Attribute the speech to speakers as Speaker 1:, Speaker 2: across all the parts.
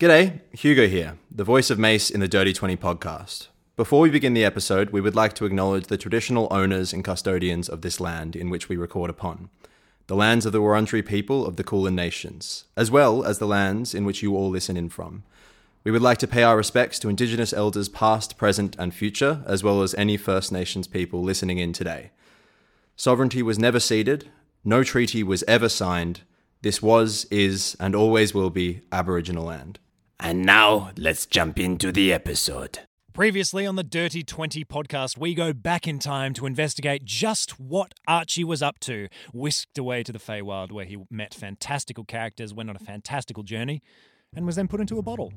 Speaker 1: G'day, Hugo here, the voice of Mace in the Dirty 20 podcast. Before we begin the episode, we would like to acknowledge the traditional owners and custodians of this land in which we record upon, the lands of the Wurundjeri people of the Kulin Nations, as well as the lands in which you all listen in from. We would like to pay our respects to Indigenous elders past, present, and future, as well as any First Nations people listening in today. Sovereignty was never ceded, no treaty was ever signed. This was, is, and always will be Aboriginal land.
Speaker 2: And now let's jump into the episode.
Speaker 3: Previously on the Dirty 20 podcast, we go back in time to investigate just what Archie was up to, whisked away to the Feywild where he met fantastical characters, went on a fantastical journey, and was then put into a bottle.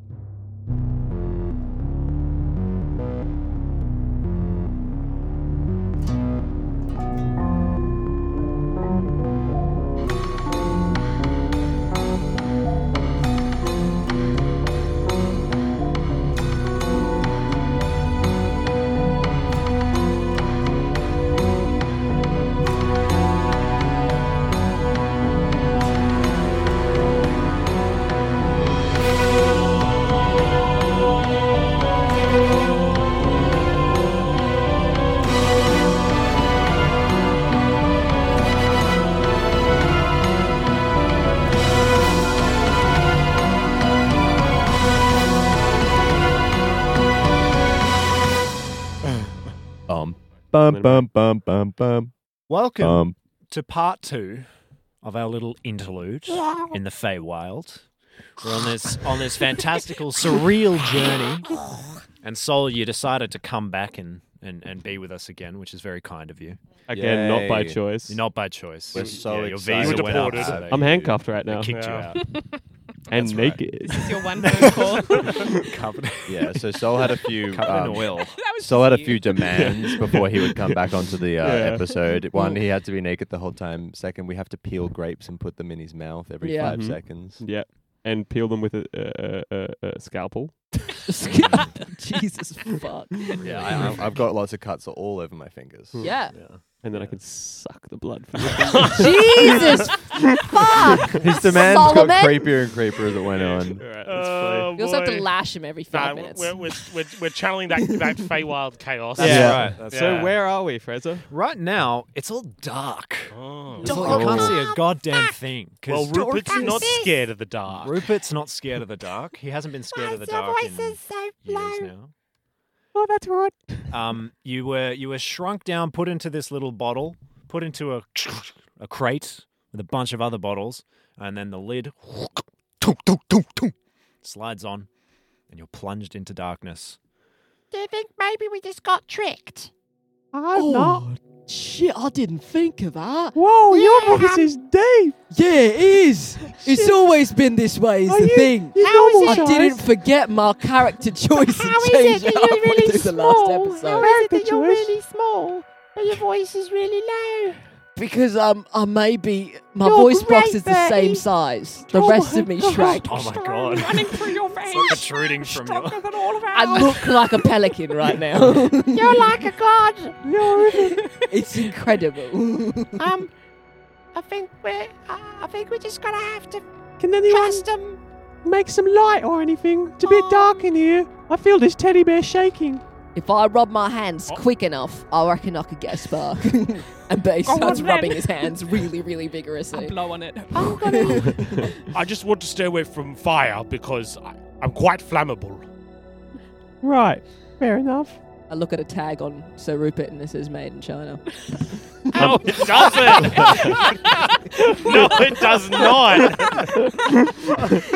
Speaker 4: Um, bum, bum, bum, bum, bum,
Speaker 3: Welcome
Speaker 1: Um,
Speaker 4: bum.
Speaker 3: to part two of our little interlude in the Feywild. We're on this on this fantastical, surreal journey. And Sol, you decided to come back and, and, and be with us again, which is very kind of you.
Speaker 4: Again, not by
Speaker 1: Yay.
Speaker 4: choice.
Speaker 3: Not by choice.
Speaker 1: We're so
Speaker 3: yeah, your
Speaker 1: excited.
Speaker 3: visa
Speaker 1: We're
Speaker 3: went up,
Speaker 1: deported.
Speaker 3: so
Speaker 4: I'm
Speaker 3: you-
Speaker 4: handcuffed right now
Speaker 3: Kicked
Speaker 5: Yeah.
Speaker 3: you out.
Speaker 4: and
Speaker 3: That's right.
Speaker 4: naked.
Speaker 5: It's your one phone call. that
Speaker 3: Covered.
Speaker 1: Yeah, so Sol had a few um,
Speaker 3: oil.
Speaker 5: was
Speaker 1: Sol had a
Speaker 5: you.
Speaker 1: few demands before he would come back onto the uh,
Speaker 4: Yeah.
Speaker 1: episode. One, he had to be naked the whole time. Second, we have to peel grapes and put them in his mouth every
Speaker 5: Yeah.
Speaker 1: 5
Speaker 4: Mhm.
Speaker 1: seconds.
Speaker 4: Yeah, and peel them with a, a, a, a, a scalpel.
Speaker 6: Jesus fuck.
Speaker 1: Yeah, I, I- I've got lots of cuts all over my fingers.
Speaker 5: Yeah.
Speaker 4: Hmm. And then I can suck the blood from
Speaker 6: Jesus fuck.
Speaker 1: His demands got
Speaker 6: Solomon?
Speaker 1: creepier and creepier as it went on.
Speaker 4: Alright,
Speaker 5: You also have to lash him every
Speaker 7: Uh, Nah,
Speaker 5: five
Speaker 7: we're,
Speaker 5: minutes.
Speaker 7: we're, we're, we're, we're channeling that, that Feywild chaos.
Speaker 1: That's Yeah. right.
Speaker 4: let's play.
Speaker 7: Yeah.
Speaker 4: So where are we, Fraser?
Speaker 3: Right now, it's all dark.
Speaker 7: Oh.
Speaker 3: It's all- you can't see a
Speaker 1: Ah.
Speaker 3: goddamn thing. 'cause
Speaker 7: Well, Rupert's not scared of the dark.
Speaker 3: Rupert's not scared of the dark. He hasn't been scared of the dark in years now.
Speaker 4: Oh, that's right.
Speaker 3: Um, you were you were shrunk down, put into this little bottle, put into a a crate with a bunch of other bottles, and then the lid slides on, and you're plunged into darkness.
Speaker 5: Do you think maybe we just got tricked?
Speaker 6: oh, Shit, I didn't think of that.
Speaker 4: Whoa,
Speaker 5: Oh, your Yeah. voice
Speaker 4: is deep.
Speaker 6: Yeah, it is. It's always been this way, is the thing.
Speaker 5: How is
Speaker 6: I didn't forget my character choice and change it halfway through the last episode.
Speaker 5: it that you're really small, but your voice is really low?
Speaker 6: Because um, I maybe my
Speaker 5: You're
Speaker 6: voice box
Speaker 5: great,
Speaker 6: is the
Speaker 5: Bertie. Oh
Speaker 6: same size. The rest of me shrank.
Speaker 3: Oh my god!
Speaker 5: Running through your veins.
Speaker 3: protruding from your
Speaker 5: than all of
Speaker 6: I look like a pelican right now.
Speaker 5: You're like a god.
Speaker 6: it's incredible.
Speaker 5: Um, I think we're. I I think we're just gonna have to
Speaker 4: Can
Speaker 5: trust them.
Speaker 4: make some light or anything? It's a bit
Speaker 5: dark
Speaker 4: in here. I feel this teddy bear shaking.
Speaker 6: If I rub my hands quick enough, I reckon I could get a spark. and Bay
Speaker 8: Oh,
Speaker 6: starts rubbing his hands really, really vigorously.
Speaker 5: Blow on it.
Speaker 7: I just want to stay away from fire because I, I'm quite flammable.
Speaker 4: Right, fair enough.
Speaker 6: I look at a tag on Sir Rupert and it says made in China.
Speaker 7: No, it doesn't. no, it does not.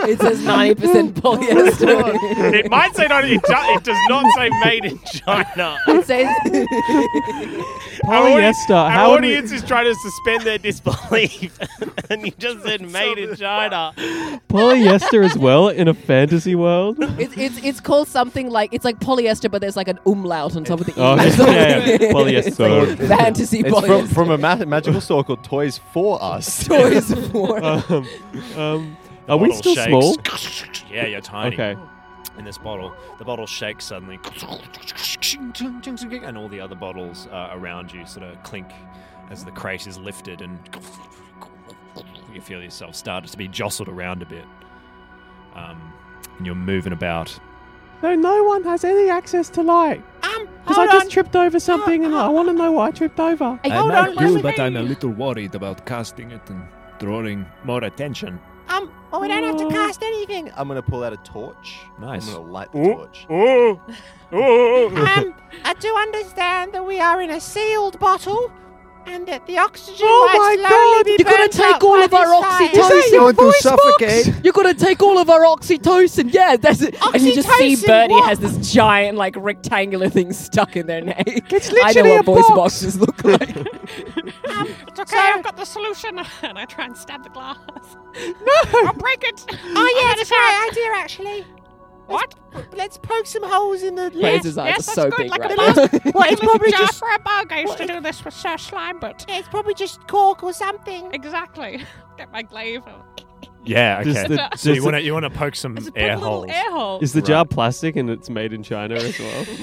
Speaker 6: It says 90% polyester.
Speaker 7: It might say not. It, do, it does not say made in China.
Speaker 6: it says
Speaker 7: Our audi-
Speaker 4: Polyester,
Speaker 7: Our
Speaker 4: how would we-
Speaker 7: audience is trying to suspend their disbelief, and you just said made in China.
Speaker 4: Polyester as well in a fantasy world.
Speaker 6: it's, it's, it's called something like it's like polyester, but there's like an umlaut on top of the e.
Speaker 4: Oh,
Speaker 6: or something.
Speaker 4: yeah, yeah.
Speaker 6: It's like
Speaker 4: Polyester.
Speaker 6: fantasy
Speaker 1: It's from,
Speaker 6: polyester.
Speaker 1: from a ma- magical store called Toys for Us.
Speaker 6: toys for
Speaker 4: um, um, are we
Speaker 3: bottle
Speaker 4: still
Speaker 3: shakes.
Speaker 4: small?
Speaker 3: Yeah, you're tiny.
Speaker 4: Okay.
Speaker 3: In this bottle, the bottle shakes suddenly, and all the other bottles uh, around you sort of clink as the crate is lifted, and you feel yourself start to be jostled around a bit. Um, and you're moving about.
Speaker 4: No, no one has any access to light.
Speaker 5: Um,
Speaker 4: Because
Speaker 5: hold
Speaker 4: I just
Speaker 5: on.
Speaker 4: tripped over something and I want to know what I tripped over.
Speaker 3: Uh,
Speaker 6: I,
Speaker 9: I
Speaker 5: Hold
Speaker 9: might
Speaker 5: on,
Speaker 9: do,
Speaker 5: let
Speaker 9: but
Speaker 5: me-
Speaker 9: I'm a little worried about casting it and drawing more attention.
Speaker 5: Um, well, we don't have to cast anything.
Speaker 1: I'm going to pull out a torch.
Speaker 3: Nice.
Speaker 1: I'm going to light the
Speaker 7: Ooh.
Speaker 1: torch.
Speaker 7: Oh, oh.
Speaker 5: Um, I do understand that we are in a sealed bottle and that the oxygen
Speaker 4: Oh
Speaker 5: might
Speaker 4: my
Speaker 5: slowly
Speaker 4: God,
Speaker 5: be
Speaker 6: you're gonna
Speaker 5: burnt
Speaker 6: take
Speaker 5: up
Speaker 6: all
Speaker 5: by
Speaker 6: of our
Speaker 5: this side.
Speaker 10: Is
Speaker 6: oxytocin.
Speaker 10: that
Speaker 6: your
Speaker 10: going to
Speaker 6: voice box?
Speaker 10: suffocate?
Speaker 6: You're gonna take all of our oxytocin. Yeah, that's it. And you just see
Speaker 5: Oxytocin,
Speaker 6: Bertie
Speaker 5: what?
Speaker 6: has this giant, like, rectangular thing stuck in their neck.
Speaker 4: It's
Speaker 6: I know
Speaker 4: literally
Speaker 6: what
Speaker 4: a
Speaker 6: voice
Speaker 4: box.
Speaker 6: boxes look like.
Speaker 8: It's okay, I've got the solution. and I try and stab the glass. No! I'll break it!
Speaker 5: Oh, yeah,
Speaker 8: I'll
Speaker 5: that's a
Speaker 8: attack.
Speaker 5: great idea, actually.
Speaker 8: What?
Speaker 5: Let's poke some holes in the lid.
Speaker 6: Fraser's eyes
Speaker 8: yes,
Speaker 6: are
Speaker 8: that's
Speaker 6: so
Speaker 8: good,
Speaker 6: big
Speaker 8: like a
Speaker 6: right
Speaker 8: blast.
Speaker 6: now.
Speaker 5: Well, it's probably
Speaker 8: jar
Speaker 5: just
Speaker 8: for a bug. I used to do this with Sir Slimbert.
Speaker 5: it's probably just cork or something.
Speaker 8: Exactly. Get my glaive.
Speaker 3: Yeah, okay.
Speaker 4: Does the-
Speaker 3: so you
Speaker 4: does
Speaker 3: want
Speaker 4: the-
Speaker 3: to you want to poke some
Speaker 8: It's a big
Speaker 3: air
Speaker 8: little
Speaker 3: holes?
Speaker 8: air hole.
Speaker 4: Is the jar plastic and it's made in China as well?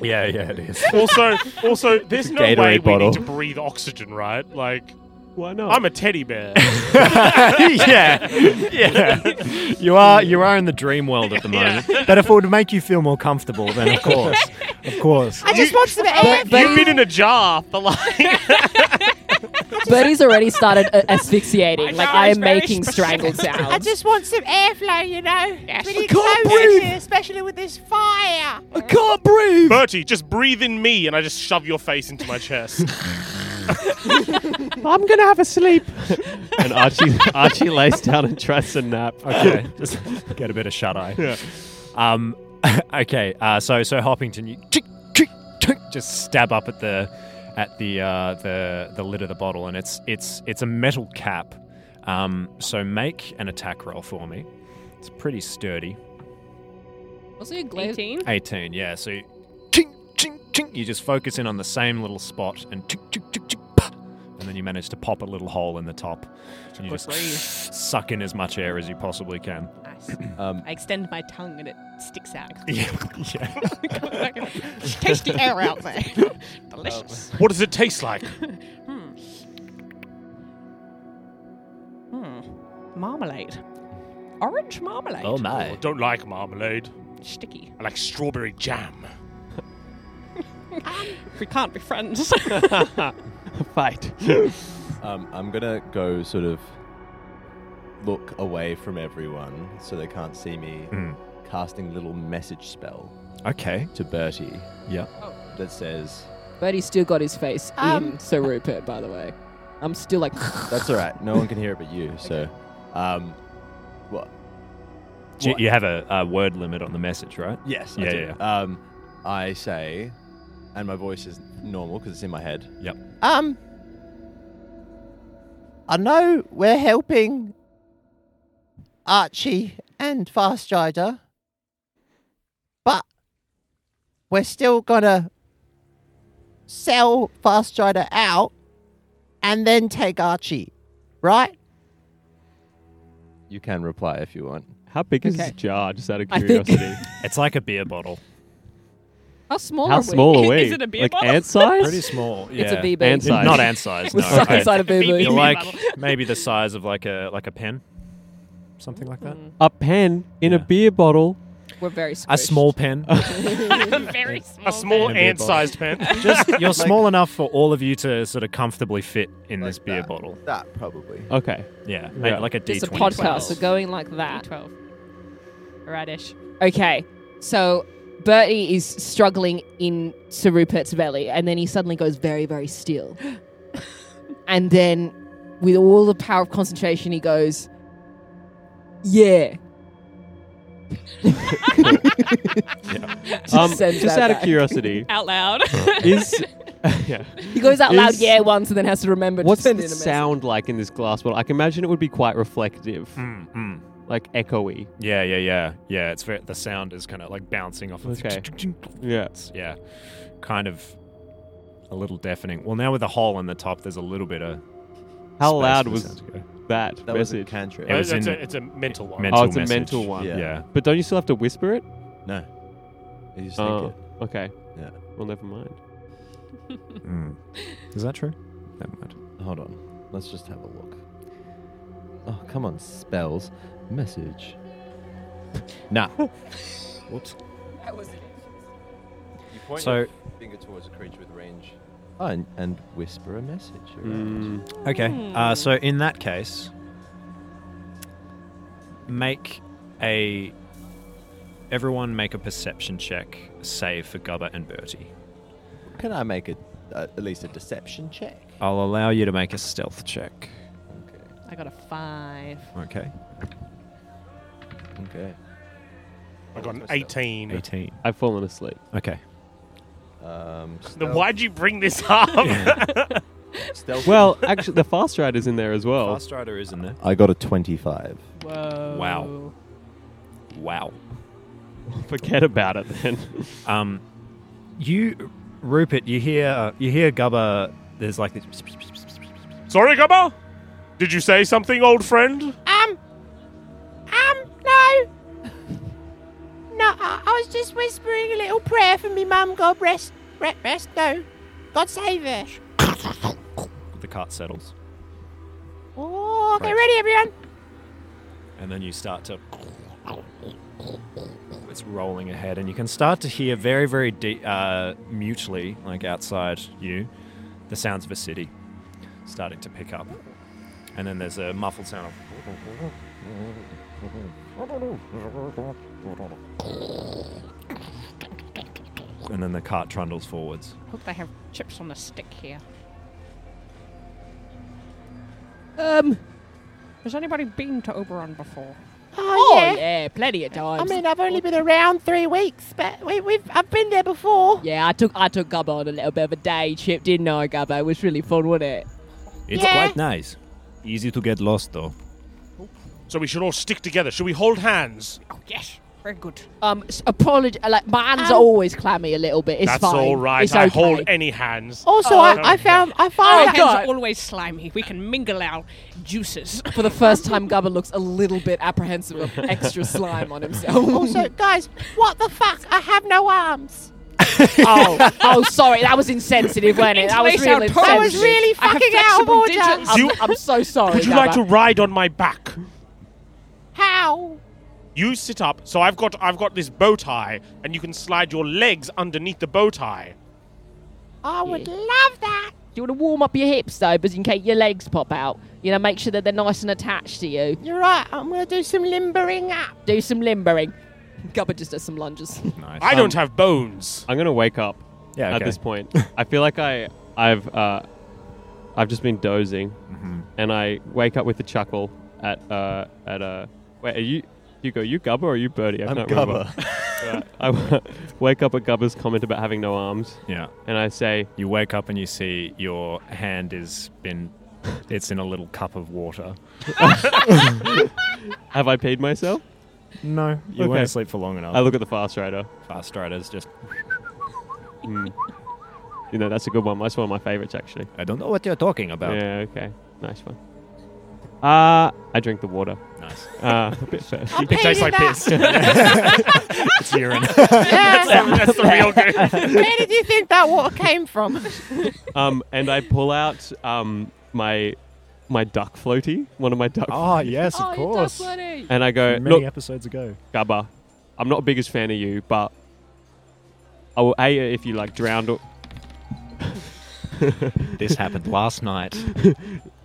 Speaker 3: Yeah, yeah, it is.
Speaker 7: also, also, there's no
Speaker 4: Gatorade
Speaker 7: way we
Speaker 4: bottle.
Speaker 7: need to breathe oxygen, right? Like,
Speaker 4: Why not?
Speaker 7: I'm a teddy bear.
Speaker 3: yeah, yeah. You are you are in the dream world at the moment. But if it would make you feel more comfortable, then of course, of course.
Speaker 5: I just watched some air.
Speaker 7: You've been in a jar for like.
Speaker 6: Bertie's already started uh, asphyxiating. Like,
Speaker 8: know,
Speaker 6: I
Speaker 8: it's
Speaker 6: am
Speaker 8: very
Speaker 6: making strangled
Speaker 8: specific.
Speaker 5: I
Speaker 6: sounds.
Speaker 5: just want some airflow, you know.
Speaker 8: Yes.
Speaker 5: We need
Speaker 6: can't
Speaker 5: clothes in
Speaker 6: breathe.
Speaker 5: here, especially with this fire.
Speaker 6: I can't breathe.
Speaker 7: Bertie, just breathe in me, and I just shove your face into my chest.
Speaker 3: Oh,
Speaker 4: I'm gonna have a sleep. and Archie Archie lays down and tries to nap.
Speaker 3: Okay, just get a bit of shut eye.
Speaker 4: Yeah.
Speaker 3: Um, okay. Uh, so so Hoppington, you tick, tick, tick, just stab up at the at the uh, the the lid of the bottle, and it's it's it's a metal cap. Um, so make an attack roll for me. It's pretty sturdy.
Speaker 6: Also, your glaive.
Speaker 8: 18.
Speaker 3: 18, yeah. So you, ching, ching, ching, you just focus in on the same little spot and tick, tick, tick, tick, pa, and then you manage to pop a little hole in the top. And you just suck in as much air as you possibly can.
Speaker 8: Nice.
Speaker 1: Um,
Speaker 8: I extend my tongue and it sticks out.
Speaker 3: Yeah. yeah.
Speaker 8: Tasty air out there. Delicious.
Speaker 7: Um, what does it taste like?
Speaker 8: Hmm. Marmalade. Orange marmalade.
Speaker 7: Oh, don't like marmalade.
Speaker 8: Sticky.
Speaker 7: I like strawberry jam.
Speaker 8: We can't be friends.
Speaker 4: Fight.
Speaker 1: Um, I'm gonna go sort of look away from everyone so they can't see me
Speaker 3: Mm.
Speaker 1: casting a little message spell
Speaker 3: Okay.
Speaker 1: to Bertie
Speaker 3: Yeah.
Speaker 1: that says,
Speaker 6: Bertie's still got his face
Speaker 5: Um,
Speaker 6: in Sir Rupert, by the way. I'm still like,
Speaker 1: "That's all right. No one can hear it but you." So, um, what?
Speaker 3: Do you,
Speaker 1: What?
Speaker 3: you have a, a word limit on the message, right?
Speaker 1: Yes.
Speaker 3: Yeah,
Speaker 1: I do.
Speaker 3: yeah,
Speaker 1: Um, I say, and my voice is normal because it's in my head.
Speaker 3: Yep.
Speaker 1: Um, I know we're helping Archie and Fast Rider, but we're still gonna sell Fast Rider out and then take Archie, right? You can reply if you want.
Speaker 4: How big is this
Speaker 6: Okay.
Speaker 4: jar? Just out of
Speaker 6: I think-
Speaker 4: curiosity.
Speaker 3: It's like a beer bottle.
Speaker 6: how small
Speaker 4: How
Speaker 6: are
Speaker 4: small
Speaker 6: we?
Speaker 4: are we?
Speaker 8: Is it a beer
Speaker 4: like
Speaker 8: bottle?
Speaker 4: ant size?
Speaker 3: Pretty small. Yeah.
Speaker 6: It's a VB.
Speaker 4: And size.
Speaker 3: Not ant size.
Speaker 6: With
Speaker 3: no.
Speaker 6: stuck
Speaker 3: Okay.
Speaker 6: inside a VB.
Speaker 3: You're
Speaker 8: beer
Speaker 3: like
Speaker 8: bottle.
Speaker 3: maybe the size of like a like a pen, something like
Speaker 9: Mm.
Speaker 3: that.
Speaker 4: a pen in a
Speaker 3: Yeah.
Speaker 4: beer bottle.
Speaker 6: We're very
Speaker 3: A small pen.
Speaker 8: Very small.
Speaker 7: A small
Speaker 3: And a beer
Speaker 7: ant-sized pen.
Speaker 3: Just you're small enough for all of you to sort of comfortably fit in this beer
Speaker 1: that.
Speaker 3: bottle.
Speaker 1: That probably.
Speaker 4: Okay.
Speaker 3: Yeah, mate,
Speaker 4: Yeah.
Speaker 3: like a D
Speaker 6: It's a
Speaker 3: twenty.
Speaker 6: podcast. We're going like
Speaker 8: band.
Speaker 6: that.
Speaker 8: 12. Radish.
Speaker 6: Okay, so Bertie is struggling in Sir Rupert's belly, and then he suddenly goes very, very still. and then, with all the power of concentration, he goes, "Yeah."
Speaker 4: Um,
Speaker 6: send
Speaker 4: just
Speaker 6: that
Speaker 4: out of
Speaker 6: back.
Speaker 4: curiosity,
Speaker 8: Out loud.
Speaker 4: is yeah.
Speaker 6: He goes out loud,
Speaker 4: Is-
Speaker 6: "Yeah," once, and then has to remember. to
Speaker 4: What's
Speaker 6: send
Speaker 4: the
Speaker 6: in a message.
Speaker 4: sound like in this glass bottle? I can imagine it would be quite reflective,
Speaker 3: Mm, mm.
Speaker 4: like echoey.
Speaker 3: Yeah, yeah, yeah, yeah. It's very, the sound is kind of like bouncing off of.
Speaker 4: Okay. Yeah.
Speaker 3: It's- yeah, kind of a little deafening. Well, now with the hole in the top, there's a little bit of.
Speaker 4: How
Speaker 3: space
Speaker 4: loud
Speaker 3: for the
Speaker 4: was
Speaker 3: sound to go.
Speaker 4: that,
Speaker 1: That was a
Speaker 4: message?
Speaker 1: cantrip.
Speaker 3: It was
Speaker 7: it's,
Speaker 3: in-
Speaker 7: a, it's a mental one.
Speaker 3: mental
Speaker 4: oh, it's a
Speaker 3: message.
Speaker 4: mental one.
Speaker 1: Yeah.
Speaker 3: Yeah.
Speaker 4: But don't you still have to whisper it?
Speaker 1: No. You just
Speaker 4: Oh,
Speaker 1: think
Speaker 4: okay.
Speaker 1: Yeah.
Speaker 4: Well, never mind.
Speaker 3: Mm. Is that true? Never mind.
Speaker 1: it. Hold on. Let's just have a look. Oh, come on, spells. Message.
Speaker 3: Nah. Whoops.
Speaker 1: You point
Speaker 3: So- your
Speaker 1: finger towards a creature with range. and, and whisper a message. around.
Speaker 3: Okay. Uh, so in that case, make a everyone make a perception check, save for Gubba and Bertie.
Speaker 1: Can I make a, uh, at least a deception check?
Speaker 3: I'll allow you to make a stealth check.
Speaker 1: Okay.
Speaker 8: I got a five.
Speaker 3: Okay.
Speaker 1: Okay.
Speaker 7: I got an 18.
Speaker 3: Eighteen.
Speaker 4: I've fallen asleep.
Speaker 3: Okay.
Speaker 1: Um,
Speaker 7: Then
Speaker 1: stealth,
Speaker 7: why'd you bring this up?
Speaker 1: stealth-
Speaker 4: Well, actually, the fast rider's in there as well.
Speaker 3: Fast Rider is in there.
Speaker 1: I got a 25.
Speaker 8: Whoa.
Speaker 3: Wow. Wow.
Speaker 4: Forget about it then.
Speaker 3: Um, you, Rupert, you hear you hear Gubba. There's like this.
Speaker 7: Sorry, Gubba? Did you say something, old friend?
Speaker 5: Um. Um. No. No. I, I was just whispering a little prayer for me mum. God rest. Rest. Rest. No. God save her.
Speaker 3: The cart settles,
Speaker 5: Oh, get
Speaker 3: Right.
Speaker 5: ready, everyone.
Speaker 3: and then you start to. It's rolling ahead, and you can start to hear very, very de- uh, mutely, like outside you, the sounds of a city starting to pick up, and then there's a muffled sound of. And then the cart trundles forwards.
Speaker 8: Hope they have chips on a stick here.
Speaker 6: Um.
Speaker 8: Has anybody been to Oberon before?
Speaker 5: Oh,
Speaker 6: Oh
Speaker 5: yeah.
Speaker 6: yeah, plenty of times.
Speaker 5: I mean, I've only been around three weeks, but we, we've I've been there before.
Speaker 6: yeah, I took I took Gubba on a little bit of a day trip, didn't I, Gubba? It was really fun, wasn't it?
Speaker 3: It's
Speaker 5: Yeah.
Speaker 3: quite nice. Easy to get lost though.
Speaker 7: So we should all stick together. Should we hold hands?
Speaker 8: Oh, yes. Very good.
Speaker 6: Um, s- apology. Like my hands
Speaker 5: Um,
Speaker 6: are always clammy a little bit. It's
Speaker 7: That's
Speaker 6: fine.
Speaker 7: all right.
Speaker 6: It's
Speaker 7: I
Speaker 6: okay. Oh,
Speaker 7: hold any hands. Oh,
Speaker 5: Also, I, I found I
Speaker 8: Our
Speaker 5: found
Speaker 8: hands
Speaker 5: that-
Speaker 8: are always slimy. We can mingle our juices.
Speaker 6: For the first time, Gubba looks a little bit apprehensive of extra slime on himself.
Speaker 5: Also, guys, what the fuck? I have no arms.
Speaker 6: oh, oh, sorry, that was insensitive, wasn't it? That was
Speaker 8: Interlace our toes.
Speaker 6: really insensitive.
Speaker 5: I was really
Speaker 8: I have
Speaker 5: fucking out of
Speaker 8: flexible
Speaker 5: order.
Speaker 8: digits.
Speaker 6: I'm,
Speaker 7: You-
Speaker 6: I'm so sorry.
Speaker 7: Would you like to
Speaker 6: Gubba.
Speaker 7: ride on my back?
Speaker 5: How?
Speaker 7: You sit up, so I've got I've got this bow tie, and you can slide your legs underneath the bow tie.
Speaker 5: I would
Speaker 6: Yeah.
Speaker 5: love that.
Speaker 6: Do you want to warm up your hips though, because in case your legs pop out, you know, make sure that they're nice and attached to you.
Speaker 5: You're right. I'm gonna do some limbering up.
Speaker 6: Do some limbering. Gubba just does some lunges.
Speaker 3: Nice.
Speaker 7: I don't have bones.
Speaker 4: Um, I'm gonna wake up
Speaker 3: Yeah,
Speaker 4: at
Speaker 3: okay.
Speaker 4: this point. I feel like I, I've, uh, I've just been dozing,
Speaker 1: Mm-hmm.
Speaker 4: and I wake up with a chuckle at, uh, at uh, wait, are you, Hugo, are you Gubba or are you Birdie? I
Speaker 1: I'm
Speaker 4: can't remember.
Speaker 1: Gubba.
Speaker 4: I w- wake up at Gubba's comment about having no arms,
Speaker 3: Yeah.
Speaker 4: and I say,
Speaker 3: You wake up and you see your hand is been it's in a little cup of water.
Speaker 4: "Have I peed myself?"
Speaker 3: No, you
Speaker 4: Okay.
Speaker 3: weren't asleep for long enough.
Speaker 4: I look at the fast rider. Hmm.
Speaker 3: Fast riders just
Speaker 4: You know, that's a good one. That's one of my favorites, actually.
Speaker 3: I don't know what you're talking about.
Speaker 4: Yeah. Okay. Nice one. Uh, I drink the water.
Speaker 3: Nice.
Speaker 4: Uh, a bit first.
Speaker 5: I'll pay you that.
Speaker 3: It's urine.
Speaker 5: Yeah.
Speaker 7: That's the real game.
Speaker 5: Where did you think that water came from?
Speaker 4: um, and I pull out um, my my duck floaty, one of my duck,
Speaker 3: oh yes, of course.
Speaker 4: and I go,
Speaker 3: Many
Speaker 4: "Look,
Speaker 3: episodes ago.
Speaker 4: Gubba, I'm not the biggest fan of you, but I will a you if you like drowned. Or-
Speaker 3: This happened last night.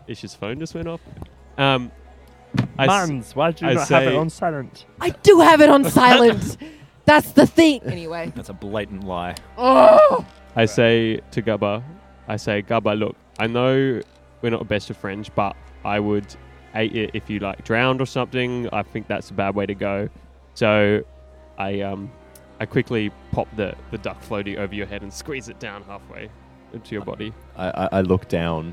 Speaker 4: Ish's phone just went off. Um, I s-
Speaker 9: why do
Speaker 4: you I not have it say- on
Speaker 9: silent?
Speaker 6: I do have it on silent. That's the thing. Anyway.
Speaker 3: That's a blatant lie.
Speaker 6: Oh.
Speaker 4: I say to Gubba, I say, Gubba, look, I know we're not best of friends, but I would hate it if you like drowned or something. I think that's a bad way to go. So I um I quickly pop the, the duck floaty over your head and squeeze it down halfway into your body.
Speaker 1: I, I, I look down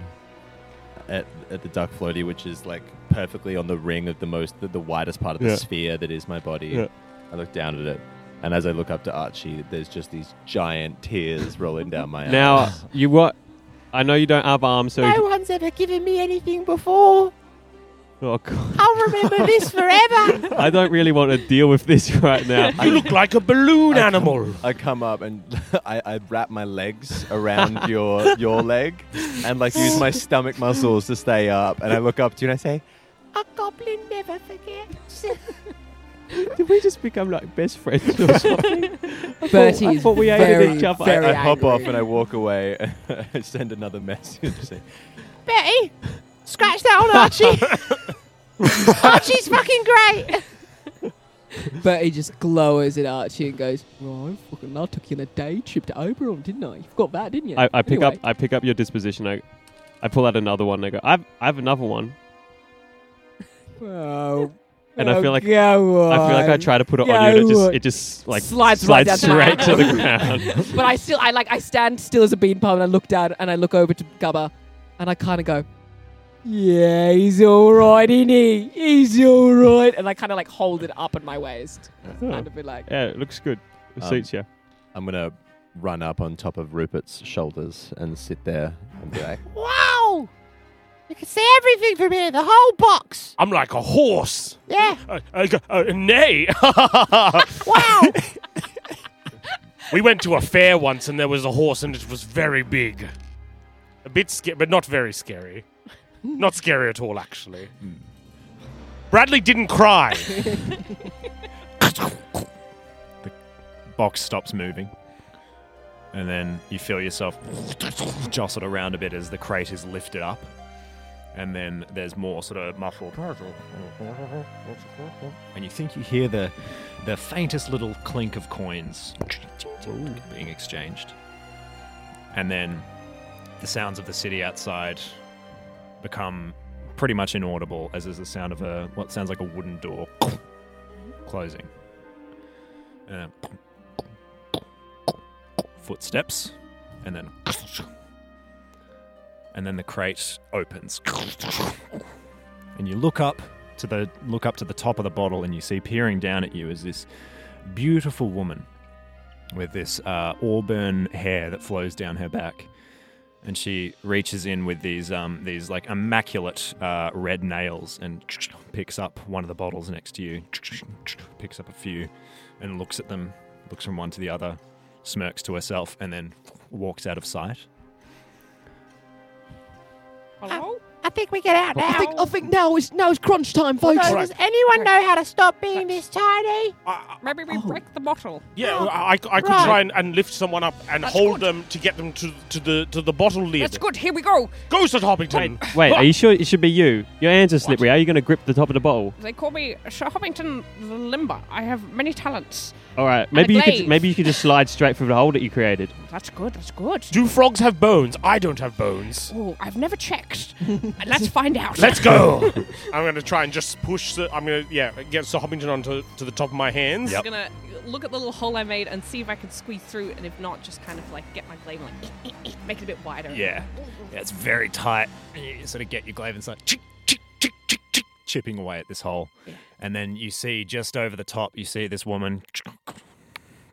Speaker 1: at, at the duck floaty, which is like perfectly on the ring of the most, the, the widest part of the
Speaker 4: Yeah.
Speaker 1: sphere that is my body.
Speaker 4: Yeah.
Speaker 1: I look down at it, and as I look up to Archie, there's just these giant tears rolling down my eyes.
Speaker 4: Now you what I know you don't have arms, so
Speaker 5: No one's ever given me anything before.
Speaker 4: oh, God,
Speaker 5: I'll remember this forever.
Speaker 4: I don't really want to deal with this right now.
Speaker 7: You look like a balloon animal.
Speaker 1: I come up and I, I wrap my legs around your your leg and like use my stomach muscles to stay up. And I look up to you and I say,
Speaker 5: A goblin never forgets.
Speaker 4: Did we just become like best friends or something?
Speaker 6: Bertie
Speaker 4: I
Speaker 6: is
Speaker 4: thought we
Speaker 6: very,
Speaker 4: hated each other.
Speaker 6: very
Speaker 4: I-
Speaker 11: I hop
Speaker 6: angry.
Speaker 11: off and I walk away and send another message. saying,
Speaker 5: Betty, scratch that on Archie. Archie's fucking great.
Speaker 6: Bertie just glowers at Archie and goes, "Right, fucking, I took you on a day trip to Oberon, didn't I? You forgot that, didn't you?"
Speaker 4: I, I pick
Speaker 6: Anyway.
Speaker 4: up I pick up your disposition. I I pull out another one. And I go. I've I have another one,
Speaker 6: Oh,
Speaker 4: and I feel like
Speaker 6: go
Speaker 4: I feel like I
Speaker 6: on.
Speaker 4: try to put it
Speaker 6: Yeah,
Speaker 4: on you, and it just
Speaker 6: look.
Speaker 4: it just like
Speaker 6: Slides right down to
Speaker 4: straight
Speaker 6: the
Speaker 4: to the
Speaker 6: ground.
Speaker 4: ground.
Speaker 6: But I still, I like, I stand still as a bean palm, and I look down, and I look over to Gubba, and I kind of go, "Yeah, he's all right, isn't he? He's all right." And I kind of like hold it up at my waist, kind of be like,
Speaker 4: yeah, it looks good. It
Speaker 11: Um,
Speaker 4: suits you.
Speaker 11: I'm gonna run up on top of Rupert's shoulders and sit there and be like,
Speaker 5: Wow. You can see everything from here, the whole box.
Speaker 7: I'm like a horse.
Speaker 5: Yeah.
Speaker 7: Uh, uh, g- uh, nay.
Speaker 5: Wow.
Speaker 7: we went to a fair once and there was a horse and it was very big. A bit scary, but not very scary. Not scary at all, actually. Bradley didn't cry.
Speaker 3: box stops moving. And then you feel yourself jostled around a bit as the crate is lifted up. And then there's more sort of muffled. And you think you hear the, the faintest little clink of coins being exchanged. And then the sounds of the city outside become pretty much inaudible, as is the sound of a what sounds like a wooden door closing. And then footsteps, and then and then the crate opens, and you look up to the look up to the top of the bottle, and you see peering down at you is this beautiful woman with this uh, auburn hair that flows down her back, and she reaches in with these um, these like immaculate uh, red nails and picks up one of the bottles next to you, picks up a few, and looks at them, looks from one to the other, smirks to herself, and then walks out of sight.
Speaker 8: Hello?
Speaker 5: I think we get out
Speaker 6: I
Speaker 5: now.
Speaker 6: think, I think now is now is crunch time, folks.
Speaker 5: So Does anyone know how to stop being this tiny? Oh.
Speaker 8: Maybe
Speaker 6: Oh.
Speaker 8: we break the bottle.
Speaker 7: yeah, I, I could try and, and lift someone up and hold them to get them to, to the to the bottle lid.
Speaker 8: That's good. Here we go.
Speaker 7: Go, Sir Toppington.
Speaker 4: Wait, are you sure it should be you? Your hands are slippery. How are you going to grip the top of the bottle?
Speaker 8: They call me Sir Hobbington the Limber. I have many talents.
Speaker 4: All right, maybe you could
Speaker 8: glaive.
Speaker 4: maybe you could just slide straight through the hole that you created.
Speaker 8: That's good. That's good.
Speaker 7: Do frogs have bones? I don't have bones.
Speaker 8: Oh, I've never checked. Let's find out.
Speaker 7: Let's go. I'm going to try and just push the. I'm going to, yeah, get Sir Hoppington onto to the top of my hands.
Speaker 3: Yep.
Speaker 8: I'm gonna look at the little hole I made and see if I can squeeze through, and if not, just kind of like get my glaive and like eh, eh, eh, make it a bit wider.
Speaker 3: Yeah. yeah it's very tight. You sort of get your glaive and start chick, chick, chick, chick, chick, chipping away at this hole. And then you see just over the top, you see this woman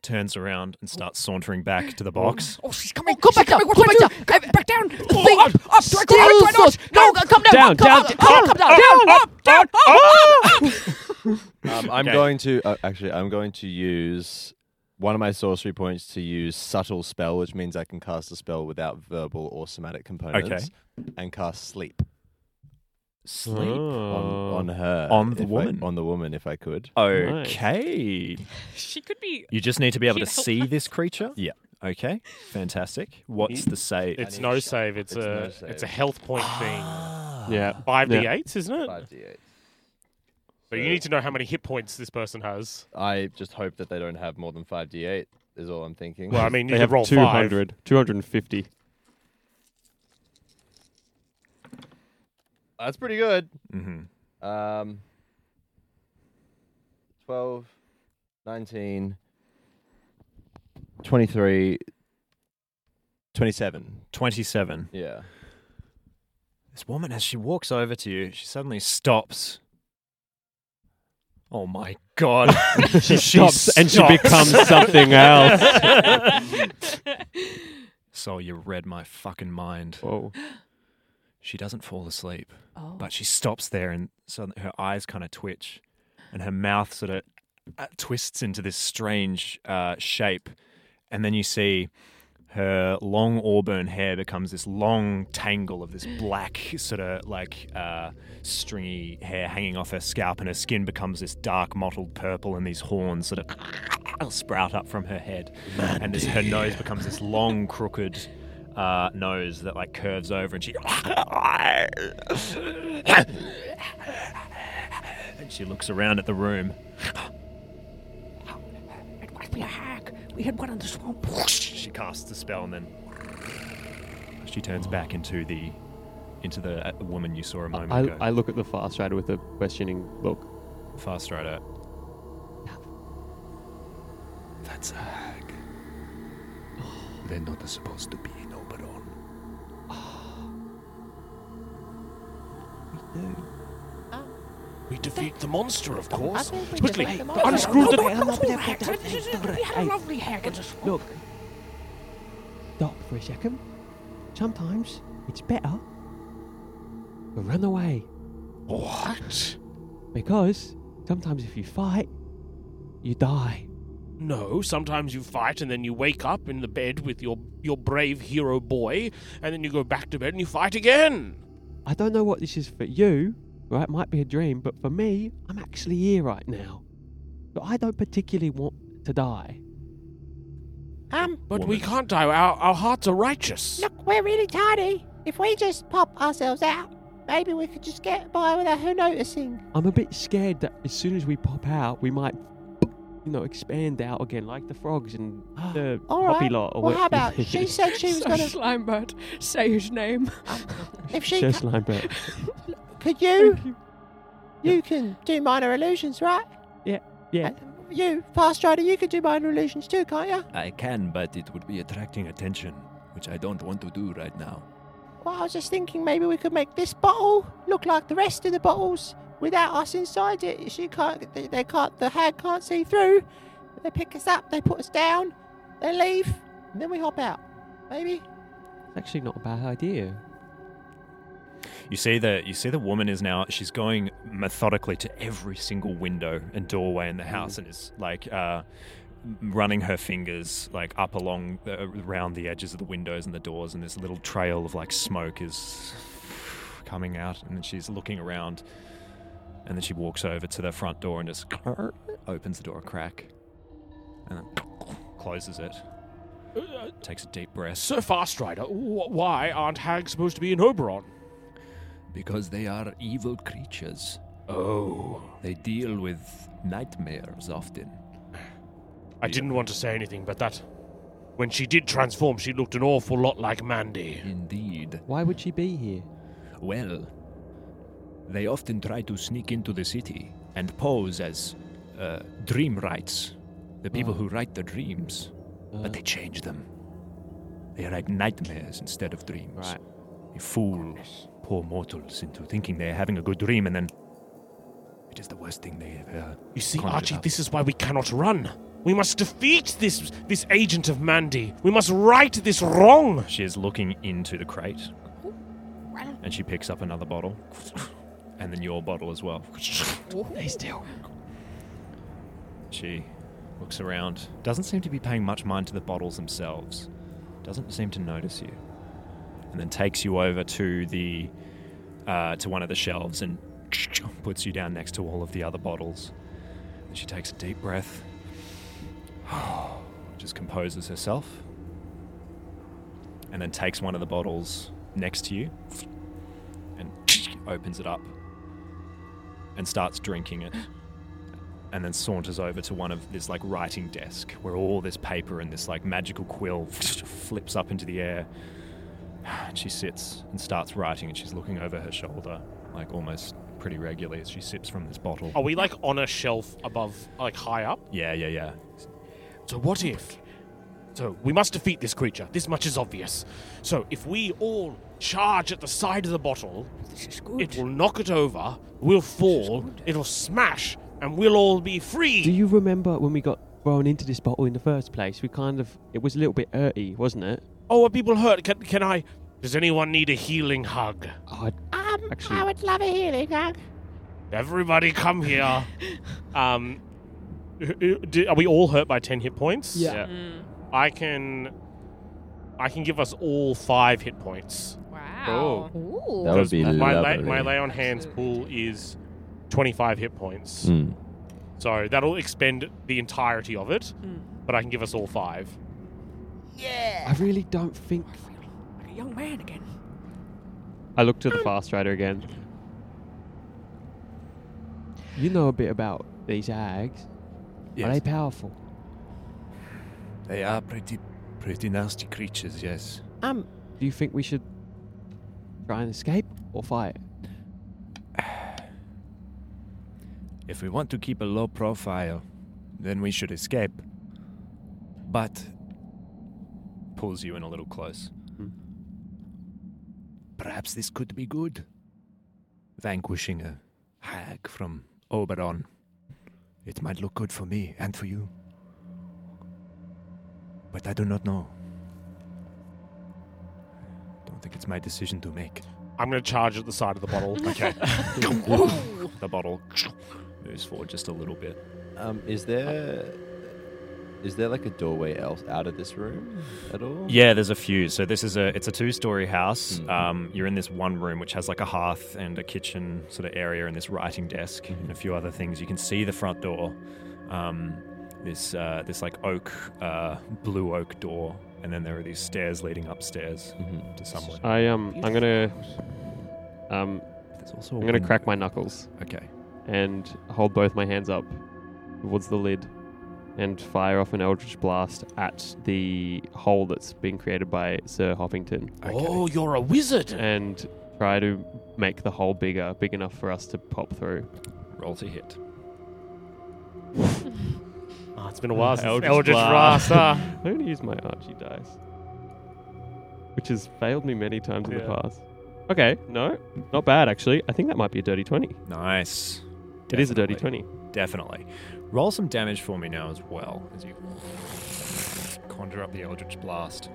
Speaker 3: turns around and starts sauntering back to the box.
Speaker 8: Oh, she's coming.
Speaker 6: come
Speaker 8: she's
Speaker 6: back up,
Speaker 8: coming. What
Speaker 6: come
Speaker 8: do I
Speaker 6: back
Speaker 8: do? Go back down.
Speaker 6: The
Speaker 8: Oh,
Speaker 6: thing
Speaker 8: up, up. Do I go
Speaker 6: still
Speaker 8: up? Do I not?
Speaker 6: thought- No, go- come down,
Speaker 4: Down,
Speaker 6: come
Speaker 4: down,
Speaker 6: up, come up, down,
Speaker 8: Down, up, down, up, up, up.
Speaker 11: um, "I'm
Speaker 3: Okay.
Speaker 11: going to uh, actually, I'm going to use one of my sorcery points to use subtle spell, which means I can cast a spell without verbal or somatic components, and cast sleep
Speaker 3: Sleep.
Speaker 4: Oh.
Speaker 7: Uh,
Speaker 11: on, on her,
Speaker 3: On
Speaker 11: if
Speaker 3: the
Speaker 11: I-
Speaker 3: woman.
Speaker 11: on the woman, if I could.
Speaker 3: Okay.
Speaker 8: She could be.
Speaker 3: You just need to be able to
Speaker 8: She'd help
Speaker 3: see this creature.
Speaker 11: Yeah.
Speaker 3: Okay. Fantastic. What's the save?
Speaker 7: It's no save. It's,
Speaker 11: it's
Speaker 7: a
Speaker 11: no save.
Speaker 7: it's a health point thing.
Speaker 5: Ah.
Speaker 3: Ah.
Speaker 4: Yeah.
Speaker 7: Five d
Speaker 4: Yeah.
Speaker 7: eights, isn't it?
Speaker 11: Five d eight.
Speaker 7: But you need to know how many hit points this person has.
Speaker 11: I just hope that they don't have more than five d eight. Is all I'm thinking.
Speaker 7: Well, I mean, you
Speaker 4: They
Speaker 7: could
Speaker 4: have
Speaker 7: roll
Speaker 4: 200, 250.
Speaker 11: that's pretty good.
Speaker 3: Mm-hmm.
Speaker 11: Um, 12, 19, 23, 27.
Speaker 3: 27.
Speaker 11: Yeah.
Speaker 3: This woman, as she walks over to you, she suddenly stops. Oh my god.
Speaker 4: She stops and she
Speaker 3: stops.
Speaker 4: becomes something else.
Speaker 3: so you read my fucking mind.
Speaker 4: Whoa.
Speaker 3: She doesn't fall asleep,
Speaker 6: Oh.
Speaker 3: but she stops there and so her eyes kind of twitch and her mouth sort of uh, twists into this strange uh, shape. And then you see Her long auburn hair becomes this long tangle of this black, sort of like uh, stringy hair hanging off her scalp, and her skin becomes this dark mottled purple, and these horns sort of sprout up from her head. And this, her nose becomes this long, crooked uh, nose that like curves over, and she. And she looks around at the room.
Speaker 5: We hack. We had one on the swamp.
Speaker 3: She casts the spell and then she turns back into the into the uh, woman you saw a moment
Speaker 4: I,
Speaker 3: ago.
Speaker 4: I look at the fast rider with a questioning look.
Speaker 3: Fast rider.
Speaker 12: That's a hag. They're not supposed to be in Oberon.
Speaker 7: We defeat the monster, of course.
Speaker 5: think we
Speaker 7: Quickly,
Speaker 5: defeat the monster.
Speaker 7: unscrew
Speaker 5: No,
Speaker 7: the.
Speaker 5: no, We had a lovely hack in the swamp.
Speaker 9: Look. Stop for a second. Sometimes it's better to run away.
Speaker 7: What?
Speaker 9: Because sometimes if you fight, you die.
Speaker 7: No, sometimes you fight and then you wake up in the bed with your your brave hero boy, and then you go back to bed and you fight again.
Speaker 9: I don't know what this is for you, right? It might be a dream, but for me, I'm actually here right now. But I don't particularly want to die.
Speaker 5: Um,
Speaker 7: But we can't die. Our, our hearts are righteous.
Speaker 5: look, we're really tiny. If we just pop ourselves out, maybe we could just get by without her noticing.
Speaker 9: I'm a bit scared that as soon as we pop out, we might, you know, expand out again like the frogs and the
Speaker 5: All
Speaker 9: puppy
Speaker 5: right.
Speaker 9: lot. Or
Speaker 5: well,
Speaker 9: what-
Speaker 5: how about she said she was
Speaker 8: so
Speaker 5: gonna.
Speaker 8: Slimebird, say his name.
Speaker 5: Um, If she
Speaker 9: Sir Slimebird.
Speaker 5: could, you, you can do minor illusions, right?
Speaker 9: Yeah.
Speaker 5: You, fast rider, you could do minor illusions too, can't you?
Speaker 12: I can, but it would be attracting attention, which I don't want to do right now.
Speaker 5: Well, I was just thinking maybe we could make this bottle look like the rest of the bottles without us inside it. She can't, they, they can't, the hag can't see through. They pick us up, they put us down, they leave, and then we hop out. Maybe.
Speaker 9: It's actually not a bad idea.
Speaker 3: You see the you see the woman is now she's going methodically to every single window and doorway in the house and is like uh, m- running her fingers like up along uh, around the edges of the windows and the doors and this little trail of like smoke is coming out and then she's looking around and then she walks over to the front door and just opens the door a crack and then closes it. Takes a deep breath.
Speaker 7: Sir uh, Fast Rider, wh- why aren't hags supposed to be in Oberon?
Speaker 12: Because they are evil creatures.
Speaker 7: Oh.
Speaker 12: They deal with nightmares often.
Speaker 7: I didn't want to say anything, but that. When she did transform, she looked an awful lot like Mandy.
Speaker 12: Indeed.
Speaker 9: Why would she be here?
Speaker 12: Well, they often try to sneak into the city and pose as uh, dream writes, the
Speaker 9: Ah.
Speaker 12: people who write the dreams, but they change them. They write nightmares instead of dreams.
Speaker 9: Right.
Speaker 12: They fool poor mortals into thinking they're having a good dream, and then it is the worst thing they ever.
Speaker 7: You see,
Speaker 12: conjured
Speaker 7: Archie,
Speaker 12: up.
Speaker 7: this is why we cannot run. We must defeat this this agent of Mandy. We must right this wrong.
Speaker 3: She is looking into the crate. And she picks up another bottle. And then your bottle as well.
Speaker 9: Stay still.
Speaker 3: She looks around. Doesn't seem to be paying much mind to the bottles themselves. Doesn't seem to notice you. And then takes you over to the uh, to one of the shelves and puts you down next to all of the other bottles. And she takes a deep breath. Just composes herself. And then takes one of the bottles next to you and opens it up and starts drinking it and then saunters over to one of this like writing desk where all this paper and this like magical quill flips up into the air. And she sits and starts writing, and she's looking over her shoulder like almost pretty regularly as she sips from this bottle.
Speaker 7: Are we like on a shelf above, like high up?
Speaker 3: Yeah, yeah, yeah.
Speaker 7: So what if? So we must defeat this creature. This much is obvious. So if we all charge at the side of the bottle, it will knock it over. We'll fall. It'll smash, and we'll all be free.
Speaker 9: Do you remember when we got thrown into this bottle in the first place? We kind of. It was a little bit dirty, wasn't it?
Speaker 7: oh, are people hurt? Can, can I? Does anyone need a healing hug?
Speaker 9: Oh,
Speaker 5: Um,
Speaker 9: Actually-
Speaker 5: I would love a healing hug.
Speaker 7: Everybody, come here. um, do- are we all hurt by ten hit points?
Speaker 6: Yeah.
Speaker 4: Yeah.
Speaker 7: I can I can give us all five hit points.
Speaker 8: Wow. Ooh.
Speaker 1: That would be
Speaker 7: my lay,
Speaker 1: lovely.
Speaker 7: my lay on hands pool is 25 hit points.
Speaker 1: Hmm.
Speaker 7: So that'll expend the entirety of it,
Speaker 8: Mm.
Speaker 7: but I can give us all five.
Speaker 9: I really don't think.
Speaker 8: Like a young man again.
Speaker 4: I look to the fast rider again.
Speaker 9: You know a bit about these hags. Are
Speaker 12: Yes.
Speaker 9: they powerful?
Speaker 12: They are pretty, pretty nasty creatures. Yes.
Speaker 9: Um. Do you think we should try and escape or fight?
Speaker 12: If we want to keep a low profile, then we should escape. But pulls you in a little close.
Speaker 7: Hmm.
Speaker 12: Perhaps this could be good. Vanquishing a hag from Oberon. It might look good for me and for you. But I do not know. Don't think it's my decision to make.
Speaker 7: I'm going to charge at the side of the bottle.
Speaker 12: Okay.
Speaker 3: the bottle moves forward just a little bit.
Speaker 1: Um, is there is there like a doorway else out of this room at all?
Speaker 3: Yeah, there's a few. So this is a it's a two story house. Um, you're in this one room which has like a hearth and a kitchen sort of area and this writing desk and a few other things. You can see the front door, um, this uh, this like oak uh, blue oak door, and then there are these stairs leading upstairs to somewhere.
Speaker 4: I um I'm gonna um
Speaker 3: also a
Speaker 4: I'm gonna
Speaker 3: window.
Speaker 4: crack my knuckles.
Speaker 12: Okay.
Speaker 4: And hold both my hands up towards the lid and fire off an eldritch blast at the hole that's been created by Sir Hoppington.
Speaker 7: Oh, you're a wizard.
Speaker 4: And try to make the hole bigger, big enough for us to pop through.
Speaker 3: Roll to hit.
Speaker 7: Oh, it's been a while since Eldritch,
Speaker 4: Blast.
Speaker 7: Blast. huh?
Speaker 4: I'm going to use my Archie dice, which has failed me many times in the
Speaker 7: Yeah.
Speaker 4: past. Okay, no, not bad actually. I think that might be a dirty 20.
Speaker 3: Nice.
Speaker 4: It is a dirty
Speaker 3: Definitely.
Speaker 4: 20.
Speaker 3: Definitely. Roll some damage for me now as well as you conjure up the Eldritch Blast.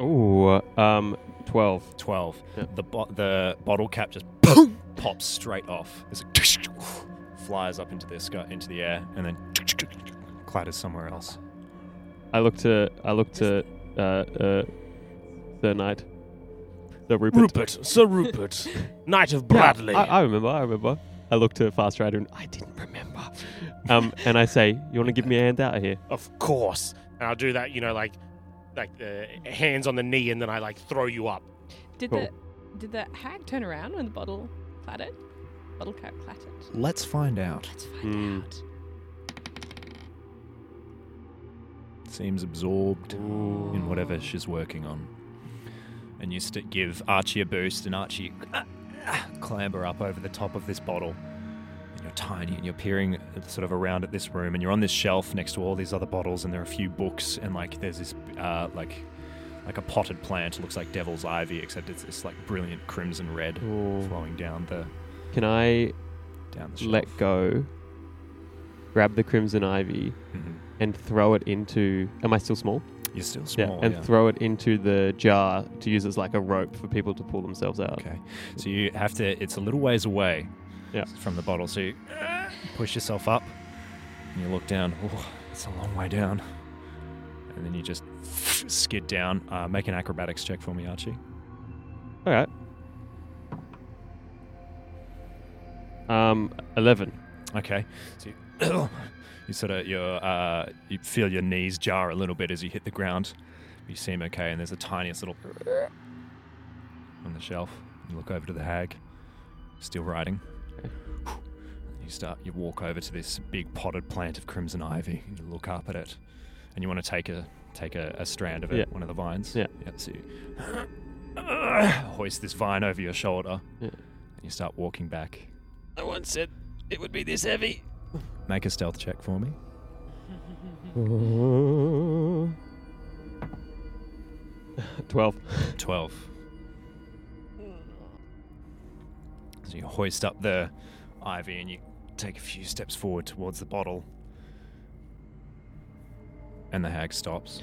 Speaker 4: Ooh, um, 12.
Speaker 3: 12. The, bo- the bottle cap just boom, pops straight off. There's a flies up into the sky, into the air, and then clatters somewhere else.
Speaker 4: I look to I look to uh, uh, Sir Knight, Sir Rupert.
Speaker 7: Rupert, Sir Rupert, Knight of
Speaker 4: Yeah,
Speaker 7: Bradley.
Speaker 4: I, I remember. I remember. I look to Fast Rider and I didn't remember. Um, and I say, "You want to give me a hand out of here?"
Speaker 7: Of course. And I'll do that, you know, like like uh, hands on the knee, and then I like throw you up.
Speaker 8: Did
Speaker 4: Cool.
Speaker 8: the did the hag turn around when the bottle clattered? Bottle cap clattered.
Speaker 3: Let's find out.
Speaker 8: Let's find
Speaker 4: Mm.
Speaker 8: out.
Speaker 3: Seems absorbed in whatever she's working on. And you st- give Archie a boost, and Archie ah, clamber up over the top of this bottle. And you're tiny, and you're peering sort of around at this room, and you're on this shelf next to all these other bottles, and there are a few books, and like there's this uh, like like a potted plant, looks like devil's ivy, except it's this like brilliant crimson red flowing down the
Speaker 4: Can I
Speaker 3: down the shelf.
Speaker 4: let go? Grab the crimson ivy
Speaker 3: Mhm.
Speaker 4: and throw it into. Am I still small?
Speaker 3: You're still small,
Speaker 4: yeah, and
Speaker 3: yeah.
Speaker 4: throw it into the jar to use as like a rope for people to pull themselves out.
Speaker 3: Okay. So you have to, it's a little ways away
Speaker 4: Yeah.
Speaker 3: from the bottle. So you push yourself up and you look down. Oh, it's a long way down. And then you just skid down. Uh, make an acrobatics check for me, Archie.
Speaker 4: All right. Um, eleven.
Speaker 3: Okay. So you, you sort of, your, uh, you feel your knees jar a little bit as you hit the ground. You seem okay. And there's the tiniest little on the shelf. You look over to the hag, still riding. You start. You walk over to this big potted plant of crimson ivy, and you look up at it, and you want to take a take a, a strand of it,
Speaker 4: Yeah.
Speaker 3: one of the vines.
Speaker 4: Yeah.
Speaker 3: so you
Speaker 12: Uh,
Speaker 3: hoist this vine over your shoulder,
Speaker 4: Yeah.
Speaker 3: and you start walking back.
Speaker 2: No one said it would be this heavy.
Speaker 3: Make a stealth check for me.
Speaker 4: Twelve.
Speaker 3: Twelve. So you hoist up the ivy, and you take a few steps forward towards the bottle, and the hag stops.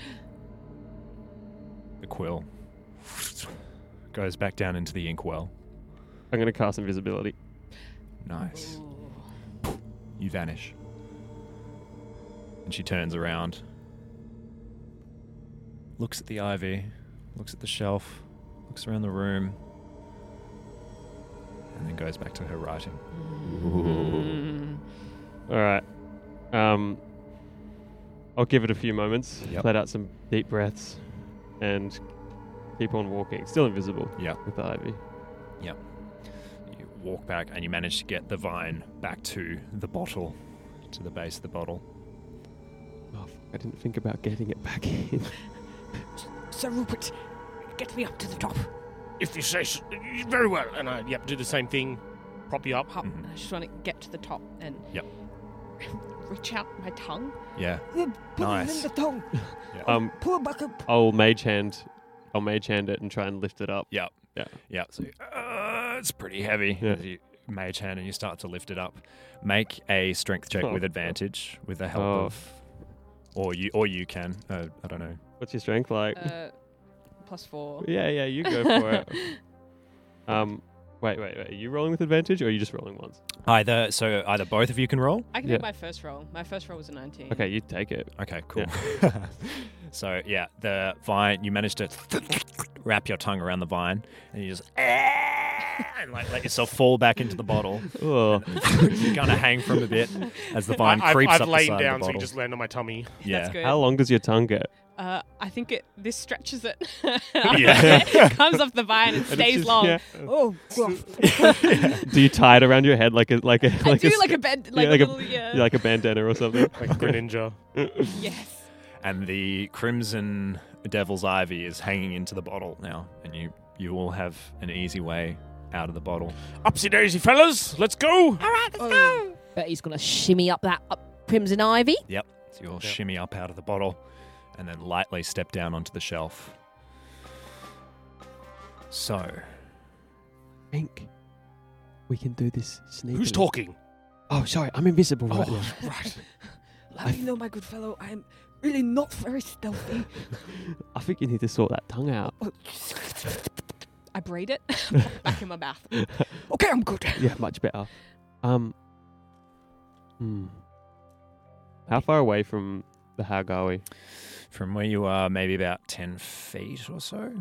Speaker 3: The quill goes back down into the inkwell.
Speaker 4: I'm gonna cast invisibility.
Speaker 3: Nice. You vanish. And she turns around. looks at the ivy, looks at the shelf, looks around the room, and then goes back to her writing. Mm.
Speaker 4: All right. Um, I'll give it a few moments,
Speaker 3: Yep.
Speaker 4: let out some deep breaths, and keep on walking. Still invisible.
Speaker 3: Yeah.
Speaker 4: With the ivy.
Speaker 3: Yep. You walk back and you manage to get the vine back to the bottle, to the base of the bottle.
Speaker 4: Oh, I didn't think about getting it back in.
Speaker 8: Sir Rupert, get me up to the top.
Speaker 7: If you say s- very well, and I yep do the same thing, prop you up.
Speaker 6: Oh,
Speaker 8: Up,
Speaker 3: Mm-hmm.
Speaker 8: and I just want to get to the top and
Speaker 3: Yep.
Speaker 8: reach out my tongue.
Speaker 3: Yeah.
Speaker 8: Put
Speaker 4: Nice.
Speaker 8: it in the tongue.
Speaker 4: Um,
Speaker 8: Pull it back up.
Speaker 4: I'll mage hand. I'll mage hand it and try and lift it up.
Speaker 3: Yep.
Speaker 4: Yeah.
Speaker 3: Yeah. So uh, it's pretty heavy.
Speaker 4: Yeah.
Speaker 3: As you mage hand and you start to lift it up. Make a strength check
Speaker 4: Oh.
Speaker 3: with advantage with the help
Speaker 4: Oh.
Speaker 3: of, or you or you can. Uh, I don't know.
Speaker 4: What's your strength like?
Speaker 8: Uh, plus four.
Speaker 4: Yeah, yeah, you go for it. Um, wait, wait, wait. Are you rolling with advantage, or are you just rolling once?
Speaker 3: Either so either both of you can roll.
Speaker 8: I can
Speaker 4: Yeah.
Speaker 8: do my first roll. My first roll was a 19.
Speaker 4: Okay, you take it.
Speaker 3: Okay, cool. so yeah, the vine you manage to wrap your tongue around the vine and you just and like let yourself fall back into the bottle.
Speaker 4: Ugh.
Speaker 3: you kind of hang from a bit as the vine
Speaker 7: I, I've,
Speaker 3: creeps
Speaker 7: I've
Speaker 3: up the
Speaker 7: lain
Speaker 3: side
Speaker 7: down,
Speaker 3: of the
Speaker 7: so
Speaker 3: bottle.
Speaker 7: you just land on my tummy.
Speaker 3: yeah.
Speaker 8: That's good.
Speaker 4: How long does your tongue get?
Speaker 8: Uh, I think it this stretches it.
Speaker 4: Yeah.
Speaker 8: it comes off the vine and
Speaker 4: And it's
Speaker 8: stays
Speaker 4: just-
Speaker 8: long.
Speaker 4: yeah.
Speaker 8: Oh, gruff.
Speaker 4: Do you tie it around your head like a like a like
Speaker 8: do
Speaker 4: a,
Speaker 8: like a band- like a little, yeah.
Speaker 4: like a bandana or something?
Speaker 7: Like Greninja.
Speaker 8: yes.
Speaker 3: and the crimson devil's ivy is hanging into the bottle now, and you you all have an easy way out of the bottle.
Speaker 7: Upsy daisy, fellas, let's go.
Speaker 6: All right, let's go. But he's gonna shimmy up that up crimson ivy.
Speaker 3: Yep. So you all shimmy up out of the bottle, and then lightly step down onto the shelf. So
Speaker 9: think we can do this sneakily.
Speaker 7: Who's talking?
Speaker 9: Oh, sorry, I'm invisible right
Speaker 7: Oh,
Speaker 9: now.
Speaker 7: right.
Speaker 9: I-
Speaker 10: Let me know, my good fellow. I am really not very stealthy.
Speaker 9: I think you need to sort that tongue out.
Speaker 8: I braid it pop it back in my mouth.
Speaker 10: okay, I'm good.
Speaker 9: yeah, much better. Um, hmm.
Speaker 4: How far away from the hag are we?
Speaker 3: from where you are, maybe about ten feet or so.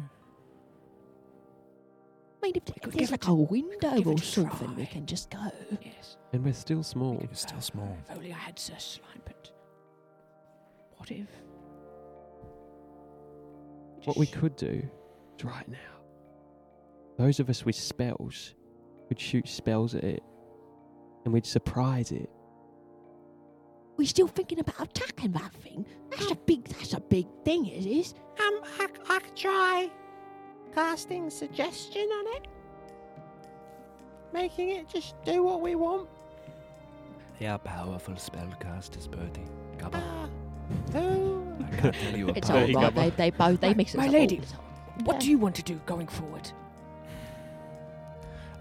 Speaker 6: Mate, if there's like a window or something, we can just go.
Speaker 10: Yes.
Speaker 9: and we're still small.
Speaker 3: It's still small.
Speaker 10: If only I had Sir Slime, but what if?
Speaker 9: What we could do is right now, those of us with spells would shoot spells at it, and we'd surprise it.
Speaker 6: We're still thinking about attacking that thing. That's a big. That's a big thing. It is.
Speaker 5: Um, I, c- I could try casting suggestion on it, making it just do what we want.
Speaker 13: They are powerful spellcasters, Bertie. Come on.
Speaker 5: Ah, oh.
Speaker 13: I can't tell you
Speaker 6: It's
Speaker 13: apart.
Speaker 6: all right. They, they both. They
Speaker 10: My-
Speaker 6: mix it
Speaker 10: my
Speaker 6: up.
Speaker 10: lady.
Speaker 6: All the time.
Speaker 10: What do you want to do going forward?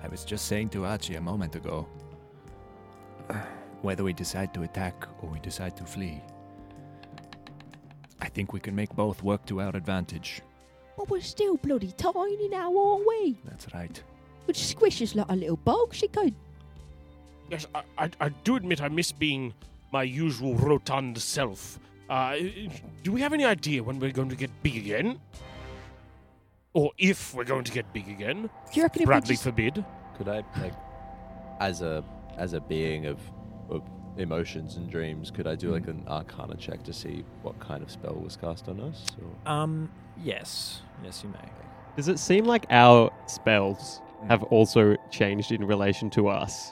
Speaker 13: I was just saying to Archie a moment ago whether we decide to attack or we decide to flee, I think we can make both work to our advantage.
Speaker 6: But we're still bloody tiny now, aren't we?
Speaker 13: That's right.
Speaker 6: Which squishes like a little bog. She go.
Speaker 7: Yes, I, I, I do admit I miss being my usual rotund self. Uh, do we have any idea when we're going to get big again? Or if we're going to get big again?
Speaker 6: Do you reckon if we
Speaker 7: Bradley
Speaker 6: just-
Speaker 7: forbid.
Speaker 1: Could I like, as a as a being of, of emotions and dreams, could I do like
Speaker 3: Mm-hmm.
Speaker 1: an Arcana check to see what kind of spell was cast on us? Or?
Speaker 3: Um. Yes. Yes, you may.
Speaker 4: Does it seem like our spells have also changed in relation to us?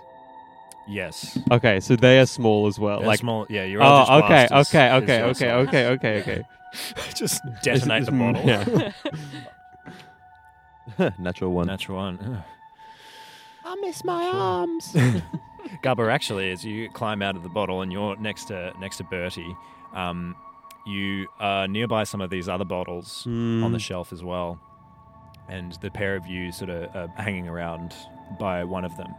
Speaker 3: Yes.
Speaker 4: Okay, so they are small as well.
Speaker 3: They're
Speaker 4: like
Speaker 3: small- yeah, you're
Speaker 4: oh,
Speaker 3: all just
Speaker 4: okay,
Speaker 3: blasters.
Speaker 4: okay,
Speaker 3: It's
Speaker 4: okay,
Speaker 3: your
Speaker 4: okay,
Speaker 3: sort.
Speaker 4: okay, okay, okay.
Speaker 3: Just detonate the
Speaker 4: Mm,
Speaker 3: bottle.
Speaker 1: Natural one.
Speaker 3: Natural one. Ugh.
Speaker 5: I miss my arms.
Speaker 3: Gubber, actually, as you climb out of the bottle and you're next to next to Bertie, um, you are nearby some of these other bottles on the shelf as well, and the pair of you sort of are hanging around by one of them,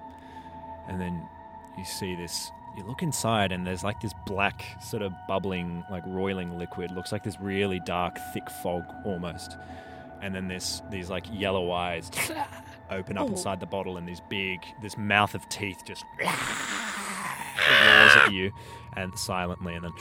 Speaker 3: and then you see this. You look inside, and there's like this black, sort of bubbling, like roiling liquid. Looks like this really dark, thick fog almost. And then this, these like yellow eyes open up
Speaker 10: Oh.
Speaker 3: inside the bottle, and these big, this mouth of teeth just roars at you, and silently, and then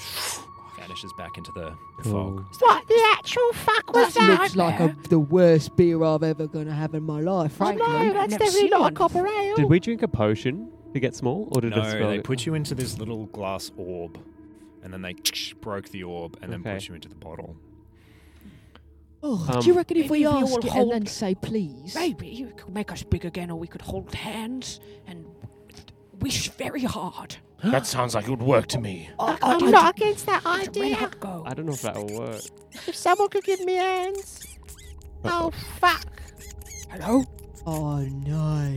Speaker 3: vanishes back into the
Speaker 9: Cool.
Speaker 3: fog.
Speaker 5: What the actual fuck was
Speaker 14: That
Speaker 5: that?
Speaker 14: looks like a, the worst beer I've ever going to have in my life,
Speaker 5: Oh
Speaker 14: frankly.
Speaker 5: no, that's definitely not a copper ale.
Speaker 4: Did we drink a potion to get small, or did I
Speaker 3: No,
Speaker 4: spell
Speaker 3: they
Speaker 4: it?
Speaker 3: put you into this little glass orb, and then they broke the orb and then
Speaker 4: Okay.
Speaker 3: put you into the bottle.
Speaker 14: Oh,
Speaker 3: Um,
Speaker 14: do you reckon if
Speaker 10: Maybe
Speaker 14: we
Speaker 10: if we
Speaker 14: ask
Speaker 10: all
Speaker 14: it and
Speaker 10: hold-
Speaker 14: then say please?
Speaker 10: Maybe you could make us big again, or we could hold hands and wish very hard.
Speaker 7: That sounds like it would work to me.
Speaker 10: I,
Speaker 5: I'm not against that idea.
Speaker 4: I don't know if that'll work.
Speaker 5: If someone could give me hands. Oh fuck.
Speaker 10: Hello?
Speaker 14: Oh no.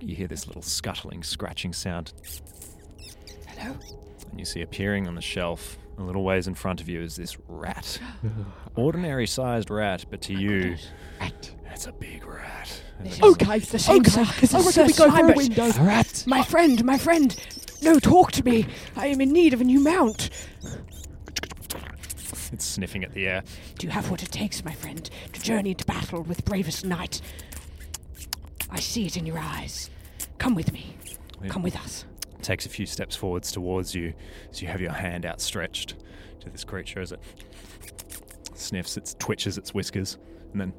Speaker 3: You hear this little scuttling, scratching sound.
Speaker 10: Hello?
Speaker 3: And you see appearing on the shelf, a little ways in front of you, is this rat. Ordinary sized rat, but to you, that's a big rat. And it looks-
Speaker 10: Okay, the same
Speaker 14: Okay,
Speaker 10: size
Speaker 14: I
Speaker 10: as
Speaker 14: reckon
Speaker 10: Sir
Speaker 14: we go for a
Speaker 10: Simon's.
Speaker 14: window. A
Speaker 9: rat.
Speaker 10: My friend, my friend. No, talk to me. I am in need of a new mount.
Speaker 3: It's sniffing at the air.
Speaker 10: Do you have what it takes, my friend, to journey to battle with bravest knight? I see it in your eyes. Come with me.
Speaker 3: It
Speaker 10: Come with us.
Speaker 3: Takes a few steps forwards towards you, so you have your hand outstretched to this creature as it sniffs, it twitches its whiskers, and then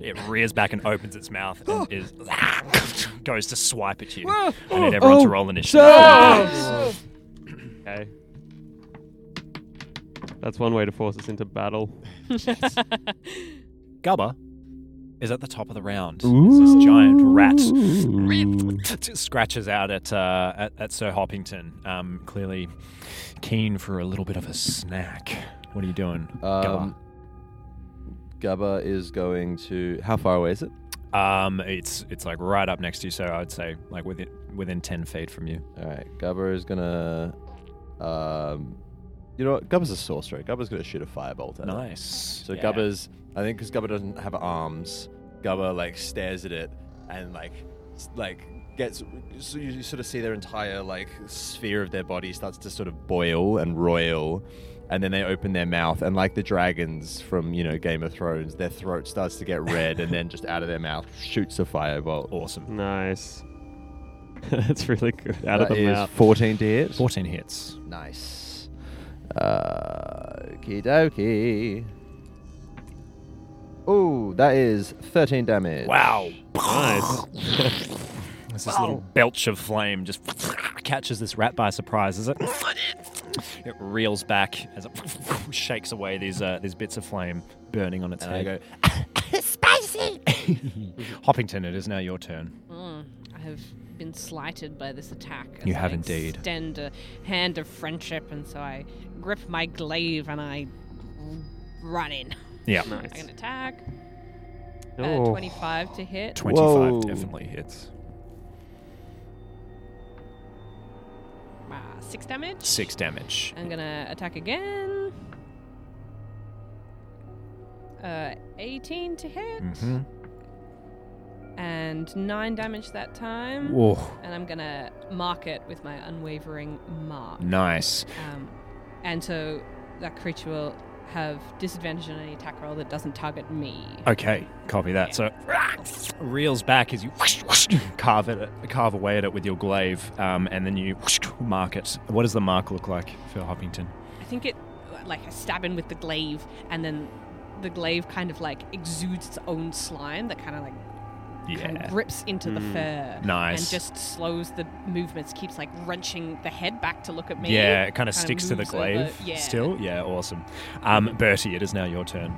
Speaker 3: it rears back and opens its mouth and is, goes to swipe at you. I need everyone to roll initiative.
Speaker 4: Okay. That's one way to force us into battle.
Speaker 3: Gubba is at the top of the round. There's This giant rat scratches out at, uh, at at Sir Hoppington, um, clearly keen for a little bit of a snack. What are you doing,
Speaker 1: Um, Gubba is going to. How far away is it?
Speaker 3: Gubba? Um, it's it's like right up next to you, so I'd say like within within ten feet from you.
Speaker 1: All right, Gubba is gonna. Um, you know what? Gubba's a sorcerer. Gubba's gonna shoot a firebolt at it.
Speaker 3: Nice.
Speaker 1: So
Speaker 3: Yeah.
Speaker 1: Gubba's. I think because Gubba doesn't have arms, Gubba like stares at it and like s- like gets. So you, you sort of see their entire like sphere of their body starts to sort of boil and roil. And then they open their mouth, and like the dragons from you know Game of Thrones, their throat starts to get red, and then just out of their mouth shoots a firebolt.
Speaker 3: Awesome,
Speaker 4: nice. That's really good. Out
Speaker 1: That
Speaker 4: of the
Speaker 1: is
Speaker 4: mouth.
Speaker 1: 14 to hit.
Speaker 3: 14 hits.
Speaker 1: Nice. Uh, okie dokie. Ooh, that is 13 damage.
Speaker 3: Wow. Nice. There's this little belch of flame just catches this rat by surprise as it it reels back as it shakes away these uh, these bits of flame burning on its
Speaker 1: And I
Speaker 3: head.
Speaker 5: Spicy.
Speaker 3: Hoppington, it is now your turn.
Speaker 8: Mm, I have been slighted by this attack. as
Speaker 3: You
Speaker 8: I
Speaker 3: have indeed.
Speaker 8: Extend a hand of friendship, and so I grip my glaive and I run in.
Speaker 3: Yeah.
Speaker 8: I can attack. Uh,
Speaker 3: Oh.
Speaker 8: 25 to hit.
Speaker 3: 25 definitely hits.
Speaker 8: Uh, six damage.
Speaker 3: Six damage.
Speaker 8: I'm gonna attack again. Uh, 18 to hit.
Speaker 3: Mm-hmm.
Speaker 8: and nine damage that time.
Speaker 3: Whoa.
Speaker 8: And I'm gonna mark it with my unwavering mark.
Speaker 3: Nice.
Speaker 8: Um, and so that creature will have disadvantage on any attack roll that doesn't target me.
Speaker 3: Okay, copy that. So it reels back as you carve it, carve away at it with your glaive, um, and then you mark it. What does the mark look like for Hoppington?
Speaker 8: I think it like I stab in with the glaive, and then the glaive kind of like exudes its own slime that kind of like. Kind
Speaker 3: Yeah.
Speaker 8: of grips into the
Speaker 3: Mm.
Speaker 8: fur
Speaker 3: Nice.
Speaker 8: and just slows the movements, keeps like wrenching the head back to look at me.
Speaker 3: Yeah, it kind of
Speaker 8: kinda
Speaker 3: sticks to the
Speaker 8: moves over.
Speaker 3: glaive
Speaker 8: Yeah.
Speaker 3: still. Yeah, awesome. Um, Bertie, it is now your turn.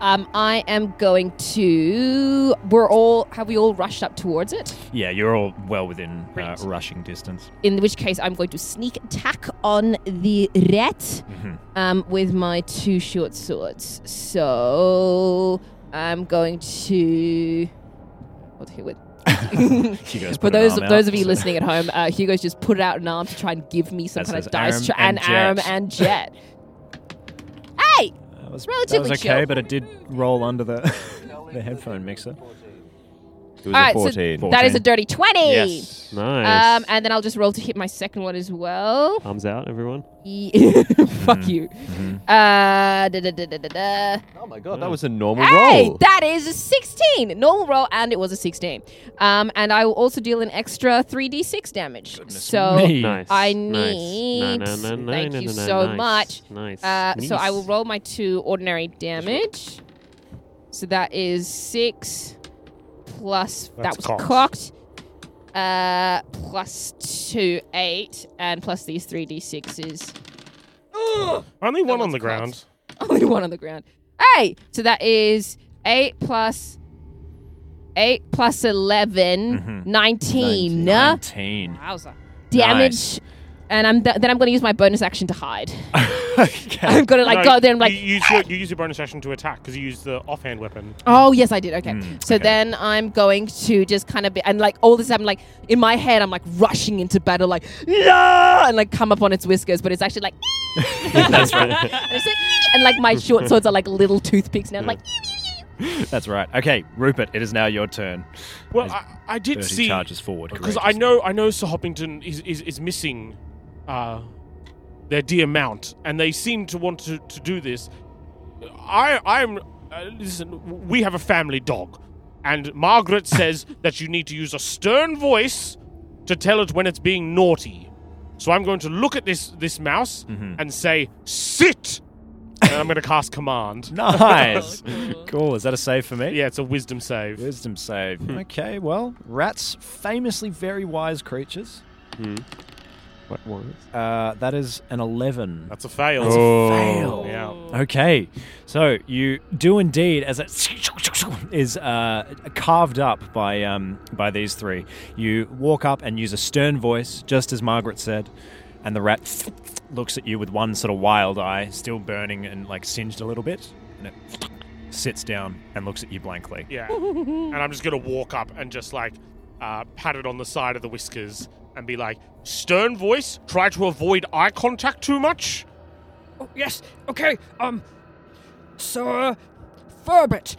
Speaker 6: Um, I am going to. We're all. Have we all rushed up towards it?
Speaker 3: Yeah, you're all well within uh, rushing distance.
Speaker 6: In which case, I'm going to sneak attack on the rat
Speaker 3: Mhm.
Speaker 6: um, with my two short swords. So I'm going to. What hit with?
Speaker 3: Hugo's
Speaker 6: For
Speaker 3: put an
Speaker 6: those
Speaker 3: arm out,
Speaker 6: those of you
Speaker 3: so-
Speaker 6: listening at home, uh, Hugo's just put out an arm to try and give me some
Speaker 3: That
Speaker 6: kind of
Speaker 3: says
Speaker 6: dice
Speaker 3: arm
Speaker 6: tra-
Speaker 3: and jet.
Speaker 6: arm and jet. hey,
Speaker 3: That was, that was
Speaker 6: relatively
Speaker 3: okay,
Speaker 6: chill.
Speaker 3: but it did roll under the, the headphone mixer.
Speaker 1: It was
Speaker 6: All right,
Speaker 1: a 14.
Speaker 6: so that is a dirty 20.
Speaker 4: Yes. Nice.
Speaker 6: Um, and then I'll just roll to hit my second one as well.
Speaker 4: Arms out, everyone.
Speaker 6: Ye- Fuck
Speaker 3: Mm-hmm.
Speaker 4: Mhm.
Speaker 6: you.
Speaker 4: Mhm.
Speaker 6: Uh, da, da, da, da, da, da.
Speaker 1: Oh my god, that was a normal
Speaker 6: Hey,
Speaker 1: roll.
Speaker 6: that is a 16. Normal roll, and it was a 16. Um, and I will also deal an extra 3d6 damage. so
Speaker 4: me. Nice,
Speaker 6: I
Speaker 4: nice.
Speaker 6: need.
Speaker 4: No, no, no, no,
Speaker 6: thank
Speaker 4: no,
Speaker 6: you
Speaker 4: no, no,
Speaker 6: so
Speaker 4: nice,
Speaker 6: much.
Speaker 4: nice.
Speaker 6: Uh, so I
Speaker 4: Nice.
Speaker 6: will roll my two ordinary damage. So that is six plus.
Speaker 8: That's
Speaker 6: that was
Speaker 8: cocked.
Speaker 6: cocked. Uh, plus two, eight, and plus these three d6s.
Speaker 7: Only one on the ground.
Speaker 6: Only one on the ground. Hey, so that is eight plus eight plus 11,
Speaker 3: Mhm.
Speaker 6: 19.
Speaker 3: Nineteen.
Speaker 6: Wowza. Damage.
Speaker 3: Nice.
Speaker 6: And I'm th- then I'm going to use my bonus action to hide. I'm going to like go there and like. ah.
Speaker 7: You use, your, you use your bonus action to attack because you use the offhand weapon.
Speaker 6: Oh yes, I did. Okay,
Speaker 7: Mm,
Speaker 6: so then I'm going to just kind of be and like all this. I'm like in my head, I'm like rushing into battle, like no, and like come up on its whiskers, but it's actually like
Speaker 3: That's right.
Speaker 6: and, it's like, and like my short swords are like little toothpicks, and I'm like
Speaker 3: That's right. Okay, Rupert, it is now your turn.
Speaker 7: Well,
Speaker 3: As
Speaker 7: I, I did
Speaker 3: Bertie
Speaker 7: see
Speaker 3: charges forward
Speaker 7: because I know I know Sir Hoppington is is, is missing uh, their dear mount, and they seem to want to, to do this. I I'm uh, listen. We have a family dog, and Margaret says that you need to use a stern voice to tell it when it's being naughty. So I'm going to look at this this mouse
Speaker 3: Mm-hmm.
Speaker 7: and say sit, and I'm going to cast command.
Speaker 3: Nice. cool. Is that a save for me?
Speaker 7: Yeah, it's a wisdom save. Hmm.
Speaker 3: Wisdom save. okay, well, rats, famously very wise creatures.
Speaker 7: Hmm.
Speaker 4: What was?
Speaker 3: Uh, that is an 11.
Speaker 7: That's a fail.
Speaker 3: That's
Speaker 7: Oh.
Speaker 3: a fail.
Speaker 7: Yeah.
Speaker 3: Okay. So you do indeed, as it is uh, carved up by, um, by these three, you walk up and use a stern voice, just as Margaret said, and the rat looks at you with one sort of wild eye, still burning and like singed a little bit, and it sits down and looks at you blankly.
Speaker 7: Yeah. and I'm just going to walk up and just like uh, pat it on the side of the whiskers and be like, stern voice, try to avoid eye contact too much.
Speaker 10: Oh, yes, okay, um, Sir Furbert,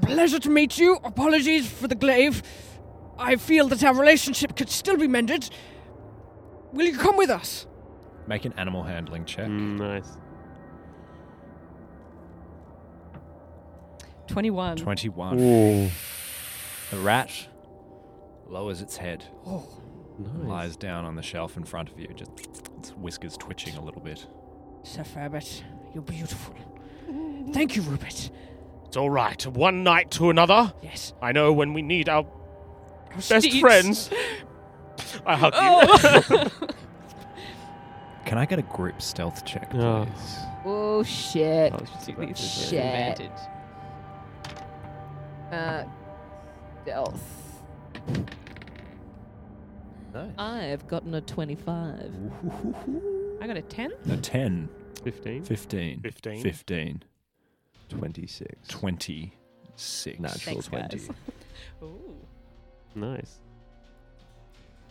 Speaker 10: pleasure to meet you. Apologies for the glaive. I feel that our relationship could still be mended. Will you come with us?
Speaker 3: Make an animal handling check.
Speaker 4: nice.
Speaker 8: 21.
Speaker 3: 21. The rat lowers its head.
Speaker 8: Oh.
Speaker 3: Lies down on the shelf in front of you, just its whiskers twitching a little bit.
Speaker 10: Sir Furbert, you're beautiful. Thank you, Rupert.
Speaker 7: It's all right. One night to another.
Speaker 10: Yes.
Speaker 7: I know when we need our best
Speaker 10: steeds. Oh.
Speaker 7: friends. I hug you.
Speaker 3: Can I get a group stealth check, please?
Speaker 6: oh shit,
Speaker 3: I was just thinking this is
Speaker 6: shit.
Speaker 3: advantage.
Speaker 6: Uh, stealth. I've gotten a 25.
Speaker 8: I got a 10.
Speaker 3: A 10.
Speaker 4: 15.
Speaker 3: 15.
Speaker 7: 15.
Speaker 3: 15.
Speaker 1: 26.
Speaker 3: 26.
Speaker 8: Thanks, guys. Ooh.
Speaker 4: Nice.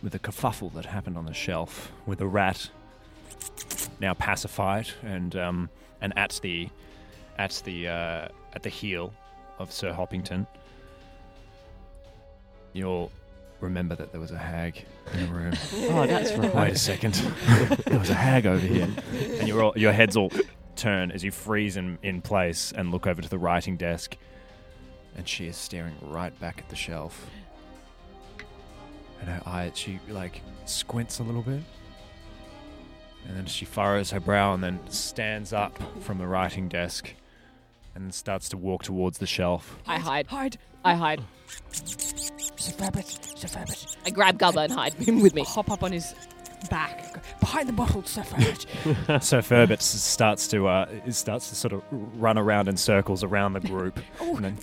Speaker 3: With a kerfuffle that happened on the shelf, with a rat now pacified and um, and at the at the uh, at the heel of Sir Hoppington, you'll remember that there was a hag in the room.
Speaker 4: Oh, that's right.
Speaker 3: Wait a second, there was a hag over here, and your all- your heads all turn as you freeze in, in place and look over to the writing desk, and she is staring right back at the shelf. And her eye, she like squints a little bit, and then she furrows her brow and then stands up from the writing desk and starts to walk towards the shelf.
Speaker 6: I hide. Hide. I hide.
Speaker 10: Sir Furbert, Sir Furbert.
Speaker 6: I grab Gubba and hide him with me.
Speaker 8: Hop up on his
Speaker 10: back. Behind the bottle, Sir Furbert.
Speaker 3: so Furbit s- starts to uh, it starts to sort of run around in circles around the group.
Speaker 10: Oh.
Speaker 3: and then,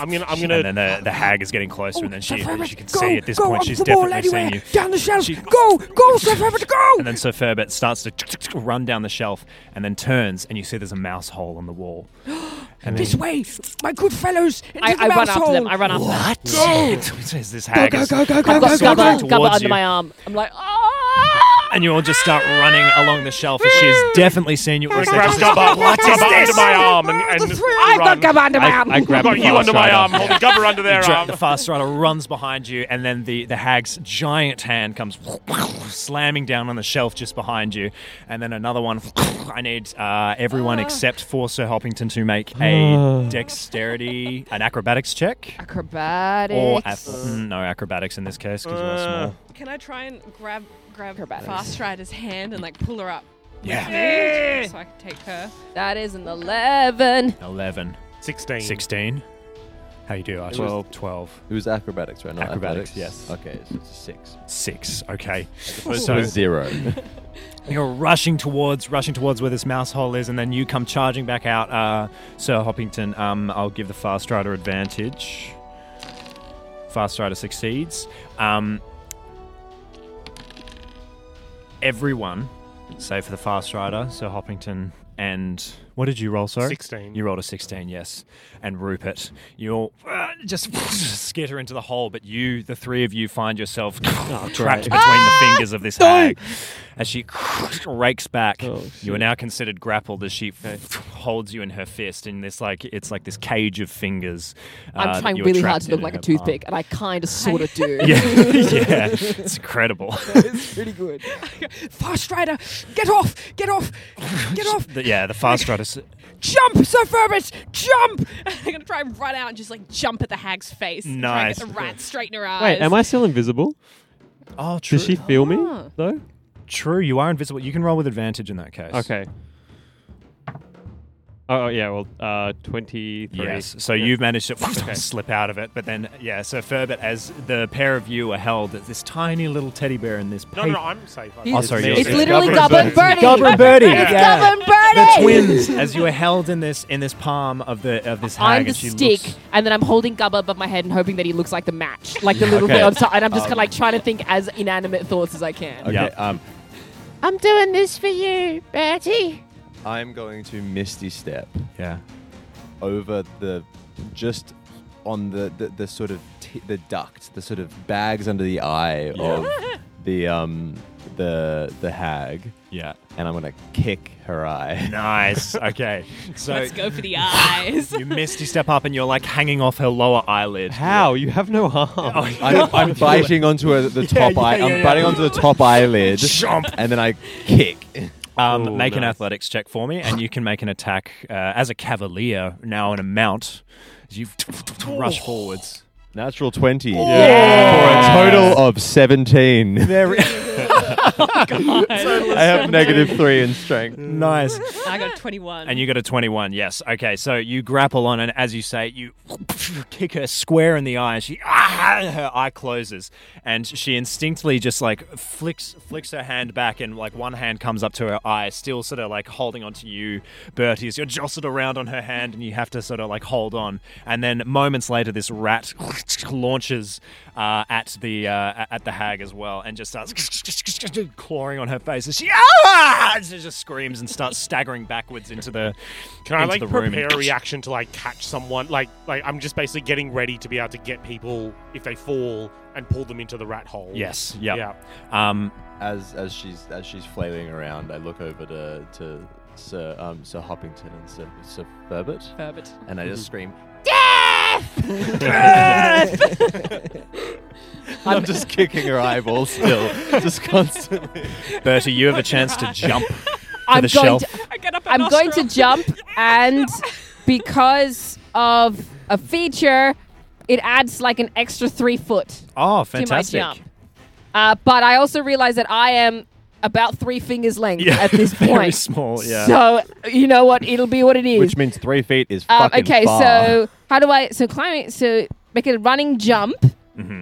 Speaker 7: I'm gonna. I'm
Speaker 3: she-
Speaker 7: gonna.
Speaker 3: and then the, the hag is getting closer, and then she,
Speaker 10: Sir
Speaker 3: she can
Speaker 10: Furbert, Oh, go,
Speaker 3: see at this
Speaker 10: go
Speaker 3: point
Speaker 10: up
Speaker 3: she's
Speaker 10: the
Speaker 3: definitely
Speaker 10: wall anywhere.
Speaker 3: seeing you.
Speaker 10: Down the shelf. Go, go, Sir Furbert, go!
Speaker 3: And then Sir Furbit starts to run down the shelf, and then turns, and you see there's a mouse hole on the wall. And
Speaker 10: this
Speaker 3: then-
Speaker 10: way, my good fellows. Into
Speaker 6: I-
Speaker 10: the
Speaker 6: I run
Speaker 10: mouse
Speaker 6: after
Speaker 10: hole.
Speaker 6: them, I run after them.
Speaker 10: what?
Speaker 3: What? It's- it's this hag
Speaker 10: go,
Speaker 3: is
Speaker 10: go, go, go,
Speaker 6: I've got
Speaker 3: sorting
Speaker 6: Gubba, Gubba
Speaker 3: towards
Speaker 6: under
Speaker 3: you.
Speaker 6: my arm. I'm like, oh!
Speaker 3: and you all just start running along the shelf as she's definitely seen you.
Speaker 7: I
Speaker 3: Or said
Speaker 7: grab
Speaker 3: just-
Speaker 7: Gubba,
Speaker 3: What is
Speaker 7: Gubba
Speaker 3: this?
Speaker 7: under my arm and, and
Speaker 3: I've got Gubba under my
Speaker 7: I-
Speaker 3: arm.
Speaker 7: I grabbed Got the you under fast my rider. arm, holding Gubba under their
Speaker 3: You dra-
Speaker 7: arm.
Speaker 3: The fast rider runs behind you, and then the, the hag's giant hand comes slamming down on the shelf just behind you, and then another one. I need uh, everyone except for Sir Hoppington to make a dexterity, an acrobatics check,
Speaker 6: Acrobatics.
Speaker 3: or ath- mm, no acrobatics in this case because we're small.
Speaker 8: Can I try and grab grab Fast Rider's hand and like pull her up?
Speaker 3: Yeah.
Speaker 8: Yeah. So I can take her.
Speaker 6: That is an 11.
Speaker 3: 11.
Speaker 7: 16.
Speaker 3: 16. How you do, Archie?
Speaker 1: It was-
Speaker 3: 12.
Speaker 1: It was acrobatics, right? Not
Speaker 3: Acrobatics,
Speaker 1: athletics?
Speaker 3: yes.
Speaker 1: Okay, so it's a six.
Speaker 3: Six. Okay.
Speaker 1: As opposed to a zero.
Speaker 3: You're rushing towards, rushing towards where this mouse hole is, and then you come charging back out, uh, Sir Hoppington. Um, I'll give the fast rider advantage. Fast rider succeeds. Um, everyone, save for the fast rider, Sir Hoppington, and what did you roll? Sorry,
Speaker 7: 16.
Speaker 3: You rolled a sixteen, yes. And Rupert, you all uh, just skitter into the hole, but you, the three of you, find yourself trapped
Speaker 15: great.
Speaker 3: between the
Speaker 6: Ah,
Speaker 3: fingers of this hag as she rakes back.
Speaker 6: Oh,
Speaker 3: you are now considered grappled as she holds you in her fist, and this like it's like this cage of fingers. uh,
Speaker 6: I'm
Speaker 3: that
Speaker 6: trying
Speaker 3: you are
Speaker 6: really hard
Speaker 3: trapped
Speaker 6: to
Speaker 3: in
Speaker 6: look
Speaker 3: in
Speaker 6: like a
Speaker 3: her palm.
Speaker 6: toothpick, and I kind of sort of do.
Speaker 3: Yeah, yeah, it's incredible.
Speaker 6: it's pretty good.
Speaker 10: Fast Rider, get off! Get off! Get off!
Speaker 3: The- yeah, the fast rider. s-
Speaker 10: Jump, Sir Furbit! Jump!
Speaker 8: I'm gonna try and run out and just like jump at the hag's face. and try and get
Speaker 3: Nice.
Speaker 8: the rat straight in her eyes.
Speaker 4: Wait, am I still invisible?
Speaker 3: Oh,
Speaker 4: Does she feel me though?
Speaker 3: True, you are invisible. You can roll with advantage in that case.
Speaker 4: Okay. Oh oh, yeah, well, uh, twenty-three.
Speaker 3: Yes. So you've managed to slip out of it, but then yeah. So Ferbert, as the pair of you are held, at this tiny little teddy bear in this.
Speaker 7: No, no, no, I'm safe. I'm
Speaker 3: Oh,
Speaker 7: safe.
Speaker 3: sorry.
Speaker 7: It's
Speaker 3: you're-
Speaker 7: literally Gubba and Birdie.
Speaker 3: Gubba and Birdie.
Speaker 7: It's
Speaker 3: yeah.
Speaker 6: Gubba and Birdie.
Speaker 3: The twins, as you are held in this in this palm of the of this hag,
Speaker 6: I'm the
Speaker 3: and she
Speaker 6: stick,
Speaker 3: looks.
Speaker 6: and then I'm holding Gubba above my head and hoping that he looks like the match, like the
Speaker 3: Yeah,
Speaker 6: little
Speaker 3: okay.
Speaker 6: bit on top. And I'm just
Speaker 3: Um,
Speaker 6: kind of like trying to think as inanimate thoughts as I can.
Speaker 1: Okay, um,
Speaker 16: I'm doing this for you, Bertie.
Speaker 1: I'm going to Misty Step.
Speaker 3: Yeah.
Speaker 1: Over the, just on the the, the sort of t- the duct, the sort of bags under the eye of the um the the hag.
Speaker 3: Yeah.
Speaker 1: And I'm gonna kick her eye.
Speaker 3: Nice. Okay. So
Speaker 8: Let's go for the eyes.
Speaker 3: you misty step up and you're like hanging off her lower eyelid. Oh,
Speaker 4: How? You have no arm.
Speaker 1: I'm, I'm biting onto her, the top
Speaker 3: yeah,
Speaker 1: eye.
Speaker 3: yeah,
Speaker 1: I'm
Speaker 3: yeah.
Speaker 1: biting onto the top eyelid.
Speaker 3: Jump.
Speaker 1: And then I kick. Oh,
Speaker 3: Um, make an athletics check for me, and you can make an attack uh, as a cavalier now in a mount. As you rush forwards.
Speaker 1: Natural 20.
Speaker 3: Yeah.
Speaker 1: For a total of 17.
Speaker 3: Oh,
Speaker 8: Oh, God.
Speaker 1: I have negative 3 in strength.
Speaker 3: Nice.
Speaker 8: I got 21.
Speaker 3: And you got a 21, yes. Okay, so you grapple on, and as you say, you kick her square in the eye, and she, ah, her eye closes, and she instinctively just like flicks flicks her hand back, and like one hand comes up to her eye, still sort of like holding onto you, Bertie, as you're jostled around on her hand, and you have to sort of like hold on. And then moments later, this rat launches uh, at the uh, at the hag as well, and just starts clawing on her face, and she, ah, and she just screams and starts staggering backwards into the
Speaker 7: Can I
Speaker 3: into
Speaker 7: like
Speaker 3: the room.
Speaker 7: prepare a reaction to like catch someone? Like, like I'm just basically getting ready to be able to get people if they fall and pull them into the rat hole.
Speaker 3: Yes.
Speaker 7: Yeah.
Speaker 3: Yeah. Um,
Speaker 1: as as she's as she's flailing around, I look over to to Sir um, Sir Hoppington and Sir Sir Furbert.
Speaker 8: Furbert.
Speaker 1: And I just scream. I'm just kicking her eyeball still, just constantly.
Speaker 3: Bertie, you have a chance to jump to
Speaker 6: I'm
Speaker 3: the
Speaker 6: going
Speaker 3: shelf.
Speaker 6: to. I'm going to jump, and because of a feature, it adds like an extra three foot.
Speaker 3: Oh,
Speaker 6: To
Speaker 3: fantastic.
Speaker 6: my jump. Uh, but I also realize that I am about three fingers length
Speaker 1: Yeah,
Speaker 6: at this
Speaker 1: very
Speaker 6: point.
Speaker 1: small, yeah.
Speaker 6: So you know what? It'll be what it is.
Speaker 1: Which means three feet is
Speaker 6: Um,
Speaker 1: fucking
Speaker 6: okay,
Speaker 1: far.
Speaker 6: so how do I? So climbing. So make it a running jump.
Speaker 1: Mm-hmm.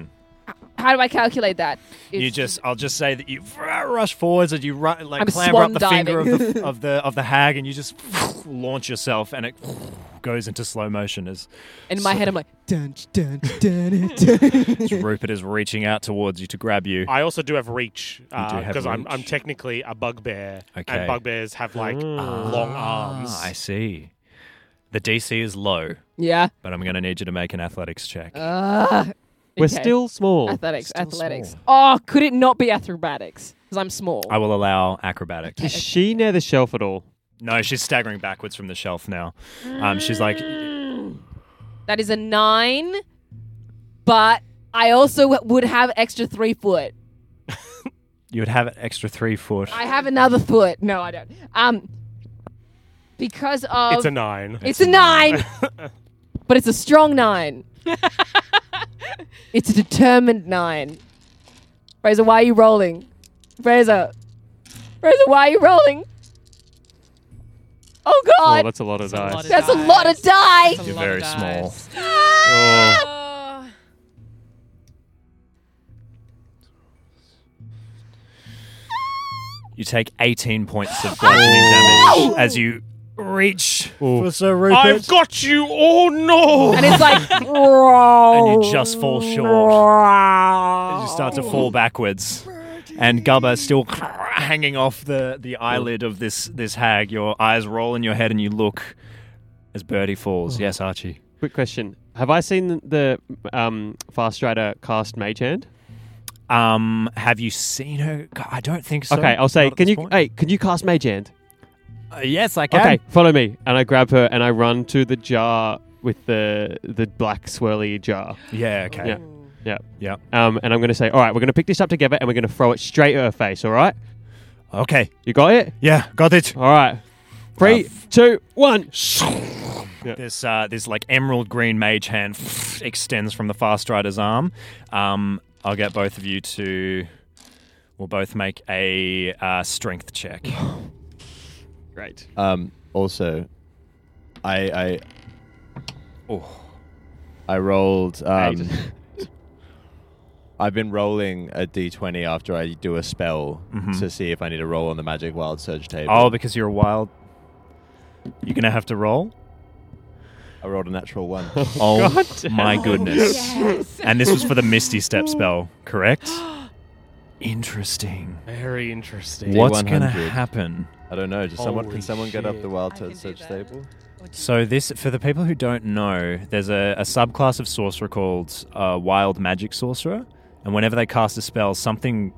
Speaker 6: How do I calculate that?
Speaker 3: You just, I'll just say that you rush forwards and you ru- like
Speaker 6: I'm
Speaker 3: clamber up
Speaker 6: swan
Speaker 3: the finger of
Speaker 6: diving.
Speaker 3: the, of the of the hag and you just launch yourself and it goes into slow motion as
Speaker 6: In my
Speaker 3: so-
Speaker 6: head, I'm like, dun dun dun dun.
Speaker 3: as Rupert is reaching out towards you to grab you.
Speaker 7: I also do have reach
Speaker 3: You do have
Speaker 7: because I'm
Speaker 3: reach.
Speaker 7: I'm technically a bugbear,
Speaker 3: Okay.
Speaker 7: and bugbears have like long arms.
Speaker 3: Ah, I see. The DC is low.
Speaker 6: Yeah.
Speaker 3: But I'm going to need you to make an athletics check.
Speaker 6: Ah.
Speaker 4: We're still small.
Speaker 6: Athletics,
Speaker 4: Still
Speaker 6: athletics.
Speaker 4: small.
Speaker 6: Oh, could it not be acrobatics? Because I'm small.
Speaker 17: I will allow acrobatics.
Speaker 4: Is she near the shelf at all?
Speaker 3: No, she's staggering backwards from the shelf now. Um, she's like,
Speaker 6: Mm. That is a nine, but I also w- would have extra three foot.
Speaker 3: you would have an extra three foot.
Speaker 6: I have another foot. No, I don't. Um, because of
Speaker 7: It's a nine.
Speaker 6: It's, a nine, but it's a strong nine. it's a determined nine. Fraser, why are you rolling? Fraser, Fraser, why are you rolling? Oh
Speaker 4: Oh,
Speaker 6: God,
Speaker 4: that's a lot of dice.
Speaker 6: that's a lot of die.
Speaker 3: You're very small.
Speaker 4: Oh.
Speaker 3: You take 18 points of bludgeoning damage as you reach for Sir Rupert.
Speaker 7: I've got you. Oh no!
Speaker 6: And it's like,
Speaker 3: and
Speaker 6: and
Speaker 3: you just fall short. And you start to fall backwards. And Gubba still hanging off the, the eyelid of this, this hag. Your eyes roll in your head and you look as Birdie
Speaker 4: Mm.
Speaker 3: falls. Yes, Archie.
Speaker 4: Quick question: Have I seen the um, Fast Rider cast Mage Hand?
Speaker 3: Um, have you seen her? I don't think so.
Speaker 4: Okay, I'll
Speaker 3: Not
Speaker 4: say,
Speaker 3: at
Speaker 4: can
Speaker 3: this
Speaker 4: you?
Speaker 3: point.
Speaker 4: Hey, can you cast Mage Hand?
Speaker 3: Uh, yes, I can.
Speaker 4: Okay, follow me, and I grab her and I run to the jar with the the black swirly jar.
Speaker 3: Yeah, okay.
Speaker 4: Yeah. Yeah.
Speaker 3: Yeah.
Speaker 4: Um, and I'm going to say, all right, we're going to pick this up together and we're going to throw it straight at her face, all right?
Speaker 3: Okay.
Speaker 4: You got it?
Speaker 3: Yeah, got it. Uh,
Speaker 4: All right. Three, two, one.
Speaker 3: This uh, this like emerald green mage hand extends from the fast rider's arm. Um, I'll get both of you to. We'll both make a uh, strength check.
Speaker 4: Great.
Speaker 3: Uh,
Speaker 1: Um, also, I I
Speaker 3: oh,
Speaker 1: I rolled. Um,
Speaker 4: just-
Speaker 1: I've been rolling a d20 after I do a spell
Speaker 3: Mhm.
Speaker 1: to see if I need to roll on the magic wild surge table.
Speaker 3: Oh, because you're a wild. You're gonna have to roll.
Speaker 1: I rolled a natural one.
Speaker 3: Oh
Speaker 1: God damn.
Speaker 3: my
Speaker 1: Oh,
Speaker 3: goodness!
Speaker 1: yes.
Speaker 3: And this was for the Misty Step spell, correct? Interesting.
Speaker 7: Very interesting.
Speaker 3: What's gonna happen?
Speaker 1: I don't know. Just someone
Speaker 7: Holy
Speaker 1: can someone get up
Speaker 7: shit.
Speaker 1: the wild surge table?
Speaker 3: So this, for the people who don't know, there's a, a subclass of sorcerer called uh, Wild Magic Sorcerer, and whenever they cast a spell, something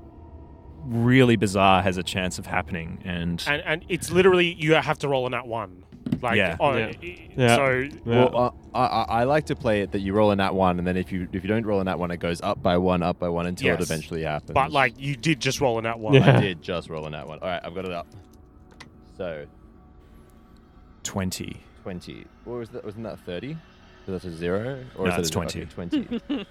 Speaker 3: really bizarre has a chance of happening. And
Speaker 1: Ah.
Speaker 7: And and it's literally you have to roll on that one. Like
Speaker 3: Yeah.
Speaker 7: oh,
Speaker 3: Yeah.
Speaker 7: i-
Speaker 3: Yeah.
Speaker 7: so
Speaker 1: Well, uh, I, I, I like to play it that you roll a nat one, and then if you if you don't roll a nat one, it goes up by one, up by one until it
Speaker 7: Yes.
Speaker 1: eventually happens.
Speaker 7: But like you did just roll on that one.
Speaker 1: I did just roll a nat one. All right, I've got it up. So
Speaker 3: twenty.
Speaker 1: twenty. What was that? Wasn't that thirty? So that's a zero, or
Speaker 3: No,
Speaker 1: is that
Speaker 3: it's
Speaker 1: a- okay,
Speaker 3: 20.
Speaker 1: Twenty.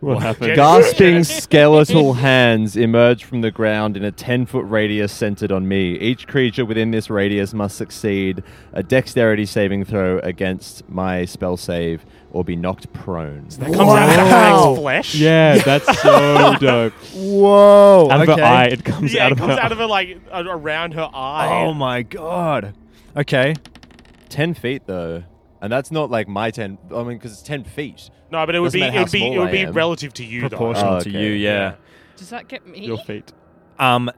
Speaker 4: What happened?
Speaker 1: Gasping skeletal hands emerge from the ground in a 10 foot radius centered on me. Each creature within this radius must succeed a dexterity saving throw against my spell save or be knocked prone.
Speaker 7: That comes out of the
Speaker 4: Wow.
Speaker 7: hag's flesh.
Speaker 4: Yeah, that's so dope.
Speaker 1: Whoa!
Speaker 4: Out of
Speaker 3: okay.
Speaker 4: her eye, it comes
Speaker 7: Yeah,
Speaker 4: out
Speaker 7: it
Speaker 4: of
Speaker 7: comes
Speaker 4: her.
Speaker 7: out of her like a- around her eye.
Speaker 3: oh my god! Okay,
Speaker 1: 10 feet though. And that's not like my 10, I mean, because it's 10 feet.
Speaker 7: No, but it would
Speaker 1: Doesn't
Speaker 7: be
Speaker 1: matter how
Speaker 7: it would be
Speaker 1: small
Speaker 7: it would
Speaker 1: I
Speaker 7: be
Speaker 1: am.
Speaker 7: relative to you though.
Speaker 3: proportional
Speaker 1: Oh,
Speaker 3: to
Speaker 1: okay.
Speaker 3: you, yeah.
Speaker 8: Does that get me?
Speaker 4: Your feet.
Speaker 3: Um,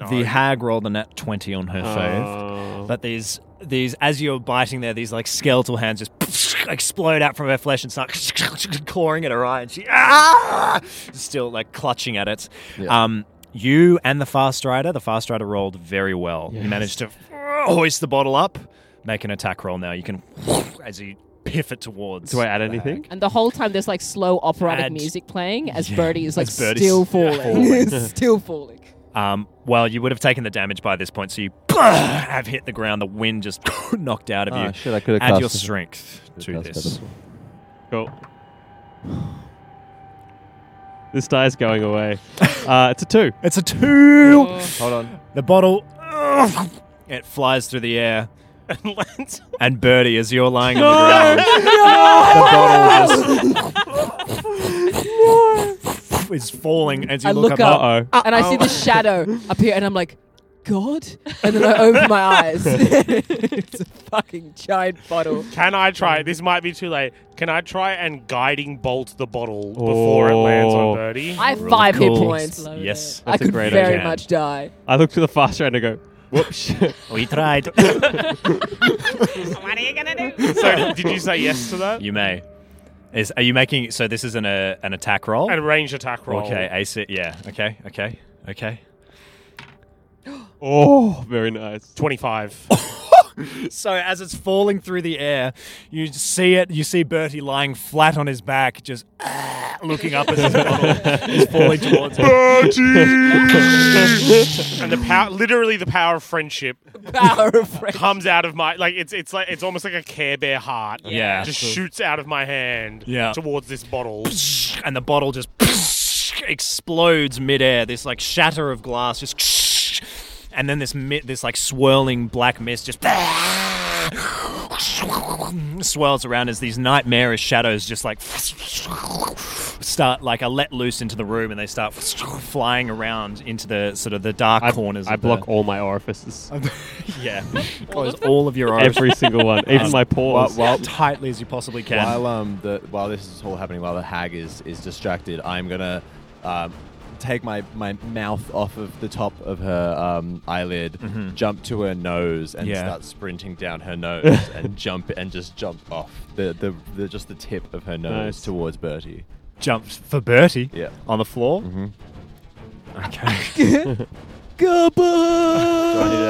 Speaker 7: No.
Speaker 3: the hag rolled a nat twenty on her
Speaker 4: Oh.
Speaker 3: save, but these these as you're biting there, these like skeletal hands just explode out from her flesh and start clawing at her eye, and she ah! still like clutching at it.
Speaker 1: Yeah.
Speaker 3: Um, you and the fast rider, the fast rider rolled very well. You managed to hoist the bottle up, make an attack roll. Now you can as you piff it towards.
Speaker 4: Do I add
Speaker 3: the
Speaker 4: anything?
Speaker 3: hag.
Speaker 6: And the whole time there's like slow operatic
Speaker 3: And-
Speaker 6: music playing as
Speaker 3: Yeah,
Speaker 6: Birdie is like
Speaker 3: as Birdie's
Speaker 6: still falling.
Speaker 3: falling.
Speaker 6: still falling.
Speaker 3: Um, well, you would have taken the damage by this point, so you have hit the ground. The wind just knocked out of
Speaker 1: Ah,
Speaker 3: you.
Speaker 1: shit, I could've
Speaker 3: Add
Speaker 1: cast
Speaker 3: your
Speaker 1: it.
Speaker 3: strength to
Speaker 1: Could've cast
Speaker 3: this.
Speaker 1: better.
Speaker 4: Cool. This die's going away. Uh, it's a two.
Speaker 3: It's a two.
Speaker 7: Oh.
Speaker 1: Hold on.
Speaker 3: The bottle. It flies through the air.
Speaker 7: and lands.
Speaker 3: And Birdie, as you're lying on the ground, the bottle just is falling as you
Speaker 6: I
Speaker 3: look,
Speaker 6: look up,
Speaker 3: Uh-oh.
Speaker 6: and I see the shadow appear, and I'm like, God? And then I open my eyes. it's a fucking giant bottle.
Speaker 7: Can I try? This might be too late. Can I try and guiding bolt the bottle before it lands
Speaker 4: Oh.
Speaker 7: on Birdie?
Speaker 6: I have five hit
Speaker 3: cool.
Speaker 6: points.
Speaker 3: Yes,
Speaker 6: I could very much die.
Speaker 4: I look to the fast rider and I go, whoops.
Speaker 3: We tried.
Speaker 8: what are you gonna do?
Speaker 7: so did you say yes to that?
Speaker 3: you may. Is are you making so this is an uh, an attack roll?
Speaker 7: And range attack roll.
Speaker 3: Okay, ace it. Yeah. Okay. Okay. Okay.
Speaker 4: Oh, very nice.
Speaker 7: 25.
Speaker 3: so as it's falling through the air, you see it. You see Bertie lying flat on his back, just ah, looking up as his bottle is falling towards him.
Speaker 7: and the power, literally the power of friendship,
Speaker 6: power of
Speaker 7: comes out of my like it's it's like it's almost like a Care Bear heart.
Speaker 3: Yeah.
Speaker 7: just shoots out of my hand.
Speaker 3: Yeah.
Speaker 7: towards this bottle.
Speaker 3: and the bottle just explodes midair. This like shatter of glass just, and then this mi- this like swirling black mist just swirls around as these nightmarish shadows just like start like are let loose into the room and they start flying around into the sort of the dark corners.
Speaker 4: I
Speaker 3: of
Speaker 4: block
Speaker 3: the,
Speaker 4: all my orifices.
Speaker 3: yeah, close all of your orifices.
Speaker 4: Every single one, even my paws.
Speaker 3: While, tightly as you possibly can.
Speaker 1: While um the while this is all happening, while the hag is is distracted, I'm gonna um, take my my mouth off of the top of her um, eyelid,
Speaker 3: Mhm.
Speaker 1: jump to her nose, and
Speaker 3: Yeah.
Speaker 1: start sprinting down her nose and jump and just jump off the, the the just the tip of her nose
Speaker 3: Nice.
Speaker 1: towards Bertie.
Speaker 3: Jumps for Bertie.
Speaker 1: Yeah.
Speaker 3: On the floor.
Speaker 1: Mm-hmm.
Speaker 3: Okay.
Speaker 1: Do I need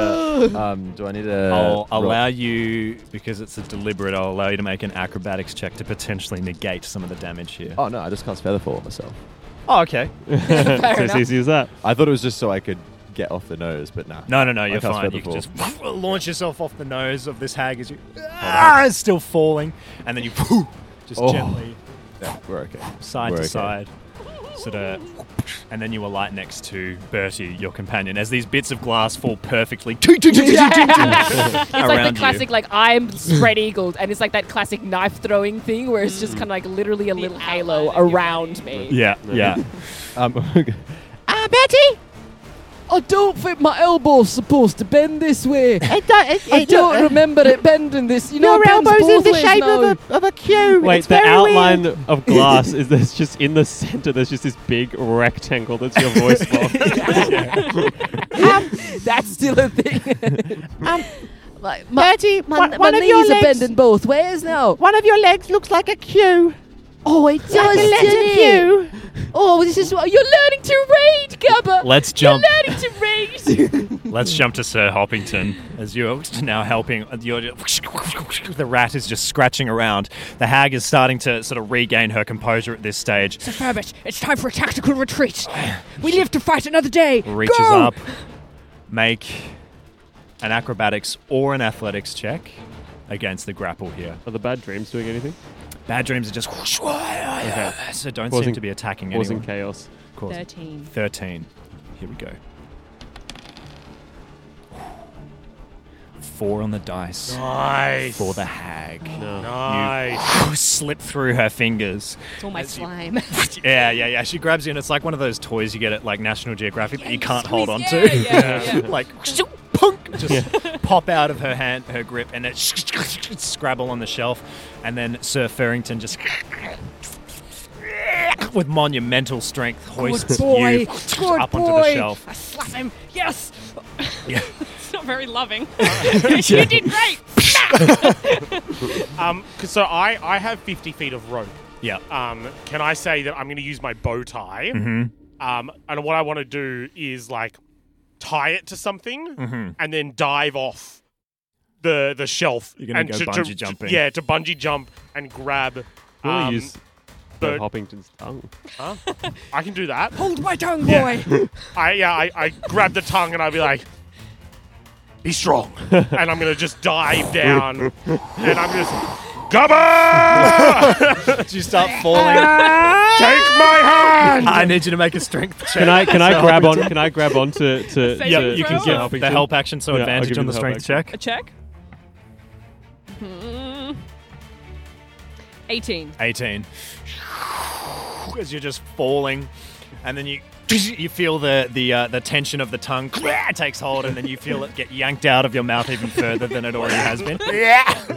Speaker 1: a um, do I need a
Speaker 3: I'll
Speaker 1: roll-
Speaker 3: allow you because it's a deliberate. I'll allow you to make an acrobatics check to potentially negate some of the damage here.
Speaker 1: Oh no, I just cast Featherfall on myself.
Speaker 3: Oh, okay.
Speaker 4: It's as easy as that.
Speaker 1: I thought it was just so I could get off the nose, but nah.
Speaker 3: No, no, no,
Speaker 1: I
Speaker 3: you're
Speaker 1: cast
Speaker 3: fine. You can
Speaker 1: Featherfall.
Speaker 3: just launch yourself off the nose of this hag as you ah, it's still falling, and then you just
Speaker 1: Oh.
Speaker 3: gently
Speaker 1: Yeah, we're okay.
Speaker 3: side
Speaker 1: We're
Speaker 3: to
Speaker 1: okay.
Speaker 3: side, sort of, and then you alight next to Bertie, your companion, as these bits of glass fall perfectly.
Speaker 6: it's like
Speaker 3: around
Speaker 6: the
Speaker 3: you.
Speaker 6: classic, like I'm spread eagled, and it's like that classic knife throwing thing where it's just kind of like literally a little halo around me.
Speaker 3: Yeah, yeah.
Speaker 1: um,
Speaker 14: Ah, Betty! I don't think my elbow's supposed to bend this way. I
Speaker 5: it-
Speaker 14: don't
Speaker 5: uh,
Speaker 14: remember it bending this. You know,
Speaker 5: Your
Speaker 14: it bends
Speaker 5: elbow's in
Speaker 14: both
Speaker 5: the
Speaker 14: ways
Speaker 5: shape
Speaker 14: now.
Speaker 5: of a, of a cube.
Speaker 4: Wait,
Speaker 5: it's
Speaker 4: the
Speaker 5: very
Speaker 4: outline
Speaker 5: weird.
Speaker 4: of glass is there's just in the center. There's just this big rectangle that's your voice box.
Speaker 6: That's still a thing.
Speaker 5: Um,
Speaker 6: like,
Speaker 5: Bertie, one,
Speaker 14: my
Speaker 5: one of your
Speaker 14: knees are
Speaker 5: legs,
Speaker 14: bending both ways now.
Speaker 5: one of your legs looks like a Q.
Speaker 14: Oh, it does,
Speaker 5: Like a letter
Speaker 14: doesn't
Speaker 5: Q.
Speaker 14: it? Oh, this is what you're learning to read, Gubba.
Speaker 3: Let's
Speaker 14: You're
Speaker 3: jump.
Speaker 14: learning to read.
Speaker 3: Let's jump to Sir Hoppington as you're now helping. You're the rat is just scratching around. The hag is starting to sort of regain her composure at this stage.
Speaker 10: Sir Furbit, it's time for a tactical retreat. We live to fight another day.
Speaker 3: Reaches
Speaker 10: Go!
Speaker 3: up, make an acrobatics or an athletics check against the grapple here.
Speaker 4: Are the bad dreams doing anything?
Speaker 3: Bad dreams are just so don't seem
Speaker 4: Causing-
Speaker 3: to be attacking
Speaker 4: causing
Speaker 3: anyone.
Speaker 4: chaos.
Speaker 3: Causing-
Speaker 8: Thirteen.
Speaker 3: Thirteen. Here we go. Four on the dice.
Speaker 7: Nice.
Speaker 3: For the hag.
Speaker 7: Nice.
Speaker 3: You slip through her fingers.
Speaker 8: It's all my slime.
Speaker 3: Yeah, yeah, yeah. She grabs you, and it's like one of those toys you get at like National Geographic that you can't hold on
Speaker 8: squeeze-
Speaker 3: to.
Speaker 8: yeah, yeah, yeah.
Speaker 3: like, punk, just pop out of her hand, her grip, and it scrabble on the shelf, and then Sir Farrington just. With monumental strength, hoists you
Speaker 8: Good
Speaker 3: up onto the
Speaker 8: boy.
Speaker 3: shelf.
Speaker 8: I slap him. Yes.
Speaker 3: Yeah.
Speaker 8: it's not very loving.
Speaker 3: Yeah.
Speaker 8: you did great.
Speaker 7: Um, 'cause so I I have 50 feet of rope.
Speaker 3: Yeah.
Speaker 7: Um, can I say that I'm going to use my bow tie?
Speaker 3: Mhm.
Speaker 7: Um, and what I want to do is like tie it to something
Speaker 3: Mhm.
Speaker 7: and then dive off the the shelf.
Speaker 3: You're gonna
Speaker 7: and
Speaker 3: go
Speaker 7: to,
Speaker 3: bungee
Speaker 7: to,
Speaker 3: jumping.
Speaker 7: Yeah, to bungee jump and grab.
Speaker 4: Really
Speaker 7: um,
Speaker 4: use
Speaker 7: the-
Speaker 4: Sir Hoppington's tongue.
Speaker 7: Huh? I can do that.
Speaker 10: Hold my tongue,
Speaker 7: Yeah.
Speaker 10: boy.
Speaker 7: I yeah, I, I grab the tongue and I'll be like, be strong. and I'm gonna just dive down and I'm just Gubba!
Speaker 3: you start falling?
Speaker 7: Take my hand!
Speaker 3: I need you to make a strength check.
Speaker 4: Can I can I
Speaker 3: Sir
Speaker 4: grab on?
Speaker 3: Hoppington.
Speaker 4: Can I grab on to to?
Speaker 3: Yeah,
Speaker 4: to-
Speaker 3: you can
Speaker 4: Sir
Speaker 3: give the
Speaker 4: Hoppington?
Speaker 3: help action, so
Speaker 4: Yeah, I'll
Speaker 3: advantage
Speaker 4: give
Speaker 3: on
Speaker 4: you
Speaker 3: the
Speaker 4: help
Speaker 3: strength
Speaker 4: action.
Speaker 3: check.
Speaker 8: A check. Hmm. Eighteen.
Speaker 3: 18 as you're just falling and then you you feel the the uh, the tension of the tongue takes hold and then you feel it get yanked out of your mouth even further than it already has been
Speaker 5: Why am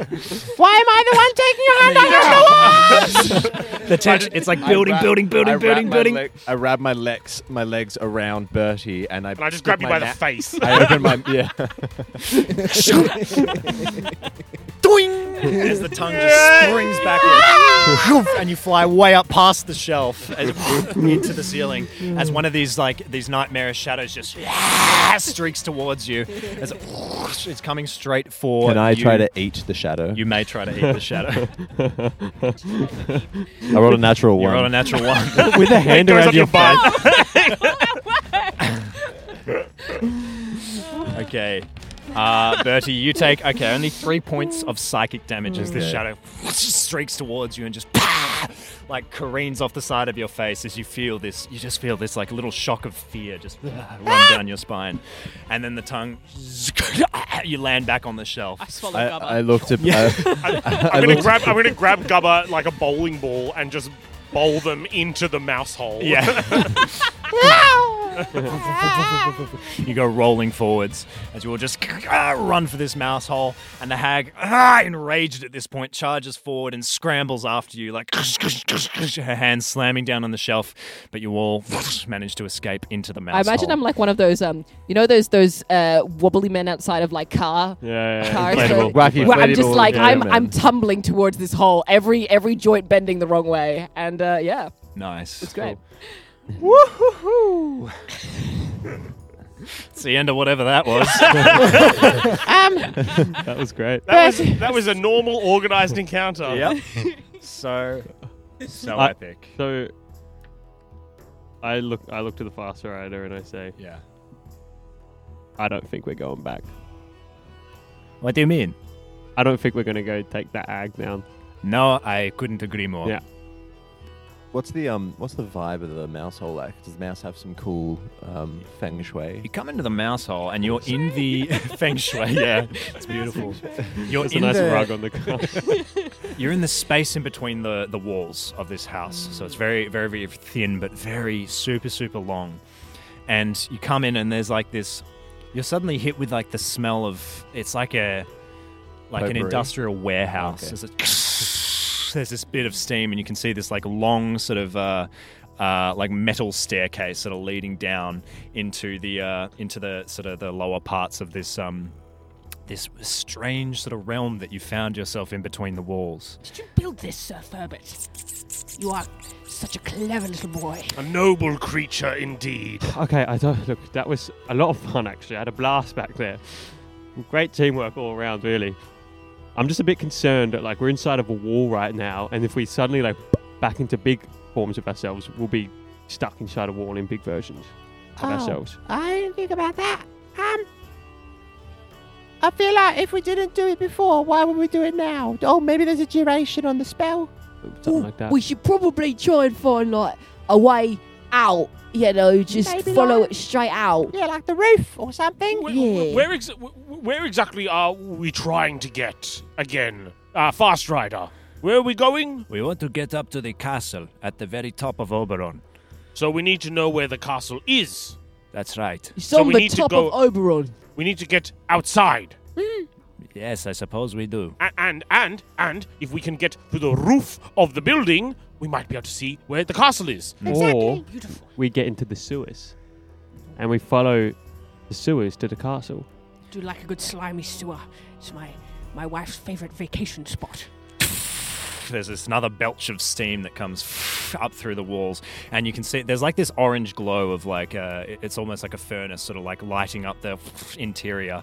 Speaker 5: I the one taking your hand out of the wall?
Speaker 3: the tension it's like building
Speaker 1: I wrap-
Speaker 3: building
Speaker 1: I
Speaker 3: building
Speaker 1: wrap
Speaker 3: building
Speaker 1: my
Speaker 3: building
Speaker 1: leg- I wrap my legs, my legs around Bertie, and I.
Speaker 7: And I just
Speaker 1: put
Speaker 7: grab you
Speaker 1: my
Speaker 7: by the face.
Speaker 1: I open my yeah.
Speaker 3: Doing!
Speaker 17: as the tongue just springs backwards, and you fly way up past the shelf as, into the ceiling as one of these like these nightmarish shadows just streaks towards you as it, it's coming straight for.
Speaker 1: Can I
Speaker 17: you.
Speaker 1: try to eat the shadow?
Speaker 17: You may try to eat the shadow.
Speaker 1: I rolled a natural
Speaker 17: You
Speaker 1: one.
Speaker 17: rolled a natural one.
Speaker 1: With a hand
Speaker 17: It goes up
Speaker 1: around your
Speaker 17: butt. okay. Uh, Bertie, you take okay only three points of psychic damage as the
Speaker 1: Okay.
Speaker 17: shadow streaks towards you and just like careens off the side of your face as you feel this. You just feel this like little shock of fear just run down your spine, and then the tongue. You land back on the shelf. I
Speaker 8: swallow
Speaker 1: I- Gubba. I looked at- uh,
Speaker 7: I, am gonna grab. I'm gonna grab Gubba like a bowling ball and just bowl them into the mouse hole.
Speaker 10: Ah!
Speaker 17: you go rolling forwards as you all just ah, run for this mouse hole, and the hag, ah, enraged at this point, charges forward and scrambles after you, like her hands slamming down on the shelf. But you all manage to escape into the mouse.
Speaker 6: I imagine
Speaker 17: hole.
Speaker 6: I'm like one of those, um, you know, those those uh, wobbly men outside of like car.
Speaker 4: Yeah, yeah,
Speaker 6: cars.
Speaker 4: inflatable.
Speaker 6: Where
Speaker 4: Wacky
Speaker 6: I'm just
Speaker 4: inflatable
Speaker 6: like I'm
Speaker 4: men.
Speaker 6: I'm tumbling towards this hole, every every joint bending the wrong way, and uh, yeah,
Speaker 3: Nice.
Speaker 6: it's great.
Speaker 5: Woohoo!
Speaker 17: It's the end of whatever that was.
Speaker 7: Um,
Speaker 4: that was great.
Speaker 7: That was that was a normal organized encounter.
Speaker 17: Yep. so so
Speaker 4: I-
Speaker 17: epic.
Speaker 4: So I look I look to the faster rider and I say,
Speaker 3: Yeah.
Speaker 4: I don't think we're going back.
Speaker 3: What do you mean?
Speaker 4: I don't think we're gonna go take that ag down.
Speaker 3: No, I couldn't agree more.
Speaker 4: Yeah.
Speaker 1: What's the um? What's the vibe of the mouse hole like? Does the mouse have some cool um, feng shui?
Speaker 3: You come into the mouse hole and you're in the feng shui. Yeah, it's beautiful. You're
Speaker 4: There's a
Speaker 3: in
Speaker 4: nice
Speaker 3: the,
Speaker 4: rug on the car.
Speaker 3: you're in the space in between the, the walls of this house, so it's very very very thin, but very super super long. And you come in and there's like this. You're suddenly hit with like the smell of. It's like a like an
Speaker 17: Potpourri.
Speaker 3: industrial warehouse.
Speaker 17: Okay.
Speaker 3: There's a- there's this bit of steam, and you can see this like long sort of uh, uh, like metal staircase sort of leading down into the uh, into the sort of the lower parts of this um, this strange sort of realm that you found yourself in between the walls.
Speaker 10: Did you build this, Sir Furbert? You are such a clever little boy.
Speaker 7: A noble creature indeed.
Speaker 4: Okay, I don't look. That was a lot of fun actually. I had a blast back there. Great teamwork all around, really. I'm just a bit concerned that like we're inside of a wall right now, and if we suddenly like back into big forms of ourselves, we'll be stuck inside a wall in big versions of
Speaker 5: Oh.
Speaker 4: ourselves.
Speaker 5: I didn't think about that. Um, I feel like if we didn't do it before, why would we do it now? Oh, maybe there's a duration on the spell.
Speaker 4: Something like that.
Speaker 5: we
Speaker 6: should probably try and find like a way out. You know, just
Speaker 5: Maybe
Speaker 6: follow
Speaker 5: like-
Speaker 6: it straight out.
Speaker 5: Yeah, like the roof or something.
Speaker 6: Yeah.
Speaker 7: Where ex- where exactly are we trying to get again? Uh, fast rider. Where are we going?
Speaker 3: We want to get up to the castle at the very top of Oberon.
Speaker 7: So we need to know where the castle is.
Speaker 3: That's right.
Speaker 7: It's So on we the need to top of go-
Speaker 6: Oberon.
Speaker 7: We need to get outside.
Speaker 3: Hmm. Yes, I suppose we do.
Speaker 7: A- and and and if we can get to the roof of the building, we might be able to see where the castle is.
Speaker 4: Or we get into the sewers and we follow the sewers to the castle.
Speaker 10: Do like a good slimy sewer. It's my my wife's favorite vacation spot.
Speaker 3: there's this another belch of steam that comes up through the walls and you can see there's like this orange glow of like uh, it- it's almost like a furnace sort of like lighting up the interior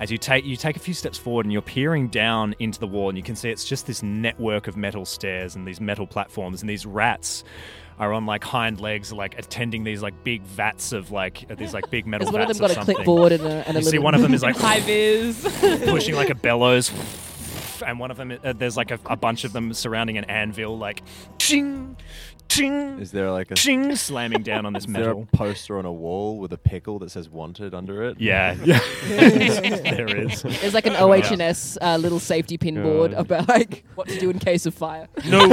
Speaker 3: as you take you take a few steps forward and you're peering down into the wall and you can see it's just this network of metal stairs and these metal platforms and these rats are on like hind legs, like attending these like big vats of like these like big metal vats.
Speaker 6: Has one of them
Speaker 3: of
Speaker 6: got a
Speaker 3: something.
Speaker 6: clipboard and a- and a
Speaker 3: you see,
Speaker 6: little-
Speaker 3: one of them is like
Speaker 6: High vis.
Speaker 3: pushing like a bellows, and one of them uh, there's like a, a bunch of them surrounding an anvil, like ching, ching,
Speaker 1: Is there like a
Speaker 3: ching, slamming down on this
Speaker 1: Is there
Speaker 3: metal.
Speaker 1: a poster on a wall with a pickle that says wanted under it?
Speaker 3: Yeah, yeah. there is.
Speaker 6: There's like an
Speaker 1: Yeah.
Speaker 6: OHS uh, little safety pin board about like what to do in case of fire.
Speaker 7: No,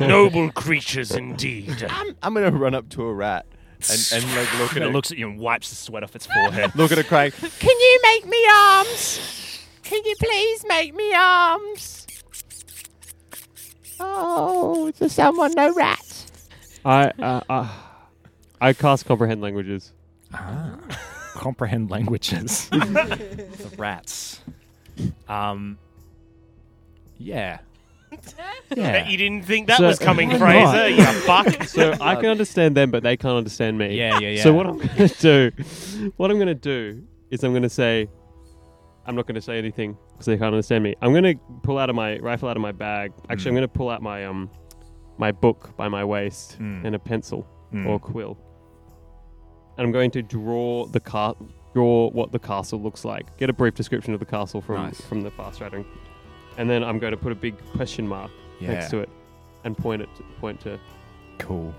Speaker 7: noble creatures indeed.
Speaker 1: I'm, I'm gonna run up to a rat and, and like look at
Speaker 3: And it
Speaker 1: it.
Speaker 3: looks at you and wipes the sweat off its forehead.
Speaker 1: Look at it, crying.
Speaker 5: Can you make me arms? Can you please make me arms? Oh, does someone know rat?
Speaker 4: I uh, uh, I cast comprehend languages.
Speaker 3: Ah. comprehend Uh, languages. the rats. Um, Yeah.
Speaker 7: Bet you didn't think that was coming, Fraser, you buck.
Speaker 4: So I
Speaker 3: Uh,
Speaker 4: can understand them, but they can't understand me.
Speaker 17: Yeah, yeah,
Speaker 4: So
Speaker 17: yeah.
Speaker 4: what I'm gonna do, what I'm gonna do is I'm gonna say, I'm not gonna say anything because they can't understand me. I'm gonna pull out of my rifle out of my bag.
Speaker 17: Hmm.
Speaker 4: Actually, I'm gonna pull out my um, my book by my waist
Speaker 17: Hmm.
Speaker 4: and a pencil
Speaker 3: Mm.
Speaker 4: or a quill, and I'm going to draw the car, draw what the castle looks like. Get a brief description of the castle from
Speaker 3: Nice.
Speaker 4: from the fast writing, and then I'm going to put a big question mark
Speaker 3: Yeah.
Speaker 4: next to it and point it point to
Speaker 3: cool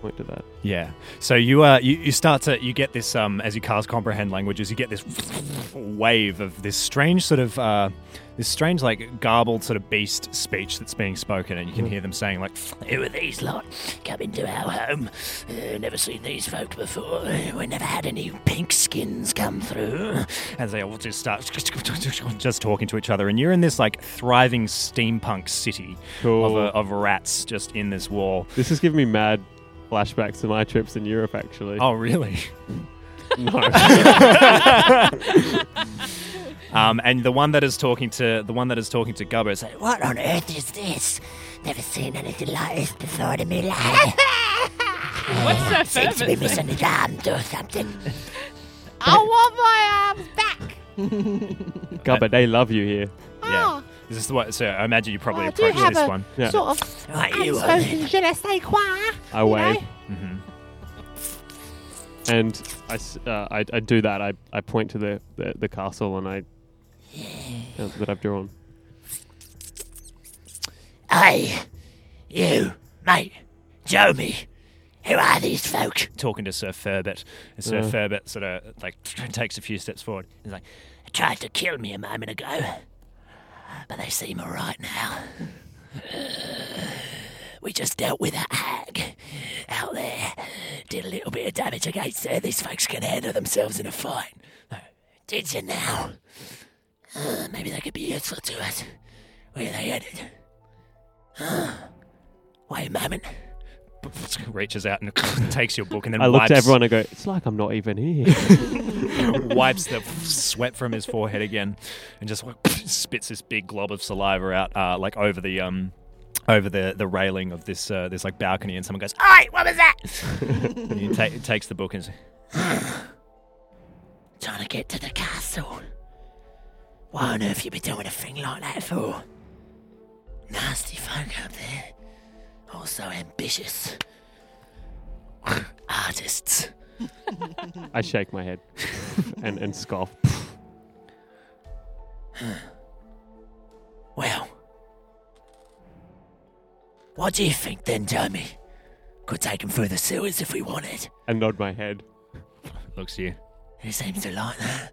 Speaker 4: point to that.
Speaker 3: Yeah. So you uh you, you start to you get this um as you cast comprehend languages you get this wave of this strange sort of uh this strange like garbled sort of beast speech that's being spoken and you
Speaker 1: Mm.
Speaker 3: can hear them saying like
Speaker 18: Who are these lot? Come into our home. Uh, never seen these folk before. We never had any pink skins come through.
Speaker 3: as they all just start just talking to each other and you're in this like thriving steampunk city
Speaker 4: Cool.
Speaker 3: of, uh, of rats just in this wall.
Speaker 4: This is giving me mad flashbacks to my trips in Europe, actually.
Speaker 3: Oh really?
Speaker 4: no.
Speaker 3: Um, and the one that is talking to the one that is talking to Gubba is like,
Speaker 18: What on earth is this? Never seen anything like this before in my life.
Speaker 8: What's so
Speaker 18: Seems to be
Speaker 8: fervent?
Speaker 18: missing an arm or something.
Speaker 8: I want my arms back.
Speaker 4: Gubba, they love you here.
Speaker 3: Yeah. Is this the one? So I imagine you probably
Speaker 5: I Oh, do
Speaker 3: approached
Speaker 5: have
Speaker 3: this
Speaker 5: a
Speaker 3: one.
Speaker 5: sort of
Speaker 18: you are
Speaker 5: unspoken je ne sais quoi.
Speaker 4: I
Speaker 5: you
Speaker 4: wave.
Speaker 5: know?
Speaker 3: hmm
Speaker 4: And I, s- uh, I, I do that. I, I point to the, the, the castle and I uh, that I've drawn.
Speaker 18: Hey, you, mate, Joe me. Who are these folk?
Speaker 3: Talking to Sir Ferbert, and Sir
Speaker 18: Uh.
Speaker 3: Ferbert sort of like takes a few steps forward. He's like,
Speaker 18: Tried to kill me a moment ago, but they seem alright now. Uh, We just dealt with a hag out there. Did a little bit of damage against her. These folks can handle themselves in a fight. Did you now? Uh, maybe they could be useful to us. Where are they headed? Huh? Wait a moment.
Speaker 3: reaches out and takes your book, and then
Speaker 4: I look
Speaker 3: wipes,
Speaker 4: to everyone and go, it's like I'm not even here.
Speaker 3: wipes the sweat from his forehead again, and just spits this big glob of saliva out, uh, like over the um, over the the railing of this uh, this like balcony, and someone goes, ah!
Speaker 18: Alright, what was that?
Speaker 3: and he ta- takes the book and. says,
Speaker 18: Trying to get to the castle. Why on earth you be doing a thing like that for? Nasty folk out there. Also ambitious. Artists.
Speaker 4: I shake my head and, and scoff.
Speaker 18: Well, what do you think then, Tommy? Could take them through the sewers if we wanted.
Speaker 4: And nod my head.
Speaker 3: Looks you.
Speaker 18: He seems to like that.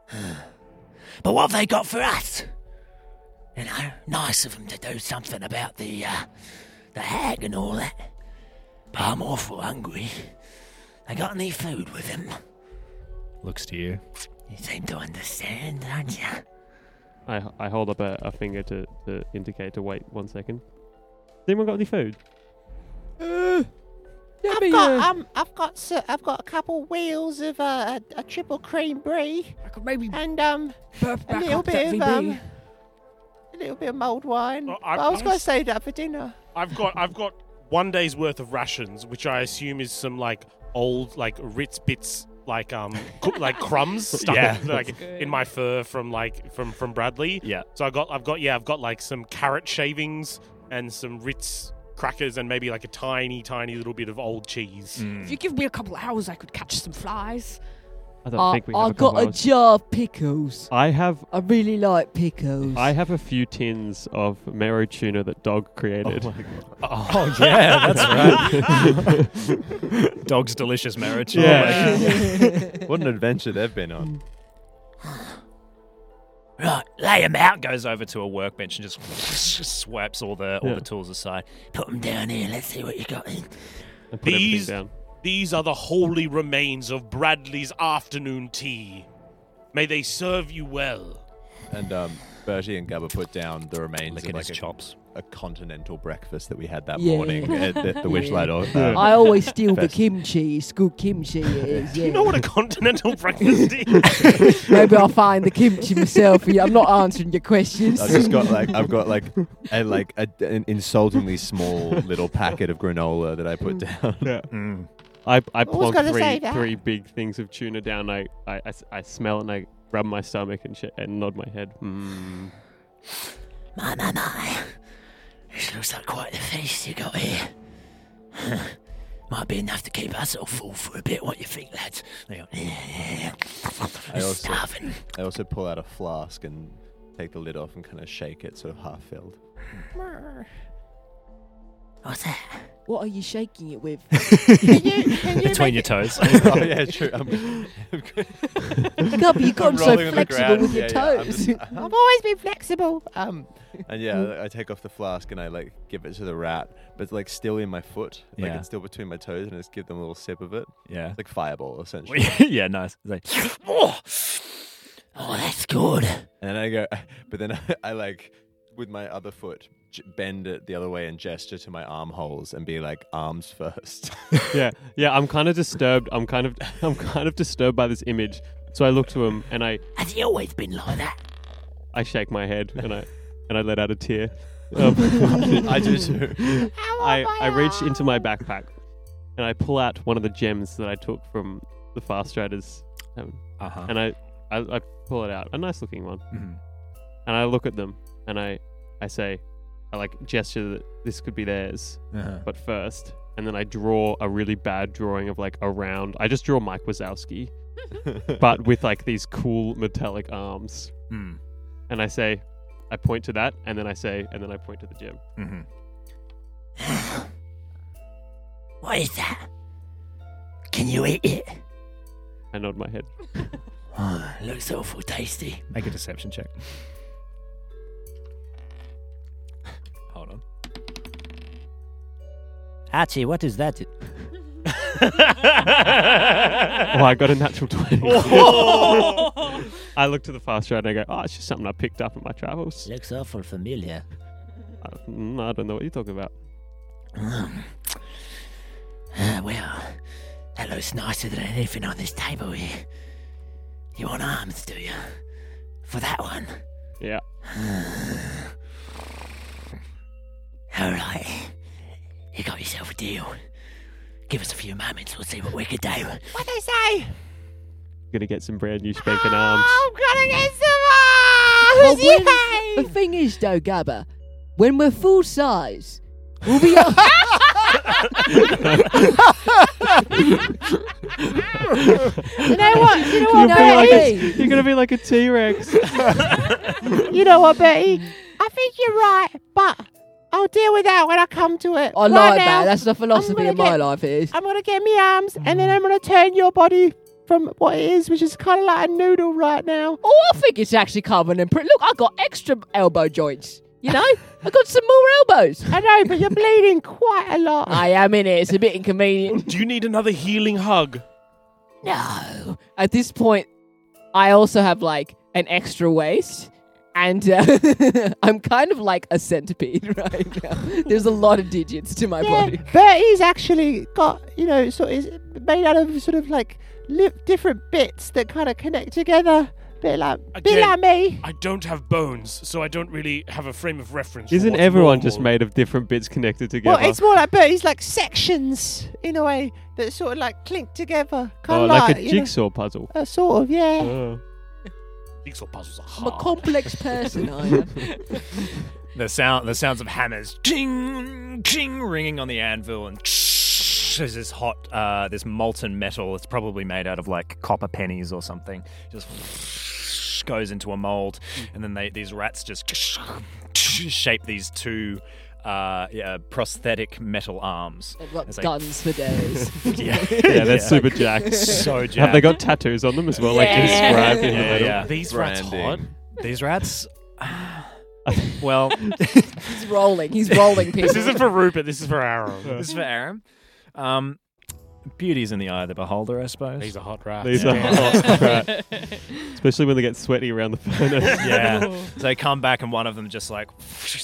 Speaker 18: but what have they got for us? You know, nice of them to do something about the uh, the hag and all that. But I'm awful hungry. They got any food with them?
Speaker 3: Looks to you.
Speaker 18: You seem to understand, don't you?
Speaker 4: I, I hold up a, a finger to, to indicate to wait one second. Has anyone got any food?
Speaker 5: I've got um, I've got s- I've got a couple wheels of uh, a, a triple cream brie. I could maybe and um a
Speaker 10: back
Speaker 5: little
Speaker 10: up
Speaker 5: bit
Speaker 10: that
Speaker 7: E
Speaker 5: of
Speaker 10: VB.
Speaker 5: um a little bit of mulled wine.
Speaker 7: I-
Speaker 5: But I was
Speaker 7: I
Speaker 5: going to
Speaker 7: was-
Speaker 5: save that for dinner.
Speaker 7: I've got I've got one day's worth of rations, which I assume is some like old like Ritz bits like um cr- like crumbs stuck
Speaker 3: Yeah.
Speaker 7: in, like in my fur from like from from Bradley.
Speaker 3: Yeah.
Speaker 7: So I got I've got yeah I've got like some carrot shavings and some Ritz crackers and maybe like a tiny tiny little bit of old cheese.
Speaker 3: Mm.
Speaker 8: If you give me a couple of hours, I could catch some flies.
Speaker 4: I
Speaker 8: Uh,
Speaker 4: have
Speaker 8: I
Speaker 4: a couple
Speaker 8: got a
Speaker 4: hours.
Speaker 8: jar of pickles.
Speaker 4: I have.
Speaker 8: I really like pickles.
Speaker 4: I have a few tins of marrow tuna that Dog created.
Speaker 3: Oh yeah, that's right. Dog's delicious marriage.
Speaker 4: Yeah.
Speaker 1: what an adventure they've been on.
Speaker 3: Right, lay him out. Goes over to a workbench and just swipes all the all the tools aside.
Speaker 18: Put them down here. Let's see what you got. In.
Speaker 7: These these are the holy remains of Bradley's afternoon tea. May they serve you well.
Speaker 1: And um, Bertie and Gabba put down the remains
Speaker 3: Licking
Speaker 1: of like
Speaker 3: his
Speaker 1: a
Speaker 3: chops.
Speaker 1: a continental breakfast that we had that
Speaker 14: Yeah.
Speaker 1: morning at the, the Wish
Speaker 14: Yeah.
Speaker 1: Light. Or,
Speaker 14: I always steal the kimchi. It's good kimchi. It is, yeah.
Speaker 7: You know what a continental breakfast is?
Speaker 14: Maybe I'll find the kimchi myself. Yeah, I'm not answering your questions.
Speaker 1: I've just got like I've got like a like a, an insultingly small little packet of granola that I put
Speaker 14: Mm.
Speaker 1: down.
Speaker 4: Yeah.
Speaker 3: Mm.
Speaker 4: I, I
Speaker 1: Who's
Speaker 4: plonk
Speaker 1: gonna
Speaker 4: three,
Speaker 1: say that?
Speaker 4: three big things of tuna down. I, I, I s- I smell it and I rub my stomach and, sh- and nod my head. Mm.
Speaker 18: My, my, my. This looks like quite the feast you got here. Might be enough to keep us all full for a bit. What you think, lads?
Speaker 1: I also,
Speaker 18: Starving.
Speaker 1: I also pull out a flask and take the lid off and kind of shake it, sort of half filled.
Speaker 18: What's that?
Speaker 6: What are you shaking it with?
Speaker 1: Between your toes. Oh, yeah, true. I'm-
Speaker 6: Gub, you got
Speaker 1: I'm
Speaker 6: so
Speaker 1: rolling on the
Speaker 6: flexible
Speaker 1: ground.
Speaker 6: with your
Speaker 1: Yeah, yeah, I'm
Speaker 6: toes.
Speaker 1: just-
Speaker 5: I've always been flexible. Um,
Speaker 1: And yeah, I take off the flask and I like give it to the rat, but it's like still in my foot, like
Speaker 3: Yeah.
Speaker 1: it's still between my toes, and I just give them a little sip of it.
Speaker 3: Yeah.
Speaker 1: It's like fireball essentially.
Speaker 3: yeah, nice. It's like,
Speaker 18: Oh, oh, that's good.
Speaker 1: And then I go, but then I, like with my other foot j- bend it the other way and gesture to my armholes and be like arms first.
Speaker 4: yeah, yeah. I'm kind of disturbed. I'm kind of, I'm kind of disturbed by this image. So I look to him and I,
Speaker 18: Has he always been like that?
Speaker 4: I shake my head and I, and I let out a tear. Um,
Speaker 1: I do too.
Speaker 4: I, I reach into my backpack and I pull out one of the gems that I took from the fast riders, um,
Speaker 3: Uh-huh.
Speaker 4: and I, I, I pull it out, a nice looking one,
Speaker 18: Mm-hmm.
Speaker 3: Mhm.
Speaker 4: and I look at them and I, I say, I like gesture that this could be theirs,
Speaker 3: Uh-huh.
Speaker 4: but first, and then I draw a really bad drawing of like a round. I just draw Mike Wazowski, but with like these cool metallic arms,
Speaker 3: Mm.
Speaker 4: and I say, I point to that, and then I say, and then I point to the gem.
Speaker 3: mm-hmm.
Speaker 18: What is that? Can you eat it?
Speaker 4: I nod my head.
Speaker 18: Oh, looks awful tasty.
Speaker 3: Make a deception check. Hold on.
Speaker 19: Hachi, what is that?
Speaker 4: Oh, I got a natural 20.
Speaker 19: Oh.
Speaker 4: I look to the fast ride and I go, oh, it's just something I picked up in my travels.
Speaker 19: Looks awful familiar.
Speaker 4: I, mm, I don't know what you're talking about.
Speaker 18: Hmm. Uh, well, that looks nicer than anything on this table here. You want arms, do you? For that one.
Speaker 4: Yeah.
Speaker 18: Alright. You got yourself a deal. Give us a few moments, we'll see what we can do.
Speaker 5: what they say?
Speaker 4: Gonna get some brand new spanking arms.
Speaker 5: I'm gonna get some arms.
Speaker 14: Well,
Speaker 5: Yay!
Speaker 14: The thing is, though, Gabba, when we're full size, we'll be.
Speaker 5: You know what? You know
Speaker 4: You'll
Speaker 5: what,
Speaker 4: be like a-
Speaker 5: Bertie?
Speaker 4: you're gonna be like a T Rex.
Speaker 5: you know what, Betty? I think you're right, but I'll deal with that when I come to it.
Speaker 14: Oh, I
Speaker 5: right
Speaker 14: like
Speaker 5: now,
Speaker 14: that. That's Mm. the philosophy
Speaker 5: gonna
Speaker 14: of my
Speaker 5: get-
Speaker 14: life. It is.
Speaker 5: I'm gonna get me arms, and then I'm gonna turn your body from what it is, which is kind of like a noodle right now.
Speaker 14: Oh, I think it's actually covered in print. Look, I got extra elbow joints. You know, I got some more elbows.
Speaker 5: I know, but you're bleeding quite a lot.
Speaker 14: I am in it. It's a bit inconvenient.
Speaker 7: Do you need another healing hug?
Speaker 14: No. At this point, I also have like an extra waist, and uh, I'm kind of like a centipede right now. There's a lot of digits to my body.
Speaker 5: Bertie's actually got, you know, sort of is made out of sort of like li- different bits that kind of connect together. Bit like, bit
Speaker 7: Again,
Speaker 5: like me.
Speaker 7: I don't have bones, so I don't really have a frame of reference. for
Speaker 4: Isn't
Speaker 7: what's
Speaker 4: everyone
Speaker 7: normal.
Speaker 4: just made of different bits connected together?
Speaker 5: Well, it's more like Bertie's like sections in a way that sort of like clink together, kind
Speaker 4: oh,
Speaker 5: of
Speaker 4: like a
Speaker 5: you know,
Speaker 4: jigsaw puzzle.
Speaker 5: uh, sort of, yeah.
Speaker 4: Oh.
Speaker 7: Jigsaw puzzles are
Speaker 14: I'm a complex person. I am.
Speaker 3: The sound, the sounds of hammers, ting, ting, ringing on the anvil, and there's this hot, uh, this molten metal. It's probably made out of like copper pennies or something. Just goes into a mold, and then they, these rats just shape these two uh, yeah, prosthetic metal arms.
Speaker 14: They've got
Speaker 3: It's like-
Speaker 14: guns for days.
Speaker 3: yeah,
Speaker 4: Yeah, they're super jacked.
Speaker 3: So jacked.
Speaker 4: Have they got tattoos on them as well? Like described in the
Speaker 3: Yeah,
Speaker 4: middle?
Speaker 3: yeah.
Speaker 7: These rats hot?
Speaker 3: These rats. well,
Speaker 14: He's rolling. He's rolling. People.
Speaker 7: This isn't for Rupert. This is for Aaron.
Speaker 3: This is for Aram. Um, beauty's in the eye of the beholder, I suppose.
Speaker 7: These are hot rats.
Speaker 4: These are hot crap. Especially when they get sweaty around the furnace.
Speaker 3: yeah. So they come back, and one of them just like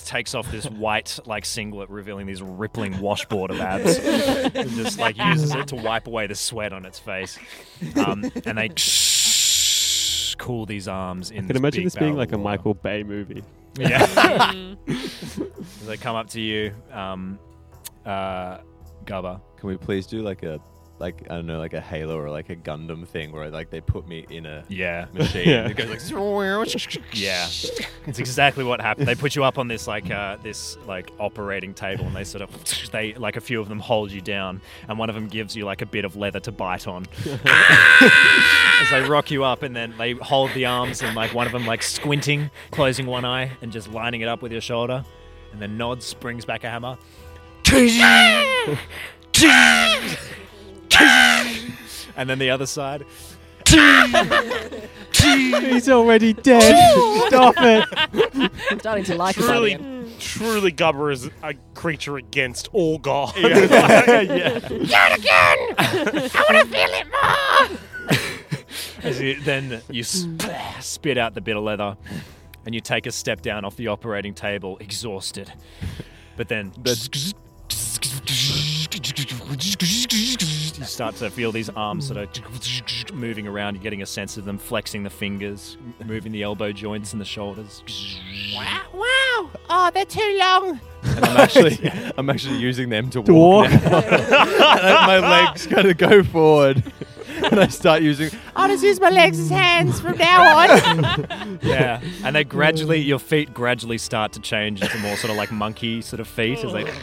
Speaker 3: takes off this white like singlet, revealing these rippling washboard of abs, and just like uses it to wipe away the sweat on its face. Um, and they cool these arms in.
Speaker 4: I can
Speaker 3: this
Speaker 4: imagine
Speaker 3: big
Speaker 4: this being
Speaker 3: barrel
Speaker 4: like a
Speaker 3: of water.
Speaker 4: Michael Bay movie.
Speaker 3: Yeah. they come up to you, um, uh, Gubba.
Speaker 1: Can we please do like a like I don't know, like a Halo or like a Gundam thing where like they put me in a
Speaker 3: yeah
Speaker 1: machine
Speaker 4: Yeah.
Speaker 1: and it goes like
Speaker 3: Yeah, it's exactly what happened. They put you up on this like uh, this like operating table, and they sort of they like a few of them hold you down, and one of them gives you like a bit of leather to bite on as they rock you up, and then they hold the arms, and like one of them like squinting, closing one eye, and just lining it up with your shoulder, and then nods, springs back a hammer. and then the other side.
Speaker 4: He's already dead. Stop it.
Speaker 6: Starting to like
Speaker 7: truly,
Speaker 6: it.
Speaker 7: truly, Gubber is a creature against all God.
Speaker 3: Yeah. Yeah. Do
Speaker 7: it
Speaker 3: again! I wanna feel it As you, then you sp- spit out the bit of leather and you take a step down off the operating table, exhausted. But then you start to feel these arms sort of moving around. You're getting a sense of them flexing the fingers, moving the elbow joints and the shoulders.
Speaker 5: Wow, wow. Oh, they're too long.
Speaker 1: And I'm actually I'm actually using them to,
Speaker 4: To
Speaker 1: walk.
Speaker 4: walk.
Speaker 1: now. And my legs gotta go forward. And I start using
Speaker 5: I'll just use my legs as hands from now on.
Speaker 3: Yeah, and they gradually, your feet gradually start to change into more sort of like monkey sort of feet as they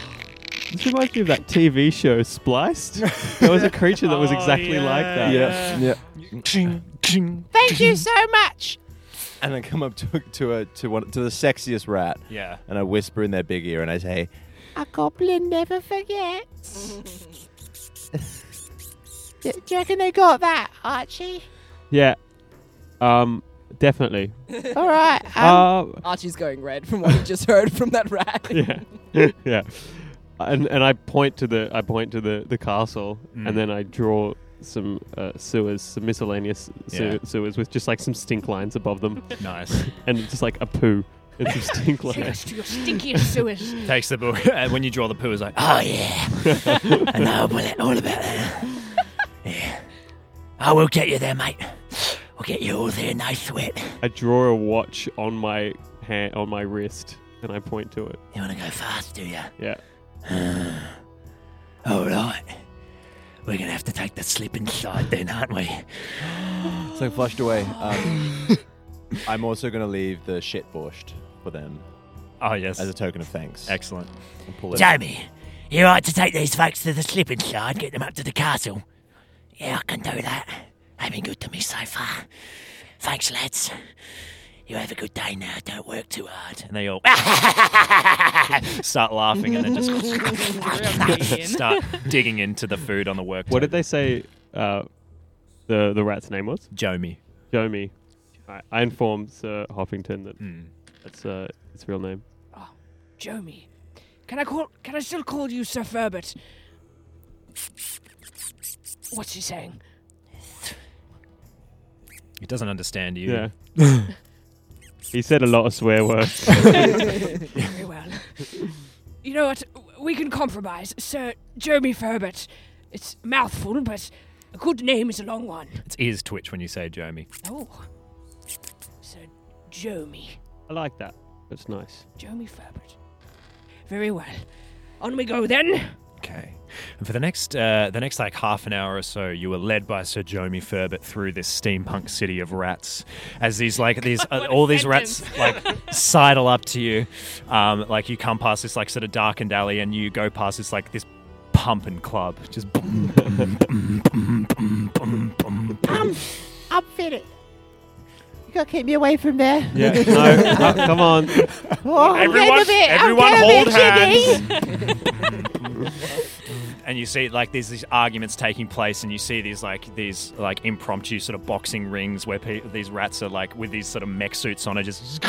Speaker 10: Oh.
Speaker 4: This reminds me of that TV show Spliced. There was a creature that was
Speaker 7: Oh,
Speaker 4: exactly like that.
Speaker 1: Yeah. Yeah.
Speaker 5: Thank you so much.
Speaker 1: and I come up to to a to one to the sexiest rat.
Speaker 3: Yeah.
Speaker 1: And I whisper in their big ear and I say,
Speaker 5: A goblin never forgets. Do do you reckon they got that, Archie?
Speaker 4: Yeah. Um, definitely.
Speaker 6: All right.
Speaker 4: um, Uh,
Speaker 6: Archie's going red from what he just heard from that rat.
Speaker 4: yeah, yeah. And and I point to the I point to the the castle,
Speaker 3: Mm.
Speaker 4: and then I draw some uh, sewers, some miscellaneous sew-
Speaker 3: Yeah.
Speaker 4: sewers with just like some stink lines above them.
Speaker 3: Nice.
Speaker 4: and just like a poo and some stink lines.
Speaker 8: to your stinkiest sewers.
Speaker 3: takes the poo. And when you draw the poo, it's like, oh yeah. Ah!
Speaker 18: I know all about all about that. Yeah. I will get you there, mate. We'll get you all there, no sweat.
Speaker 4: I draw a watch on my hand on my wrist, and I point to it.
Speaker 18: You want to go fast, do ya?
Speaker 4: Yeah.
Speaker 18: All right. We're gonna have to take the slip inside then, aren't we?
Speaker 1: So I flushed away. Um, I'm also going to leave the shit borscht for them.
Speaker 3: Oh, yes.
Speaker 1: As a token of thanks.
Speaker 3: Excellent.
Speaker 1: And pull it.
Speaker 18: Jamie, you right to take these folks to the slip inside, get them up to the castle. Yeah, I can do that. They've been good to me so far. Thanks, lads. You have a good day now. Don't work too hard.
Speaker 3: And they all start laughing and then just start digging into the food on the work.
Speaker 4: What did they say uh, the the rat's name was?
Speaker 3: Jomie.
Speaker 4: Jomie. I, I informed Sir Hoffington that
Speaker 3: Hmm.
Speaker 4: that's uh, its real name.
Speaker 10: Jomie. Ah, Can I call? Can I still call you Sir Ferbert? What's he saying?
Speaker 3: He doesn't understand you.
Speaker 4: Yeah. he said a lot of swear words.
Speaker 10: Very well. You know what? We can compromise, Sir Jeremy Ferbert. It's a mouthful, but a good name is a long one.
Speaker 3: Its ears twitch when you say Jomie.
Speaker 10: Oh, Sir Jomie,
Speaker 4: I like that. That's nice.
Speaker 10: Jomie Ferbert. Very well. On we go then.
Speaker 3: Okay. And for the next uh, the next like half an hour or so, you were led by Sir Jomie Furbert through this steampunk city of rats, as these like these uh, all these rats like sidle up to you, um, like you come past this like sort of darkened alley, and you go past this like this pump and club, just boom, boom, boom, boom, boom, boom, boom, boom.
Speaker 5: I'm fitted. You gotta keep me away from there.
Speaker 4: Yeah. No. no, come on.
Speaker 5: Oh, I'm getting
Speaker 7: Everyone-
Speaker 5: a bit,
Speaker 7: everyone
Speaker 5: I'm
Speaker 7: hold
Speaker 5: getting a bit jiggy.
Speaker 3: and you see like there's these arguments taking place, and you see these like these like impromptu sort of boxing rings where pe- these rats are like with these sort of mech suits on, are just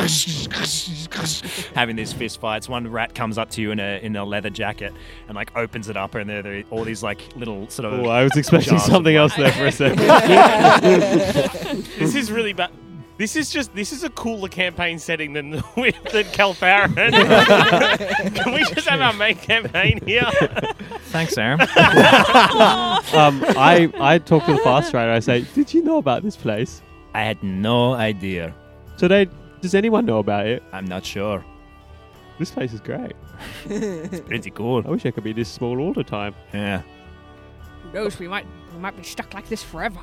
Speaker 3: having these fist fights. One rat comes up to you in a in a leather jacket and like opens it up, and there there are all these like little sort of.
Speaker 4: Oh, I was expecting
Speaker 3: jars of
Speaker 4: something
Speaker 3: wine.
Speaker 4: else there for a second.
Speaker 7: this is really bad. This is just this is a cooler campaign setting than with the Calfarin. Can we just have our main campaign here?
Speaker 3: Thanks, Aaron.
Speaker 4: um, I I talk to the fast rider. I say, "Did you know about this place?"
Speaker 3: I had no idea.
Speaker 4: So they, does anyone know about it?
Speaker 3: I'm not sure.
Speaker 4: This place is great.
Speaker 3: it's pretty cool.
Speaker 4: I wish I could be this small all the time.
Speaker 3: Yeah.
Speaker 8: Who knows? We might we might be stuck like this forever.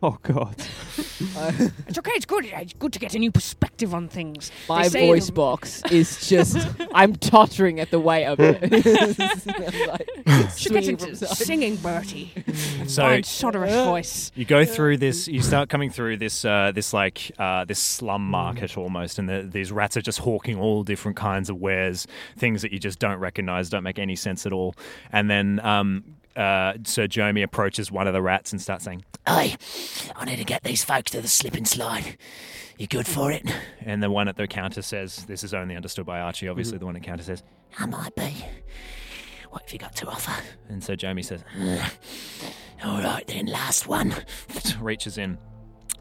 Speaker 4: Oh God.
Speaker 8: it's okay. It's good. It's good to get a new perspective on things. They
Speaker 14: My
Speaker 8: say
Speaker 14: voice
Speaker 8: the-
Speaker 14: box is just. I'm tottering at the weight of it. I'm like,
Speaker 8: Should get
Speaker 14: swinging
Speaker 8: into
Speaker 14: from side.
Speaker 8: singing, Bertie.
Speaker 3: So-
Speaker 8: Fine, sonorous
Speaker 6: Uh,
Speaker 8: voice.
Speaker 3: You go through this. You start coming through this, uh, this like uh, this slum market almost, and the, these rats are just hawking all different kinds of wares, things that you just don't recognize, don't make any sense at all. And then um, uh, Sir Jomi approaches one of the rats and starts saying,
Speaker 18: Hey, I need to get these folks to the slip and slide. You good for it?
Speaker 3: and the one at the counter says, "This is only understood by Archie." Obviously, the one at the counter says,
Speaker 18: I might be. What have you got to offer?
Speaker 3: and Sir Jomi says,
Speaker 18: All right then, last one.
Speaker 3: reaches in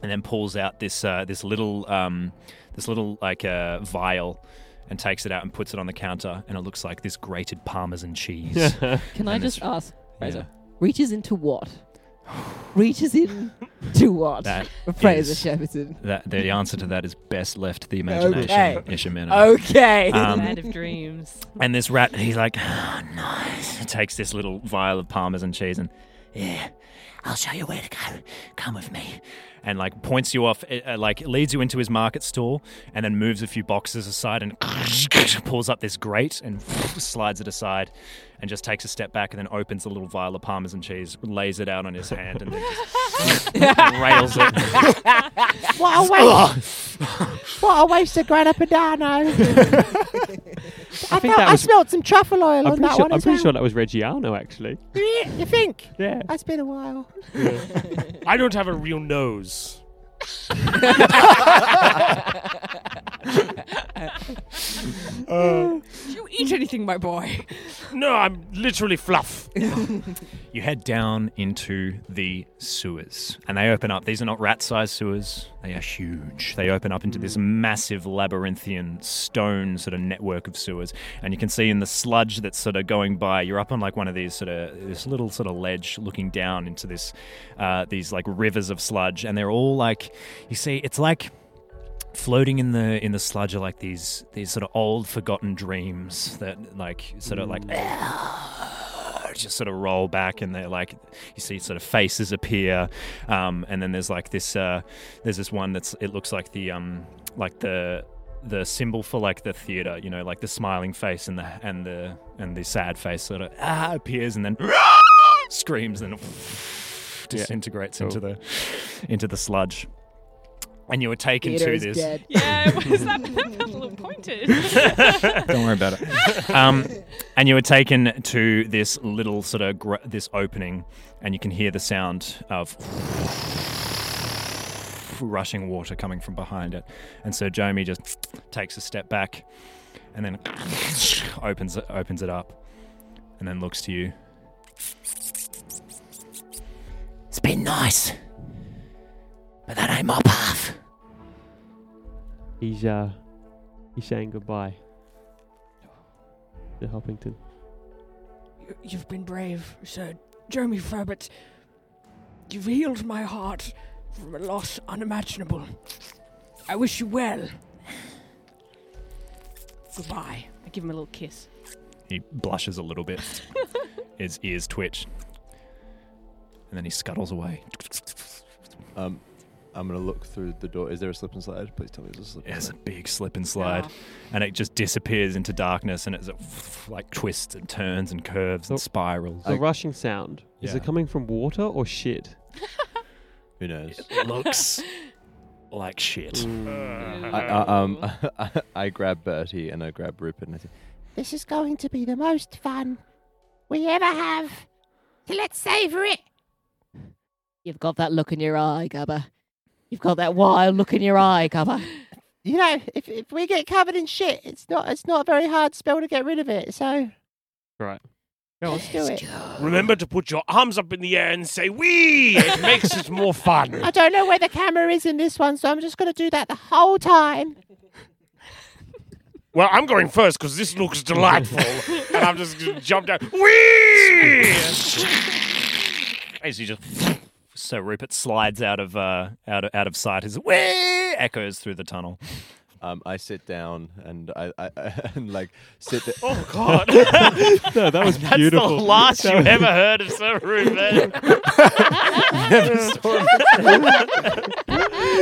Speaker 3: and then pulls out this uh, this little um, this little like uh, vial and takes it out and puts it on the counter and it looks like this grated parmesan cheese.
Speaker 6: Can I
Speaker 3: And it's-
Speaker 6: just ask, Fraser?
Speaker 3: yeah.
Speaker 6: Reaches into what? reaches in to what?
Speaker 3: That
Speaker 6: Fraser
Speaker 3: is-
Speaker 6: Shepherdson.
Speaker 3: That the answer to that is best left to the imagination.
Speaker 6: Okay.
Speaker 3: Ishimena.
Speaker 6: Okay.
Speaker 3: Um,
Speaker 8: Land of dreams.
Speaker 3: and this rat, he's like, oh, nice. Takes this little vial of parmesan cheese and
Speaker 18: Yeah, I'll show you where to go. Come with me.
Speaker 3: and like points you off, uh, uh, like leads you into his market stall, and then moves a few boxes aside and pulls up this grate and slides it aside, and just takes a step back and then opens the little vial of parmesan cheese, lays it out on his hand, and then just rails it.
Speaker 5: What a waste! what a waste of Grana Padano! I,
Speaker 4: think
Speaker 5: felt,
Speaker 4: that
Speaker 5: I
Speaker 4: was-
Speaker 5: smelled some truffle
Speaker 4: I'm
Speaker 5: oil on
Speaker 4: pretty,
Speaker 5: that
Speaker 4: sure,
Speaker 5: one
Speaker 4: I'm
Speaker 5: as
Speaker 4: pretty
Speaker 5: well.
Speaker 4: sure that was Reggiano, actually.
Speaker 5: you think?
Speaker 4: Yeah.
Speaker 5: That's been a while.
Speaker 7: I don't have a real nose.
Speaker 8: Do you eat anything, my boy?
Speaker 7: Uh, No, I'm literally fluff.
Speaker 3: You head down into the sewers, and they open up. These are not rat sized sewers, they are huge. They open up into this massive labyrinthian stone sort of network of sewers. And you can see in the sludge that's sort of going by, you're up on like one of these sort of this little sort of ledge looking down into this, uh, these like rivers of sludge. And they're all like, you see, it's like floating in the in the sludge are like these these sort of old forgotten dreams that like sort of like uh, just sort of roll back and they're like you see sort of faces appear um, and then there's like this uh, there's this one that's it looks like the um like the the symbol for like the theater you know like the smiling face and the and the and the sad face sort of ah, appears and then screams and disintegrates into the into the sludge and you were taken
Speaker 8: Theater
Speaker 3: to
Speaker 8: is
Speaker 3: this
Speaker 8: dead. Yeah, it was that, that felt a little pointed.
Speaker 3: Don't worry about it. Um, and you were taken to this little sort of gr- this opening, and you can hear the sound of rushing water coming from behind it. And so Jomi just takes a step back, and then opens it, opens it up, and then looks to you.
Speaker 18: It's been nice, but that ain't my path.
Speaker 4: He's uh, he's saying goodbye to Hoppington.
Speaker 10: You- You've been brave, Sir Jeremy Furbert. You've healed my heart from a loss unimaginable. I wish you well.
Speaker 8: Goodbye. I give him a little kiss.
Speaker 3: He blushes a little bit. His ears twitch, and then he scuttles away.
Speaker 1: Um, I'm gonna look through the door. Is there a slip and slide? Please tell me there's a slip. and
Speaker 3: It's a
Speaker 1: slide.
Speaker 3: big slip and slide, and it just disappears into darkness, and it's like twists and turns and curves and spirals.
Speaker 4: The rushing sound is
Speaker 3: Yeah.
Speaker 4: it coming from water or shit?
Speaker 1: Who knows?
Speaker 3: It looks like shit.
Speaker 1: I, I, um, I, grab Bertie and I grab Rupert and I say,
Speaker 5: This is going to be the most fun we ever have. So let's savor it.
Speaker 6: You've got that look in your eye, Gubba. You've got that wild look in your eye, Gubba.
Speaker 5: You know, if if we get covered in shit, it's not it's not a very hard spell to get rid of it. So
Speaker 4: Right.
Speaker 5: let's do it.
Speaker 7: Remember to put your arms up in the air and say "wee." It makes it more fun.
Speaker 5: I don't know where the camera is in this one, so I'm just going to do that the whole time.
Speaker 7: Well, I'm going first because this looks delightful, and I'm just gonna jump down. Wee!
Speaker 3: As you just. So Rupert slides out of uh, out of, out of sight. His way echoes through the tunnel.
Speaker 1: Um, I sit down and I, I, I and like sit there.
Speaker 7: Oh God!
Speaker 4: no, that was
Speaker 1: And that's the
Speaker 4: beautiful.
Speaker 1: last
Speaker 4: That
Speaker 1: you
Speaker 4: was-
Speaker 1: ever
Speaker 7: heard of Sir Reuben.
Speaker 4: Never saw him.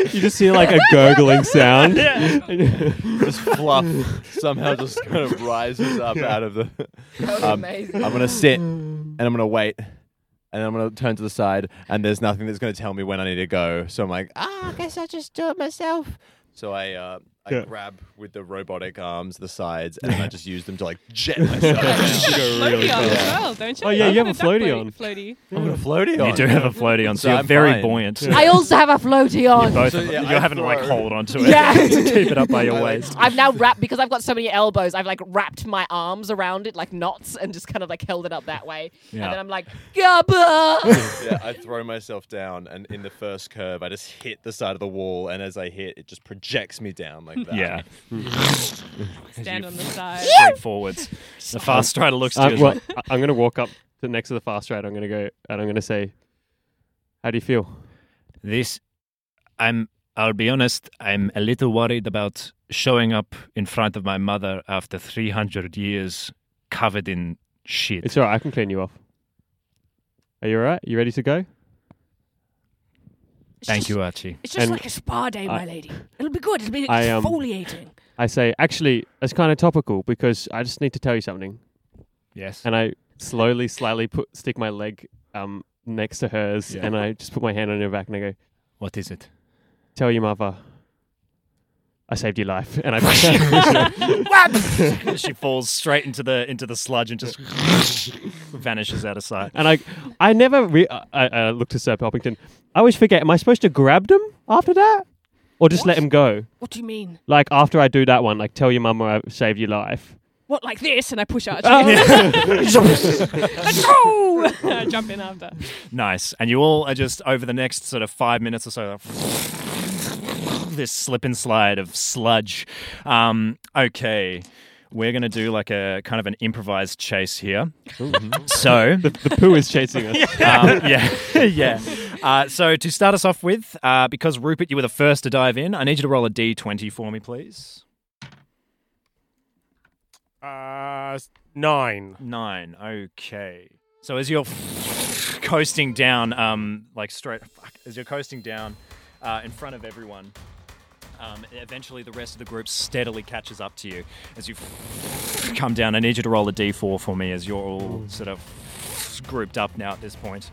Speaker 4: you just hear like a gurgling sound.
Speaker 1: This fluff somehow just kind of rises up out of the. Um,
Speaker 20: was amazing.
Speaker 1: I'm gonna sit and I'm gonna wait, and I'm gonna turn to the side, and there's nothing that's gonna tell me when I need to go. So I'm like, ah.
Speaker 5: Ah, I guess I'll just do it myself.
Speaker 1: So I uh, I
Speaker 4: Yeah.
Speaker 1: grab with the robotic arms the sides, and then I just use them to like jet myself.
Speaker 4: You
Speaker 1: down.
Speaker 4: got Floaty really on as fast. well, don't you? Oh, yeah, you have a floaty on.
Speaker 8: Floaty.
Speaker 1: I've got a floaty on.
Speaker 3: You do have a floaty on, so,
Speaker 1: So
Speaker 3: you're
Speaker 1: I'm
Speaker 3: very
Speaker 1: fine.
Speaker 3: buoyant.
Speaker 6: I also have a floaty on.
Speaker 3: You're, both,
Speaker 1: So, yeah,
Speaker 3: you're
Speaker 1: I
Speaker 3: having to like
Speaker 1: throw.
Speaker 3: hold onto it
Speaker 6: Yeah.
Speaker 3: to keep it up by your waist.
Speaker 6: I've now wrapped because I've got so many elbows. I've like wrapped my arms around it like knots and just kind of like held it up that way.
Speaker 1: Yeah.
Speaker 6: And then I'm like, Gubba!
Speaker 1: yeah, I throw myself down, and in the first curve, I just hit the side of the wall, and as I hit, it just projects me down like that.
Speaker 3: Yeah.
Speaker 8: Stand on the side.
Speaker 3: Straight forwards. The fast strider looks to
Speaker 4: Uh,
Speaker 3: you. as
Speaker 4: well,
Speaker 3: well.
Speaker 4: I- I'm going to walk up to next to the fast rider. I'm going to go and I'm going to say, "How do you feel?"
Speaker 9: This, I'm. I'll be honest. I'm a little worried about showing up in front of my mother after 300 years, covered in shit.
Speaker 4: It's all right. I can clean you off. Are you all right? You ready to go?
Speaker 9: Thank you, Archie.
Speaker 8: It's just
Speaker 4: And
Speaker 8: like a spa day, my
Speaker 4: I-
Speaker 8: lady. It'll be good. It'll be
Speaker 4: I, um,
Speaker 8: exfoliating.
Speaker 4: I say, actually, it's kind of topical because I just need to tell you something.
Speaker 9: Yes.
Speaker 4: And I slowly, slightly put stick my leg um, next to hers,
Speaker 9: Yeah.
Speaker 4: and I just put my hand on her back, and I go,
Speaker 9: "What is it?"
Speaker 4: Tell your mother, I saved your life, and I.
Speaker 3: she falls straight into the into the sludge and just vanishes out of sight.
Speaker 4: And I, I never re- I, I I looked to Sir Poppington. I always forget. Am I supposed to grab them after that, or just let them go?
Speaker 8: What do you mean?
Speaker 4: Like after I do that one, like tell your mum I saved your life.
Speaker 8: What, like this? And I push out.
Speaker 4: Oh.
Speaker 8: Let's go! I jump in after.
Speaker 3: Nice. And you all are just over the next sort of five minutes or so. This slip and slide of sludge. Um, okay. We're going to do like a kind of an improvised chase here. So
Speaker 4: the, the poo is chasing us.
Speaker 3: um, yeah, yeah. Uh, so to start us off with, uh, because Rupert, you were the first to dive in, I need you to roll a d20 for me, please.
Speaker 7: Uh, nine.
Speaker 3: Nine. Okay. So as you're coasting down, um, like straight, fuck, as you're coasting down uh, in front of everyone, um, eventually the rest of the group steadily catches up to you as you come down. I need you to roll a d4 for me, as you're all sort of grouped up now at this point.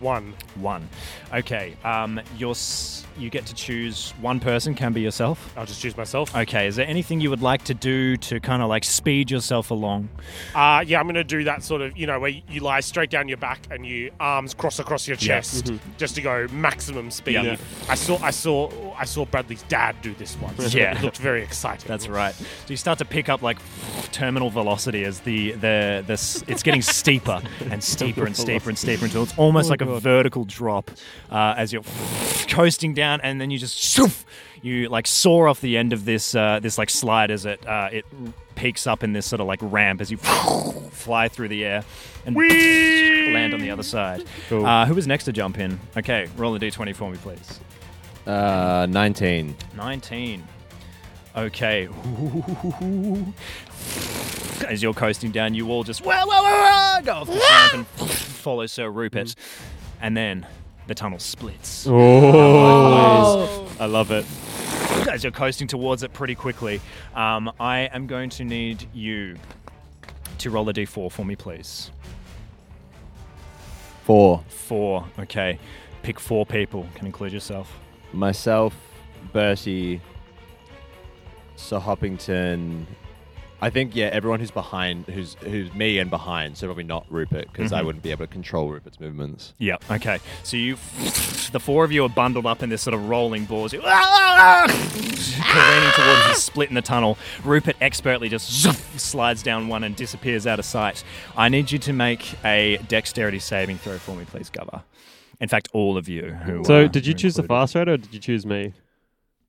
Speaker 7: One.
Speaker 3: One. Okay. Um, you're, s- you get to choose one person, can be yourself.
Speaker 7: I'll just choose myself.
Speaker 3: Okay. Is there anything you would like to do to kind of like speed yourself along?
Speaker 7: Uh, yeah, I'm going to do that sort of, you know, where you lie straight down your back and you arms cross across your
Speaker 3: Yeah.
Speaker 7: chest
Speaker 3: Mhm.
Speaker 7: just to go maximum speed.
Speaker 3: Yeah.
Speaker 7: I saw, I saw, I saw Bradley's dad do this once.
Speaker 3: Yeah.
Speaker 7: it looked very exciting.
Speaker 3: That's right. So you start to pick up like terminal velocity as the the the s- it's getting steeper and steeper and steeper and steeper until it's almost
Speaker 9: Oh,
Speaker 3: like a
Speaker 9: God.
Speaker 3: vertical drop uh, as you're coasting down, and then you just shoof, you like soar off the end of this uh, this like slide as it uh, it peaks up in this sort of like ramp as you fly through the air and land on the other side.
Speaker 1: Cool.
Speaker 3: Uh, who was next to jump in? Okay, roll the d20 for me, please.
Speaker 1: Uh, nineteen.
Speaker 3: 19. Okay. As you're coasting down, you all just wah, wah, wah, wah, go off the ramp and follow Sir Rupert. And then the tunnel splits.
Speaker 4: Oh. I love it.
Speaker 3: As you're coasting towards it pretty quickly, um, I am going to need you to roll a d4 for me, please.
Speaker 1: Four.
Speaker 3: Four. Okay. Pick four people. Can include yourself.
Speaker 1: Myself, Bertie, Sir Hoppington, I think yeah, everyone who's behind, who's who's me and behind, so probably not Rupert because I
Speaker 3: Mhm.
Speaker 1: wouldn't be able to control Rupert's movements.
Speaker 3: Yeah. Okay. So you, the four of you are bundled up in this sort of rolling balls. You, careening towards the split in the tunnel. Rupert expertly just slides down one and disappears out of sight. I need you to make a dexterity saving throw for me, please, Gubba. In fact, all of you. Who
Speaker 4: So,
Speaker 3: uh,
Speaker 4: did you choose the fast rate or did you choose me?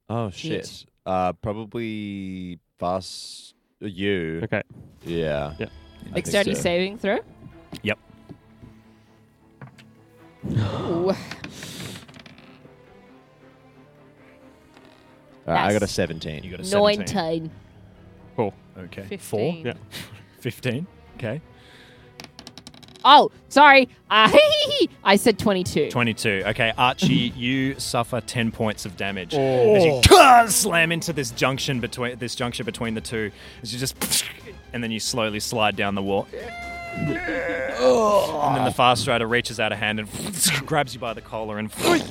Speaker 1: Oh shit! Uh, probably fast uh, you.
Speaker 4: Okay.
Speaker 1: Yeah. Yeah.
Speaker 6: Dexterity saving throw.
Speaker 3: Yep.
Speaker 6: Ooh.
Speaker 1: I got a seventeen.
Speaker 3: You got
Speaker 6: Nineteen.
Speaker 4: Cool.
Speaker 3: Okay. Four.
Speaker 6: Fifteen. Yeah.
Speaker 3: Fifteen. Okay.
Speaker 6: Oh, sorry. Uh, I said twenty-two.
Speaker 3: 22. Okay, Archie, you suffer 10 points of damage
Speaker 6: Oh.
Speaker 3: as you slam into this junction between this juncture between the two. As you just and then you slowly slide down the wall. And then the fast rider reaches out a hand and grabs you by the collar and Okay,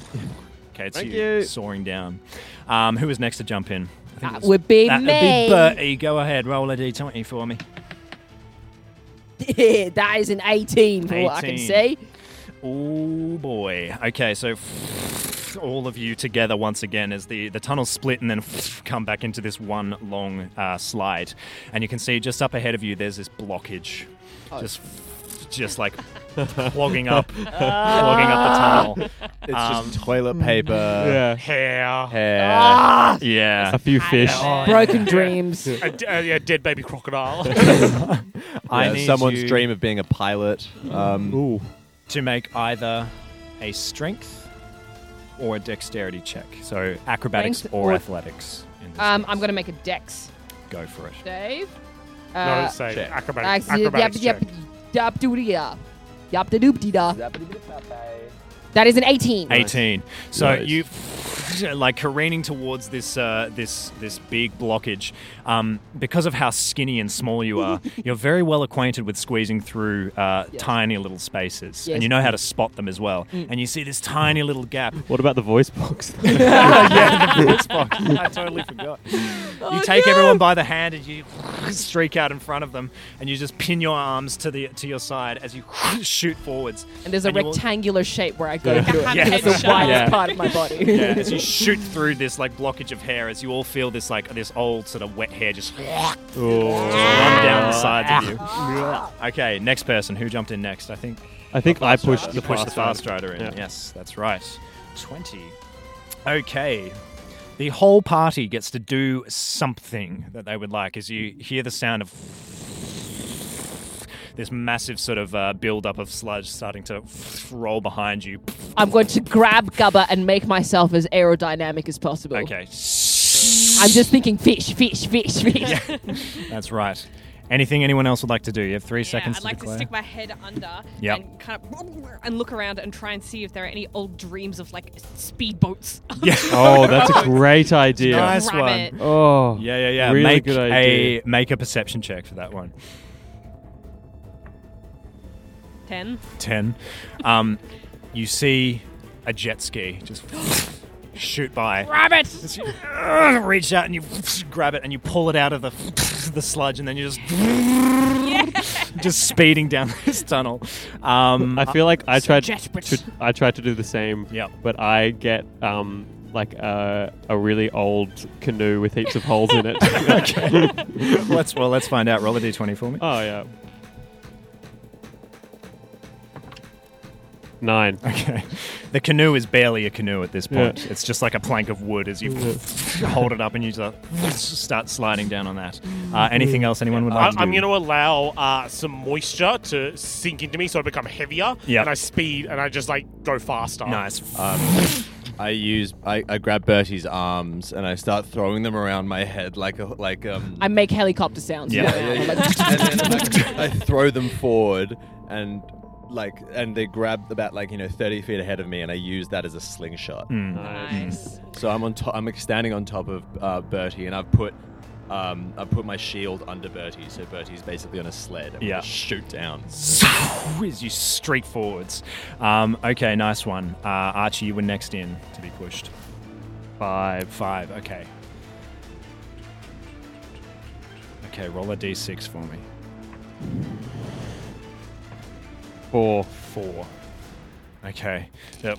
Speaker 3: it's
Speaker 6: Thank
Speaker 3: you,
Speaker 6: you.
Speaker 3: soaring down. Um, who was next to jump in? I think it
Speaker 6: That
Speaker 3: was-
Speaker 6: would be
Speaker 3: that
Speaker 6: me.
Speaker 3: Would be Bertie. Go ahead, roll a d20 for me.
Speaker 6: that is an eighteen for what I can
Speaker 3: 18.
Speaker 6: see.
Speaker 3: Oh boy. Okay, so all of you together once again as the, the tunnel split and then come back into this one long uh, slide. And you can see just up ahead of you, there's this blockage.
Speaker 1: Oh.
Speaker 3: Just just like clogging up, clogging up the tunnel. Um,
Speaker 1: It's just toilet paper.
Speaker 3: Yeah.
Speaker 7: Hair.
Speaker 1: Hair.
Speaker 7: Ah!
Speaker 3: Yeah.
Speaker 1: A few fish.
Speaker 6: Broken
Speaker 7: Yeah.
Speaker 6: dreams.
Speaker 7: A, d- uh, yeah, dead baby crocodile.
Speaker 3: I
Speaker 1: Yeah,
Speaker 3: need
Speaker 1: someone's
Speaker 3: you-
Speaker 1: dream of being a pilot. Um,
Speaker 3: to make either a strength or a dexterity check. So acrobatics
Speaker 6: Strength
Speaker 3: or
Speaker 6: or-
Speaker 3: athletics. In this
Speaker 6: Um, I'm gonna make a dex
Speaker 3: Go for it.
Speaker 6: save.
Speaker 7: no, it's safe. Acrobatic,
Speaker 6: Ac-
Speaker 7: acrobatics
Speaker 6: yep,
Speaker 7: check.
Speaker 6: yep, Uh, yap doody da. Yap da doop dee da. That is an 18.
Speaker 3: 18. So
Speaker 1: Nice.
Speaker 3: you like careening towards this uh, this this big blockage. Um, because of how skinny and small you are, you're very well acquainted with squeezing through uh, tiny little spaces,
Speaker 1: Yes.
Speaker 3: and you know how to spot them as well. And you see this tiny little gap.
Speaker 4: What about the voice box?
Speaker 3: yeah, the voice box. I totally forgot.
Speaker 6: Oh,
Speaker 3: you take everyone by the hand and you streak out in front of them, and you just pin your arms to the to your side as you shoot forwards.
Speaker 6: And there's a
Speaker 3: you will-
Speaker 6: rectangular shape where I go through it.
Speaker 3: Yeah.
Speaker 6: It's the widest
Speaker 3: Yeah.
Speaker 6: part of my body.
Speaker 3: yeah, as you shoot through this like blockage of hair, as you all feel this like this old sort of wet hair just, just run down the sides of
Speaker 6: Ah.
Speaker 3: you. okay, next person. Who jumped in next? I think.
Speaker 4: I think I pushed
Speaker 3: You
Speaker 4: the
Speaker 3: pushed the
Speaker 4: fast rider.
Speaker 3: fast rider in.
Speaker 4: Yeah.
Speaker 3: Yes, that's right. Twenty. Okay. The whole party gets to do something that they would like. As you hear the sound of this massive sort of uh, build-up of sludge starting to roll behind you.
Speaker 6: I'm going to grab Gubba and make myself as aerodynamic as possible.
Speaker 3: Okay.
Speaker 6: I'm just thinking fish, fish, fish, fish.
Speaker 3: That's right. Anything anyone else would like to do? You have three seconds
Speaker 8: I'd
Speaker 3: to
Speaker 8: like to
Speaker 3: declare.
Speaker 8: stick my head under
Speaker 3: Yep.
Speaker 8: and kind of and look around and try and see if there are any old dreams of like speedboats.
Speaker 3: Yeah.
Speaker 4: Oh, that's a great idea.
Speaker 3: Nice
Speaker 8: Grab
Speaker 3: one.
Speaker 8: it.
Speaker 4: Oh,
Speaker 3: yeah, yeah, yeah.
Speaker 4: really
Speaker 3: make
Speaker 4: good
Speaker 3: a
Speaker 4: idea.
Speaker 3: make a perception check for that one.
Speaker 8: Ten.
Speaker 3: Ten. Um, you see a jet ski just shoot by.
Speaker 8: Grab it.
Speaker 3: Ugh, Reach out and you grab it and you pull it out of the the sludge and then you just just speeding down this tunnel. Um,
Speaker 4: I feel like I
Speaker 3: so
Speaker 4: tried.
Speaker 3: desperate.
Speaker 4: To, I tried to do the same.
Speaker 3: Yep.
Speaker 4: But I get um like a a really old canoe with heaps of holes in it. okay.
Speaker 3: let's well let's find out. Roll a d twenty for me.
Speaker 4: Oh yeah. Nine.
Speaker 3: Okay. The canoe is barely a canoe at this
Speaker 4: Yeah.
Speaker 3: point. It's just like a plank of wood as you hold it up and you just start sliding down on that. Uh, anything else anyone would like
Speaker 7: I,
Speaker 3: to do?
Speaker 7: I'm going to allow uh, some moisture to sink into me so I become heavier.
Speaker 3: Yep.
Speaker 7: And I speed and I just like go faster.
Speaker 3: Nice.
Speaker 1: Um, I use I, I grab Bertie's arms and I start throwing them around my head like a like um
Speaker 6: I make helicopter sounds.
Speaker 1: yeah,
Speaker 6: right now.
Speaker 1: yeah, yeah. and then like, I throw them forward and like and they grab about like you know thirty feet ahead of me and I use that as a slingshot.
Speaker 3: Mm.
Speaker 8: Nice.
Speaker 1: So I'm on top. I'm standing on top of uh, Bertie and I've put. Um, I put my shield under Bertie, so Bertie's basically on a sled. And we
Speaker 3: Yeah.
Speaker 1: just shoot down.
Speaker 3: as you streak forwards. Um, okay, nice one. Uh, Archie, you were next in to be pushed. Five. Five, okay. Okay, roll a d6 for me.
Speaker 4: Four.
Speaker 3: Four. Okay. Yep.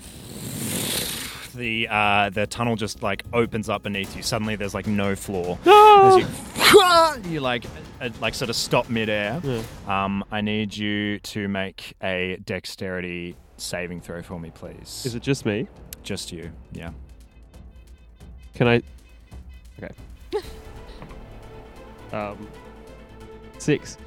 Speaker 3: The uh, the tunnel just like opens up beneath you. Suddenly, there's like no floor. As you, you like uh, like sort of stop midair. Um, I need you to make a dexterity saving throw for me, please.
Speaker 4: Is it just me?
Speaker 3: Just you. Yeah.
Speaker 4: Can I? Okay. um, six.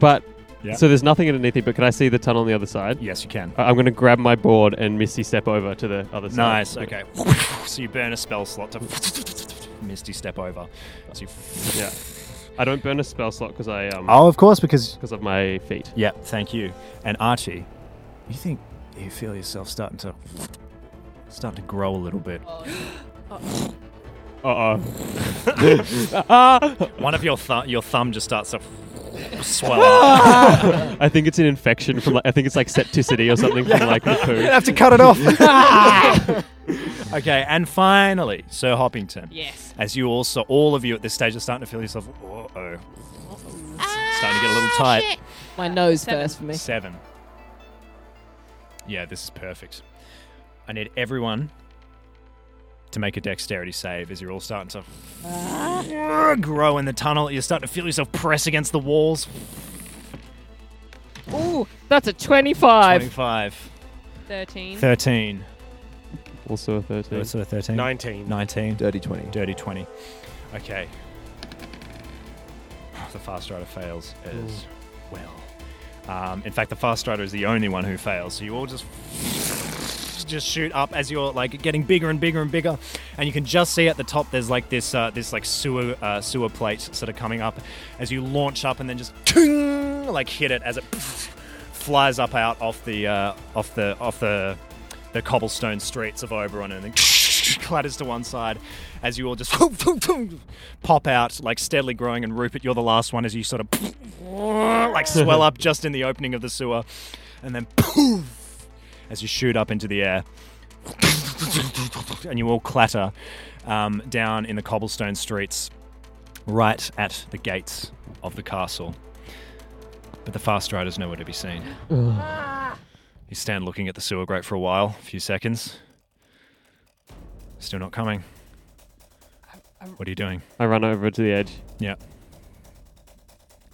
Speaker 4: But
Speaker 3: Yeah.
Speaker 4: so there's nothing underneath it. But can I see the tunnel on the other side?
Speaker 3: Yes, you can.
Speaker 4: I- I'm going to grab my board and Misty step over to the other side.
Speaker 3: Nice. Okay. So you burn a spell slot to misty step over. So you
Speaker 4: Yeah. I don't burn a spell slot because I um.
Speaker 3: Oh, of course, because
Speaker 4: because of my feet.
Speaker 3: Yeah, thank you. And Archie, you think you feel yourself starting to starting to grow a little bit.
Speaker 4: Uh
Speaker 3: oh. One of your thumb your thumb just starts to swell. up.
Speaker 4: I think it's an infection from like I think it's like septicity or something from like the poo.
Speaker 3: You have to cut it off. okay, and finally, Sir Hoppington.
Speaker 8: Yes.
Speaker 3: As you also, all of you at this stage are starting to feel yourself. Oh, oh. starting to get a little tight.
Speaker 6: My nose first for me.
Speaker 3: Seven. Yeah, this is perfect. I need everyone to make a dexterity save as you're all starting to grow in the tunnel. You're starting to feel yourself press against the walls.
Speaker 6: Ooh, that's a 25.
Speaker 3: 25.
Speaker 8: 13.
Speaker 3: 13.
Speaker 4: Also a 13.
Speaker 3: Also a 13.
Speaker 7: 19.
Speaker 3: 19.
Speaker 1: Dirty 20.
Speaker 3: Dirty 20. Okay. The fast rider fails as well. Um, in fact, the fast rider is the only one who fails. So you all just just shoot up as you're like getting bigger and bigger and bigger, and you can just see at the top there's like this uh, this like sewer uh, sewer plate sort of coming up as you launch up and then just ting, like hit it as it flies up out off the uh, off the off the the cobblestone streets of Oberon and then clatters to one side as you all just pop out like steadily growing and Rupert you're the last one as you sort of like swell up just in the opening of the sewer and then poof as you shoot up into the air and you all clatter um, down in the cobblestone streets right at the gates of the castle but the fast rider's nowhere to be seen you stand looking at the sewer grate for a while a few seconds still not coming what are you doing
Speaker 4: I run over to the edge.
Speaker 3: Yeah.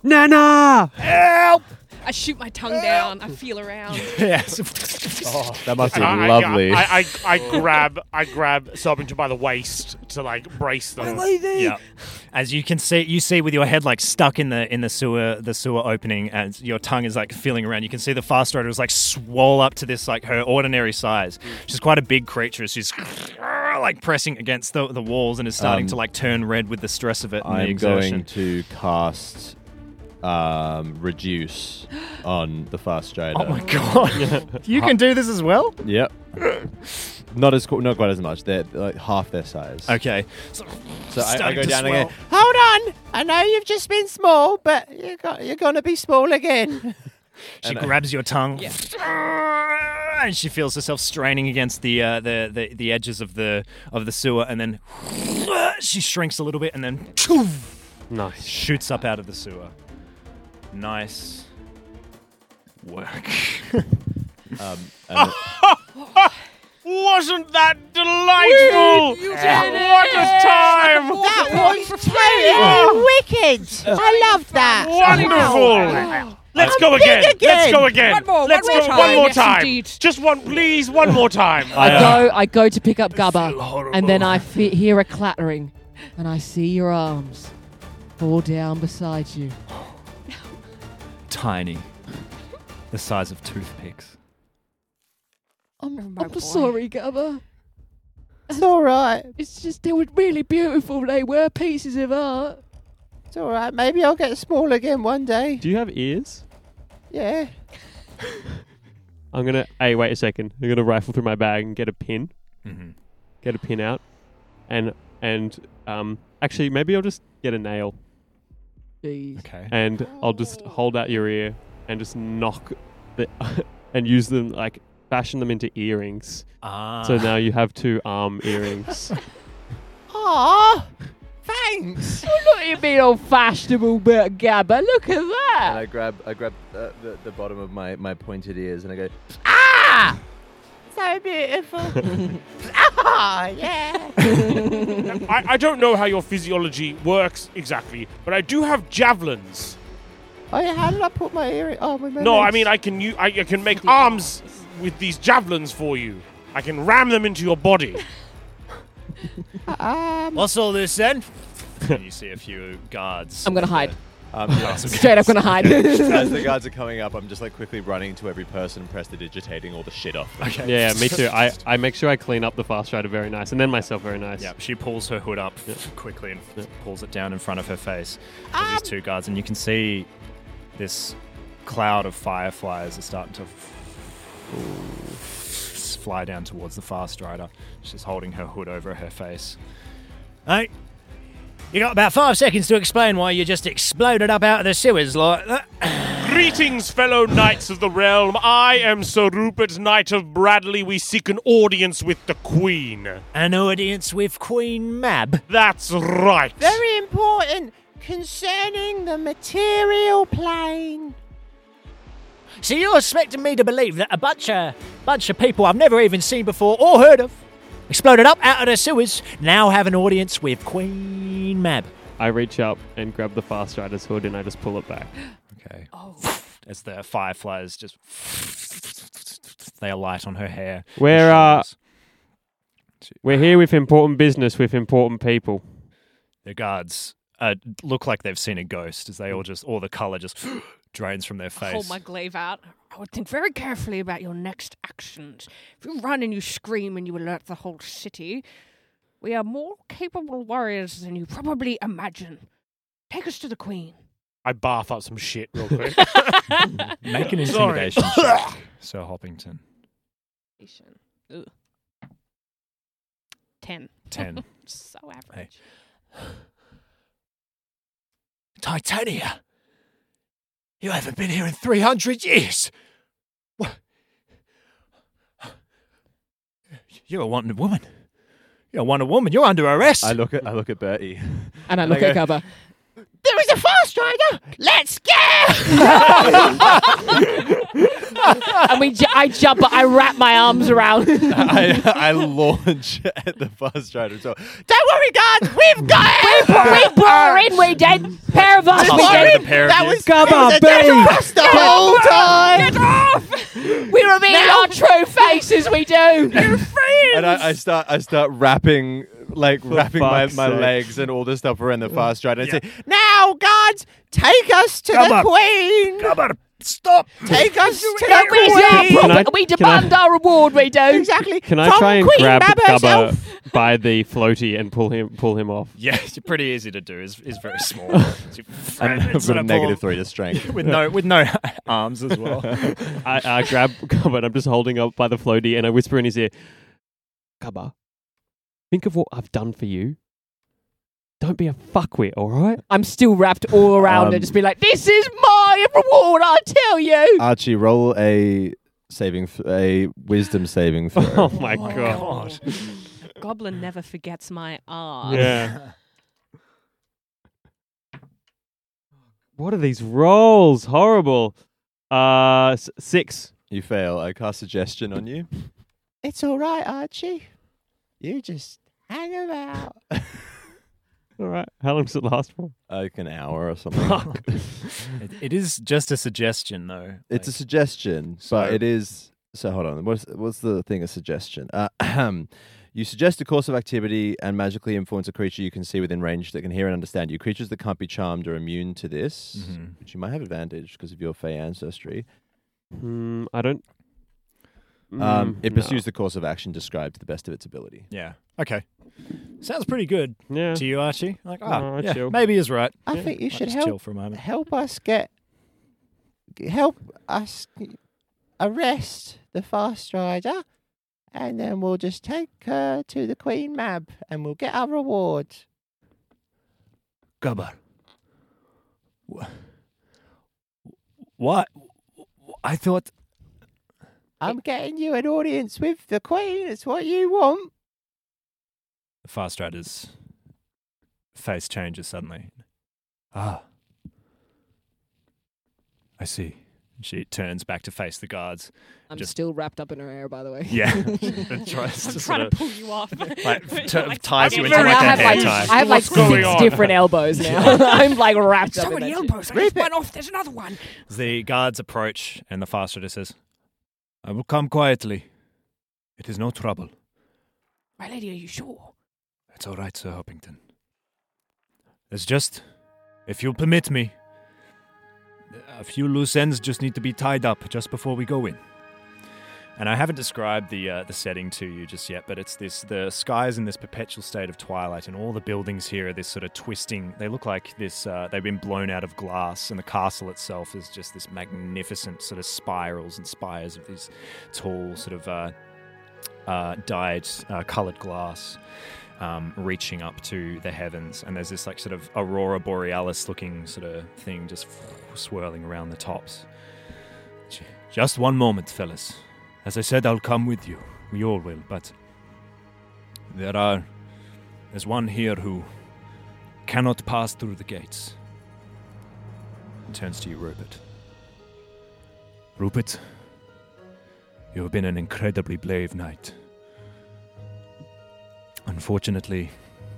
Speaker 4: Nana!
Speaker 8: Help! I shoot my tongue down. I feel around.
Speaker 3: Yes.
Speaker 7: Oh,
Speaker 1: that must be
Speaker 7: And I- I-
Speaker 1: lovely.
Speaker 7: I, I, I grab I grab Sobbington by the waist to like brace them.
Speaker 3: Yeah. As you can see, you see with your head like stuck in the in the sewer the sewer opening, and your tongue is like feeling around. You can see the fast rider is like swole up to this like her ordinary
Speaker 1: Mm.
Speaker 3: size. She's quite a big creature. She's like pressing against the, the walls and is starting
Speaker 1: Um,
Speaker 3: to like turn red with the stress of it and the
Speaker 1: I'm
Speaker 3: exertion.
Speaker 1: going to cast um, reduce on the fast rider.
Speaker 3: Oh my god! you can do this as well.
Speaker 1: Yep. not as qu- not quite as much. They're like half their size.
Speaker 3: Okay. So,
Speaker 1: I, I
Speaker 3: starting
Speaker 1: go
Speaker 3: to
Speaker 1: down
Speaker 3: swell.
Speaker 1: again.
Speaker 5: Hold on. I know you've just been small, but you're, go- you're going to be small again.
Speaker 3: She
Speaker 1: And I-
Speaker 3: grabs your tongue, and she feels herself straining against the, uh, the the the edges of the of the sewer, and then she shrinks a little bit, and then
Speaker 4: nice
Speaker 3: shoots up out of the sewer. Nice work.
Speaker 1: Um, and
Speaker 7: Wasn't that delightful?
Speaker 8: You did
Speaker 7: what
Speaker 8: it!
Speaker 7: a time!
Speaker 8: That
Speaker 5: was
Speaker 8: Very
Speaker 5: wicked. I love that.
Speaker 7: Wonderful. Let's go
Speaker 5: I'm
Speaker 7: again.
Speaker 5: big again.
Speaker 7: Let's go again.
Speaker 8: One more,
Speaker 7: Let's
Speaker 8: one
Speaker 7: go
Speaker 8: more
Speaker 7: one
Speaker 8: time.
Speaker 7: more
Speaker 8: Yes,
Speaker 7: time.
Speaker 8: indeed.
Speaker 7: Just one, please. One more time. Uh,
Speaker 6: I
Speaker 3: uh,
Speaker 6: go, I go to pick up Gubba, and then I fe- hear a clattering, and I see your arms fall down beside you.
Speaker 3: Tiny, the size of toothpicks.
Speaker 6: I'm,
Speaker 8: Oh,
Speaker 6: I'm sorry, Gubba.
Speaker 5: It's all right.
Speaker 6: It's just they were really beautiful. They were pieces of art.
Speaker 5: It's all right. Maybe I'll get small again one day.
Speaker 4: Do you have ears?
Speaker 5: Yeah.
Speaker 4: I'm gonna. Hey, wait a second. I'm gonna rifle through my bag and get a pin.
Speaker 3: Mhm.
Speaker 4: Get a pin out, and and um. Actually, maybe I'll just get a nail
Speaker 3: Okay.
Speaker 4: and I'll just hold out your ear and just knock the and use them like fashion them into earrings.
Speaker 3: Ah.
Speaker 4: So now you have two arm earrings.
Speaker 5: Aw.
Speaker 1: thanks.
Speaker 6: Oh, look at you being all fashionable, but Gabba. Look at
Speaker 1: And
Speaker 6: that.
Speaker 1: I grab, I grab uh, the, the bottom of my, my pointed ears and I go,
Speaker 5: Ah! So beautiful. ah, yeah.
Speaker 7: I, I don't know how your physiology works exactly, but I do have javelins.
Speaker 5: Oh, yeah, how did I put my ear? Oh, my
Speaker 7: No, I mean I can u- I, I can make arms with these javelins for you. I can ram them into your body.
Speaker 5: Um,
Speaker 17: What's all this then? and you see a few guards.
Speaker 6: I'm gonna hide.
Speaker 1: Um,
Speaker 6: Straight up gonna hide.
Speaker 1: As the guards are coming up, I'm just like quickly running to every person, prestidigitating all the shit off. them.
Speaker 4: Yeah, me too. I, I make sure I clean up the fast rider very nice, and then myself very nice.
Speaker 17: Yeah, she pulls her hood up quickly and pulls it down in front of her face. There's these two guards, and you can see this cloud of fireflies are starting to f- fly down towards the fast rider. She's holding her hood over her face.
Speaker 19: Hey, you got about five seconds to explain why you just exploded up out of the sewers like that.
Speaker 7: Greetings, fellow knights of the realm. I am Sir Rupert, Knight of Bradley. We seek an audience with the Queen.
Speaker 19: An audience with Queen Mab.
Speaker 7: That's right.
Speaker 5: Very important concerning the material plane.
Speaker 19: So you're expecting me to believe that a bunch of bunch of people I've never even seen before or heard of exploded up out of the sewers now have an audience with Queen Mab.
Speaker 4: I reach up and grab the fast rider's hood, and I just pull it back.
Speaker 17: Okay. As the fireflies just they alight on her hair.
Speaker 4: We're uh, we're here with important business with important people.
Speaker 17: The guards uh, look like they've seen a ghost as they all just all the color just drains from their face.
Speaker 8: Hold Oh my glaive out. I would think very carefully about your next actions. If you run and you scream and you alert the whole city, we are more capable warriors than you probably imagine. Take us to the queen.
Speaker 7: I bath up some shit real quick.
Speaker 3: Make an
Speaker 7: Sorry.
Speaker 3: intimidation check, Sir Hoppington.
Speaker 8: Ugh. Ten.
Speaker 3: Ten.
Speaker 8: so average.
Speaker 18: Titania! You haven't been here in 300 years!
Speaker 3: You're a wanted woman. You're a wanted woman. You're under arrest.
Speaker 1: I look at I look at Bertie,
Speaker 6: And I look at
Speaker 1: go,
Speaker 6: Gabba.
Speaker 5: There is a fast rider. Let's
Speaker 6: and we, ju- I jump, but I wrap my arms around.
Speaker 1: I, I launch at the fast rider. So
Speaker 5: Don't worry, guys. We've got it.
Speaker 6: we brought her in, we did. Pair of us,
Speaker 1: Just
Speaker 6: we
Speaker 1: worried
Speaker 6: did.
Speaker 1: the pair of That you. was-
Speaker 6: Come
Speaker 1: it was
Speaker 6: on,
Speaker 1: a dead
Speaker 6: babe.
Speaker 1: horse the whole time.
Speaker 6: We reveal our true faces, we do.
Speaker 1: and I, I start I start wrapping like wrapping my,
Speaker 4: fuck's
Speaker 1: my
Speaker 4: sake.
Speaker 1: legs and all this stuff around the fast rider. And say,
Speaker 5: Now, guards, take us to
Speaker 1: Come
Speaker 5: the
Speaker 1: up.
Speaker 5: queen.
Speaker 19: stop.
Speaker 5: Take us to
Speaker 6: That
Speaker 5: the
Speaker 6: means
Speaker 5: queen.
Speaker 6: our
Speaker 4: Can
Speaker 6: pro-
Speaker 4: I-
Speaker 6: we
Speaker 4: can I-
Speaker 6: demand our reward, we do.
Speaker 5: Exactly.
Speaker 4: Can I
Speaker 6: From
Speaker 4: try and
Speaker 6: Queen
Speaker 4: grab
Speaker 6: Mab herself.
Speaker 4: Gubba by the floaty and pull him pull him off?
Speaker 17: Yeah, it's pretty easy to do. It's, it's very small.
Speaker 1: And I've
Speaker 17: It's
Speaker 1: got a
Speaker 17: gonna pull
Speaker 1: negative
Speaker 17: him-
Speaker 1: three to strength.
Speaker 17: with no with no arms as well.
Speaker 4: I, I grab Gubba and I'm just holding up by the floaty and I whisper in his ear, Gubba, think of what I've done for you. Don't be a fuckwit, all right?
Speaker 6: I'm still wrapped all around
Speaker 1: Um,
Speaker 6: and just be like, this is my reward, I tell you.
Speaker 1: Archie, roll a saving th- a wisdom saving throw.
Speaker 4: Oh my god.
Speaker 8: Goblin never forgets my arm.
Speaker 4: Yeah. What are these rolls? Horrible. Uh, s- six.
Speaker 1: You fail. I cast suggestion on you.
Speaker 5: It's all right, Archie. You just hang about.
Speaker 4: All right. How long does it last for?
Speaker 1: Like an hour or something.
Speaker 17: It, it is just a suggestion, though.
Speaker 1: it's a suggestion, but it is. So hold on. What's what's the thing? A suggestion. Uh, you suggest a course of activity and magically influence a creature you can see within range that can hear and understand you. Creatures that can't be charmed are immune to this,
Speaker 5: Mm-hmm.
Speaker 3: Mhm.
Speaker 1: which you might have advantage because of your Fey ancestry.
Speaker 4: Mm, I don't.
Speaker 1: Um,
Speaker 5: Mm-hmm.
Speaker 4: Mm,
Speaker 1: it
Speaker 4: no.
Speaker 1: pursues the course of action described to the best of its ability.
Speaker 3: Yeah. Okay. Sounds pretty good
Speaker 4: Yeah.
Speaker 3: to you, Archie. Like,
Speaker 12: Oh,
Speaker 3: ah,
Speaker 4: No, I
Speaker 3: yeah,
Speaker 4: chill.
Speaker 3: maybe he's right.
Speaker 5: I
Speaker 4: Yeah.
Speaker 5: think you
Speaker 3: Might
Speaker 5: should
Speaker 3: just
Speaker 5: help
Speaker 3: chill for a moment.
Speaker 5: help us get help us arrest the fast rider, and then we'll just take her to the Queen Mab, and we'll get our reward.
Speaker 12: Gabar. Wh- What? I thought
Speaker 5: I'm getting you an audience with the Queen. It's what you want.
Speaker 3: The fast riders face changes suddenly. Ah, I see. She turns back to face the guards.
Speaker 6: I'm
Speaker 3: just
Speaker 6: still wrapped up in her hair, by the way.
Speaker 3: Yeah. And tries
Speaker 6: I'm
Speaker 3: to
Speaker 6: trying
Speaker 3: sort
Speaker 6: to
Speaker 3: of-
Speaker 6: pull you off.
Speaker 3: like, t- ties you
Speaker 6: I'm
Speaker 3: into
Speaker 6: very
Speaker 3: like a hair
Speaker 6: confused.
Speaker 3: tie.
Speaker 6: I have like six different elbows now. I'm like wrapped
Speaker 8: so
Speaker 6: up in
Speaker 8: many
Speaker 6: that shit.
Speaker 8: elbows. I ripped one off. There's another one.
Speaker 3: The guards approach, and the fast just says, "I will come quietly. It is no trouble.
Speaker 8: My lady, are you sure?
Speaker 3: It's all right, Sir Hoppington. It's just, if you'll permit me, a few loose ends just need to be tied up just before we go in." And I haven't described the uh, the setting to you just yet, but it's this: the sky is in this perpetual state of twilight, and all the buildings here are this sort of twisting. They look like this; uh, they've been blown out of glass, and the castle itself is just this magnificent sort of spirals and spires of these tall, sort of uh, uh, dyed, uh, coloured glass. Um, reaching up to the heavens, and there's this like sort of aurora borealis looking sort of thing just swirling around the tops. J- Just one moment, fellas. As I said, I'll come with you. We all will, but there are. There's one here who cannot pass through the gates. Turns to you, Rupert. Rupert, you have been an incredibly brave knight. Unfortunately,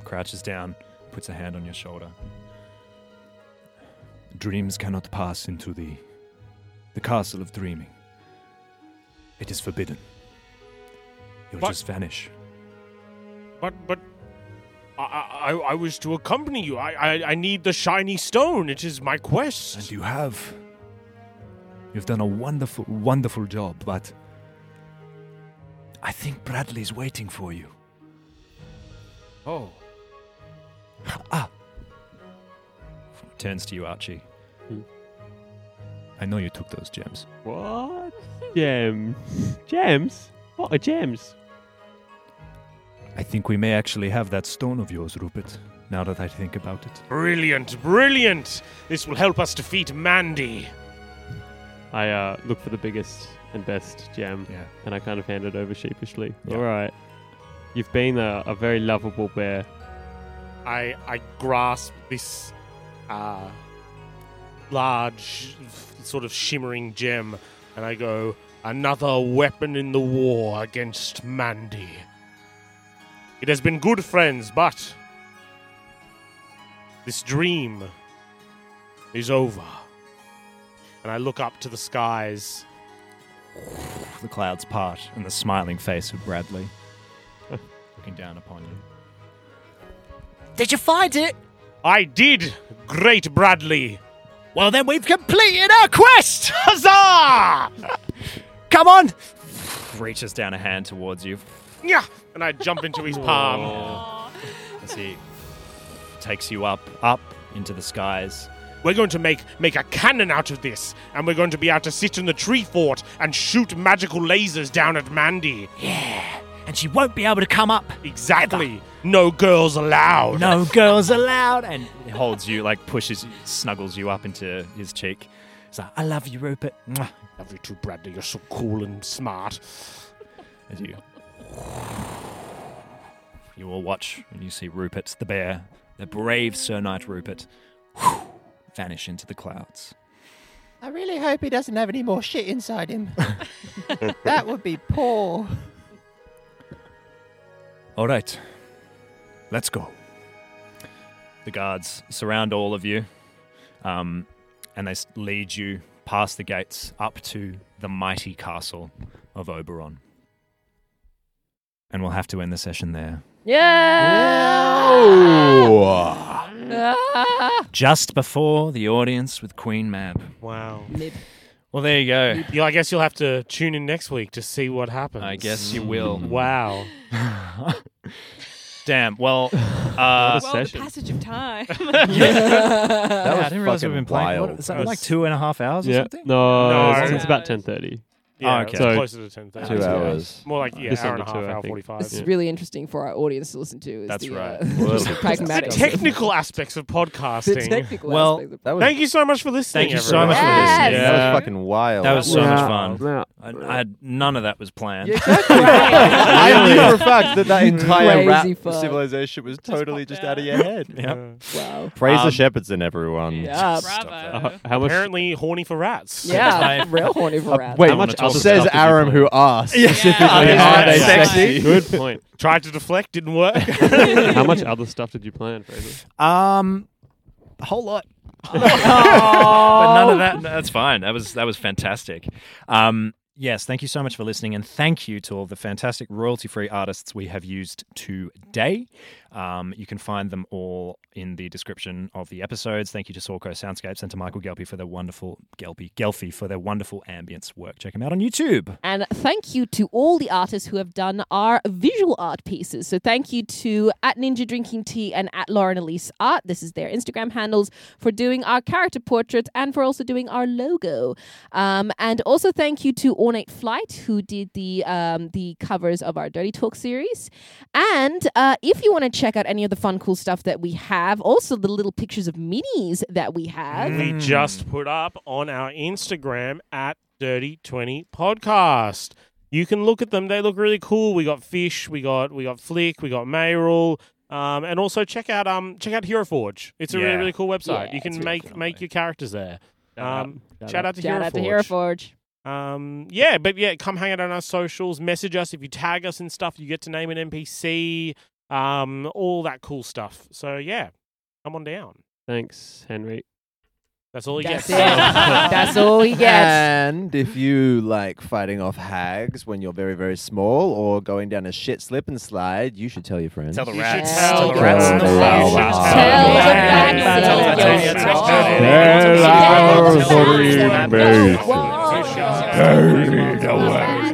Speaker 3: crouches down, puts a hand on your shoulder. Dreams cannot pass into the the castle of dreaming. It is forbidden. You'll
Speaker 7: But-
Speaker 3: just vanish.
Speaker 7: But but I I, I- I was to accompany you. I, I I need the shiny stone. It is my quest. And
Speaker 3: you have. You've done a wonderful, wonderful job, but I think Bradley's waiting for you.
Speaker 7: Oh.
Speaker 3: Turns to you, Archie. I know you took those gems.
Speaker 4: What? Gem. Gems? What are gems?
Speaker 3: I think we may actually have that stone of yours, Rupert, now that I think about it.
Speaker 7: Brilliant, brilliant! This will help us defeat Mandy.
Speaker 4: I uh, look for the biggest and best gem, and I kind of hand it over sheepishly.
Speaker 7: Yeah.
Speaker 4: All right, you've been a, a very lovable bear.
Speaker 7: I I grasp this uh, large, f- sort of shimmering gem, and I go, another weapon in the war against Mandy. It has been good friends, but this dream is over. And I look up to the skies.
Speaker 3: The clouds part, and the smiling face of Bradley looking down upon you.
Speaker 19: Did you find it?
Speaker 7: I did, great Bradley.
Speaker 19: Well, then we've completed our quest! Huzzah! Come on!
Speaker 3: Reaches down a hand towards you
Speaker 7: Yeah, and I jump into his palm.
Speaker 3: as he takes you up, up into the skies.
Speaker 7: We're going to make make a cannon out of this, and we're going to be able to sit in the tree fort and shoot magical lasers down at Mandy.
Speaker 19: Yeah, and she won't be able to come up.
Speaker 7: Exactly. No girls allowed.
Speaker 19: No girls allowed. And
Speaker 3: He holds you, like pushes, snuggles you up into his cheek. He's like, I love you, Rupert. Mwah.
Speaker 7: Love you too, Bradley. You're so cool and smart.
Speaker 3: As you you all watch and you see Rupert the bear, the brave Sir Knight Rupert, whew, vanish into the clouds.
Speaker 5: I really hope he doesn't have any more shit inside him. that would be poor.
Speaker 3: All right, let's go. The guards surround all of you, um, and they s- lead you past the gates up to the mighty castle of Oberon. And we'll have to end the session there.
Speaker 6: Yeah. Ah.
Speaker 3: Just before the audience with Queen Mab.
Speaker 7: Wow.
Speaker 3: Well, there you go.
Speaker 7: Yeah, I guess you'll have to tune in next week to see what happens. I
Speaker 3: guess you will.
Speaker 7: Wow.
Speaker 3: Damn. Well, uh,
Speaker 4: What a
Speaker 8: well, the passage of time.
Speaker 3: I didn't realize we've been playing. What, is that like two and a half hours or
Speaker 4: Yeah.
Speaker 3: something?
Speaker 4: No,
Speaker 7: No.
Speaker 4: it's, it's about ten thirty.
Speaker 7: Yeah,
Speaker 6: Oh,
Speaker 7: it's
Speaker 6: okay.
Speaker 7: closer to
Speaker 6: So,
Speaker 7: 10,000.
Speaker 6: two
Speaker 7: Yeah.
Speaker 6: hours.
Speaker 7: More like, yeah,
Speaker 6: Just
Speaker 7: hour and a
Speaker 6: under
Speaker 7: half,
Speaker 6: two, I
Speaker 7: hour
Speaker 6: think.
Speaker 7: 45.
Speaker 6: It's
Speaker 7: yeah.
Speaker 6: really interesting for our audience to listen to. Is
Speaker 7: That's
Speaker 6: the,
Speaker 7: right.
Speaker 6: Uh,
Speaker 7: Well,
Speaker 6: just
Speaker 7: that'll be
Speaker 6: pragmatic.
Speaker 7: The technical aspects of podcasting.
Speaker 6: The technical
Speaker 7: well,
Speaker 6: aspects of
Speaker 7: thank you so much for listening.
Speaker 3: Thank you so
Speaker 7: everyone.
Speaker 3: much for listening.
Speaker 1: That was fucking wild.
Speaker 3: That was so
Speaker 1: Yeah.
Speaker 3: much fun. I, I had, none of that was planned.
Speaker 1: I knew for a fact that that entire rap
Speaker 3: Crazy fuck.
Speaker 1: civilization was totally just out of your head.
Speaker 3: Yep. Wow.
Speaker 1: Praise the
Speaker 3: Um,
Speaker 1: Shepherdston, everyone.
Speaker 6: Yeah.
Speaker 1: Stop that.
Speaker 3: Uh,
Speaker 4: how much-
Speaker 7: Apparently horny for rats. Uh,
Speaker 6: Yeah, real horny for rats.
Speaker 1: Wait, says Aram who asked. specifically, are they sexy?
Speaker 4: Good point.
Speaker 7: Tried to deflect, didn't work.
Speaker 4: How much other stuff did you plan, Fraser?
Speaker 3: Um, a whole lot. but
Speaker 7: Oh.
Speaker 3: none of that. That's fine. That was that was fantastic. Um, yes, thank you so much for listening, and thank you to all the fantastic royalty-free artists we have used today. Um, you can find them all in the description of the episodes. Thank you to Sorco Soundscapes and to Michael Gelpy for their wonderful Gelpy Gelfie for their wonderful ambience work. Check them out on YouTube.
Speaker 6: And thank you to all the artists who have done our visual art pieces. So thank you to at Ninja Drinking Tea and at Lauren Elise Art. This is their Instagram handles for doing our character portraits and for also doing our logo. Um, and also thank you to Ornate Flight who did the um, the covers of our Dirty Talk series. And uh, if you want to check out any of the fun, cool stuff that we have, also the little pictures of minis that we have.
Speaker 7: We
Speaker 1: Mm.
Speaker 7: just put up on our Instagram at Dirty Twenty Podcast. You can look at them; they look really cool. We got fish, we got we got flick, we got mayoral, um, and also check out um check out Hero Forge. It's a really
Speaker 1: Yeah.
Speaker 7: really cool website.
Speaker 1: Yeah,
Speaker 7: you can
Speaker 1: it's really
Speaker 7: make make your characters there.
Speaker 1: out-
Speaker 7: um,
Speaker 1: shout
Speaker 7: shout
Speaker 1: out.
Speaker 7: out to
Speaker 6: Shout
Speaker 7: Hero
Speaker 6: out to
Speaker 7: Forge.
Speaker 6: Hero Forge.
Speaker 7: Um, yeah, but yeah, come hang out on our socials. Message us if you tag us and stuff. You get to name an NPC, um, all that cool stuff. So yeah, come on down.
Speaker 4: Thanks, Henry.
Speaker 7: That's all he
Speaker 6: That's
Speaker 7: gets.
Speaker 6: it. That's all he gets.
Speaker 1: And if you like fighting off hags when you're very, very small or going down a shit slip and slide, you should tell your friends.
Speaker 3: Tell the
Speaker 1: You
Speaker 3: rats.
Speaker 1: should
Speaker 3: Tell the
Speaker 1: rats.
Speaker 3: rats.
Speaker 1: Tell the
Speaker 3: Tell
Speaker 1: rats.
Speaker 3: the rats.
Speaker 1: Tell the rats. Tell the rats.
Speaker 6: Oh.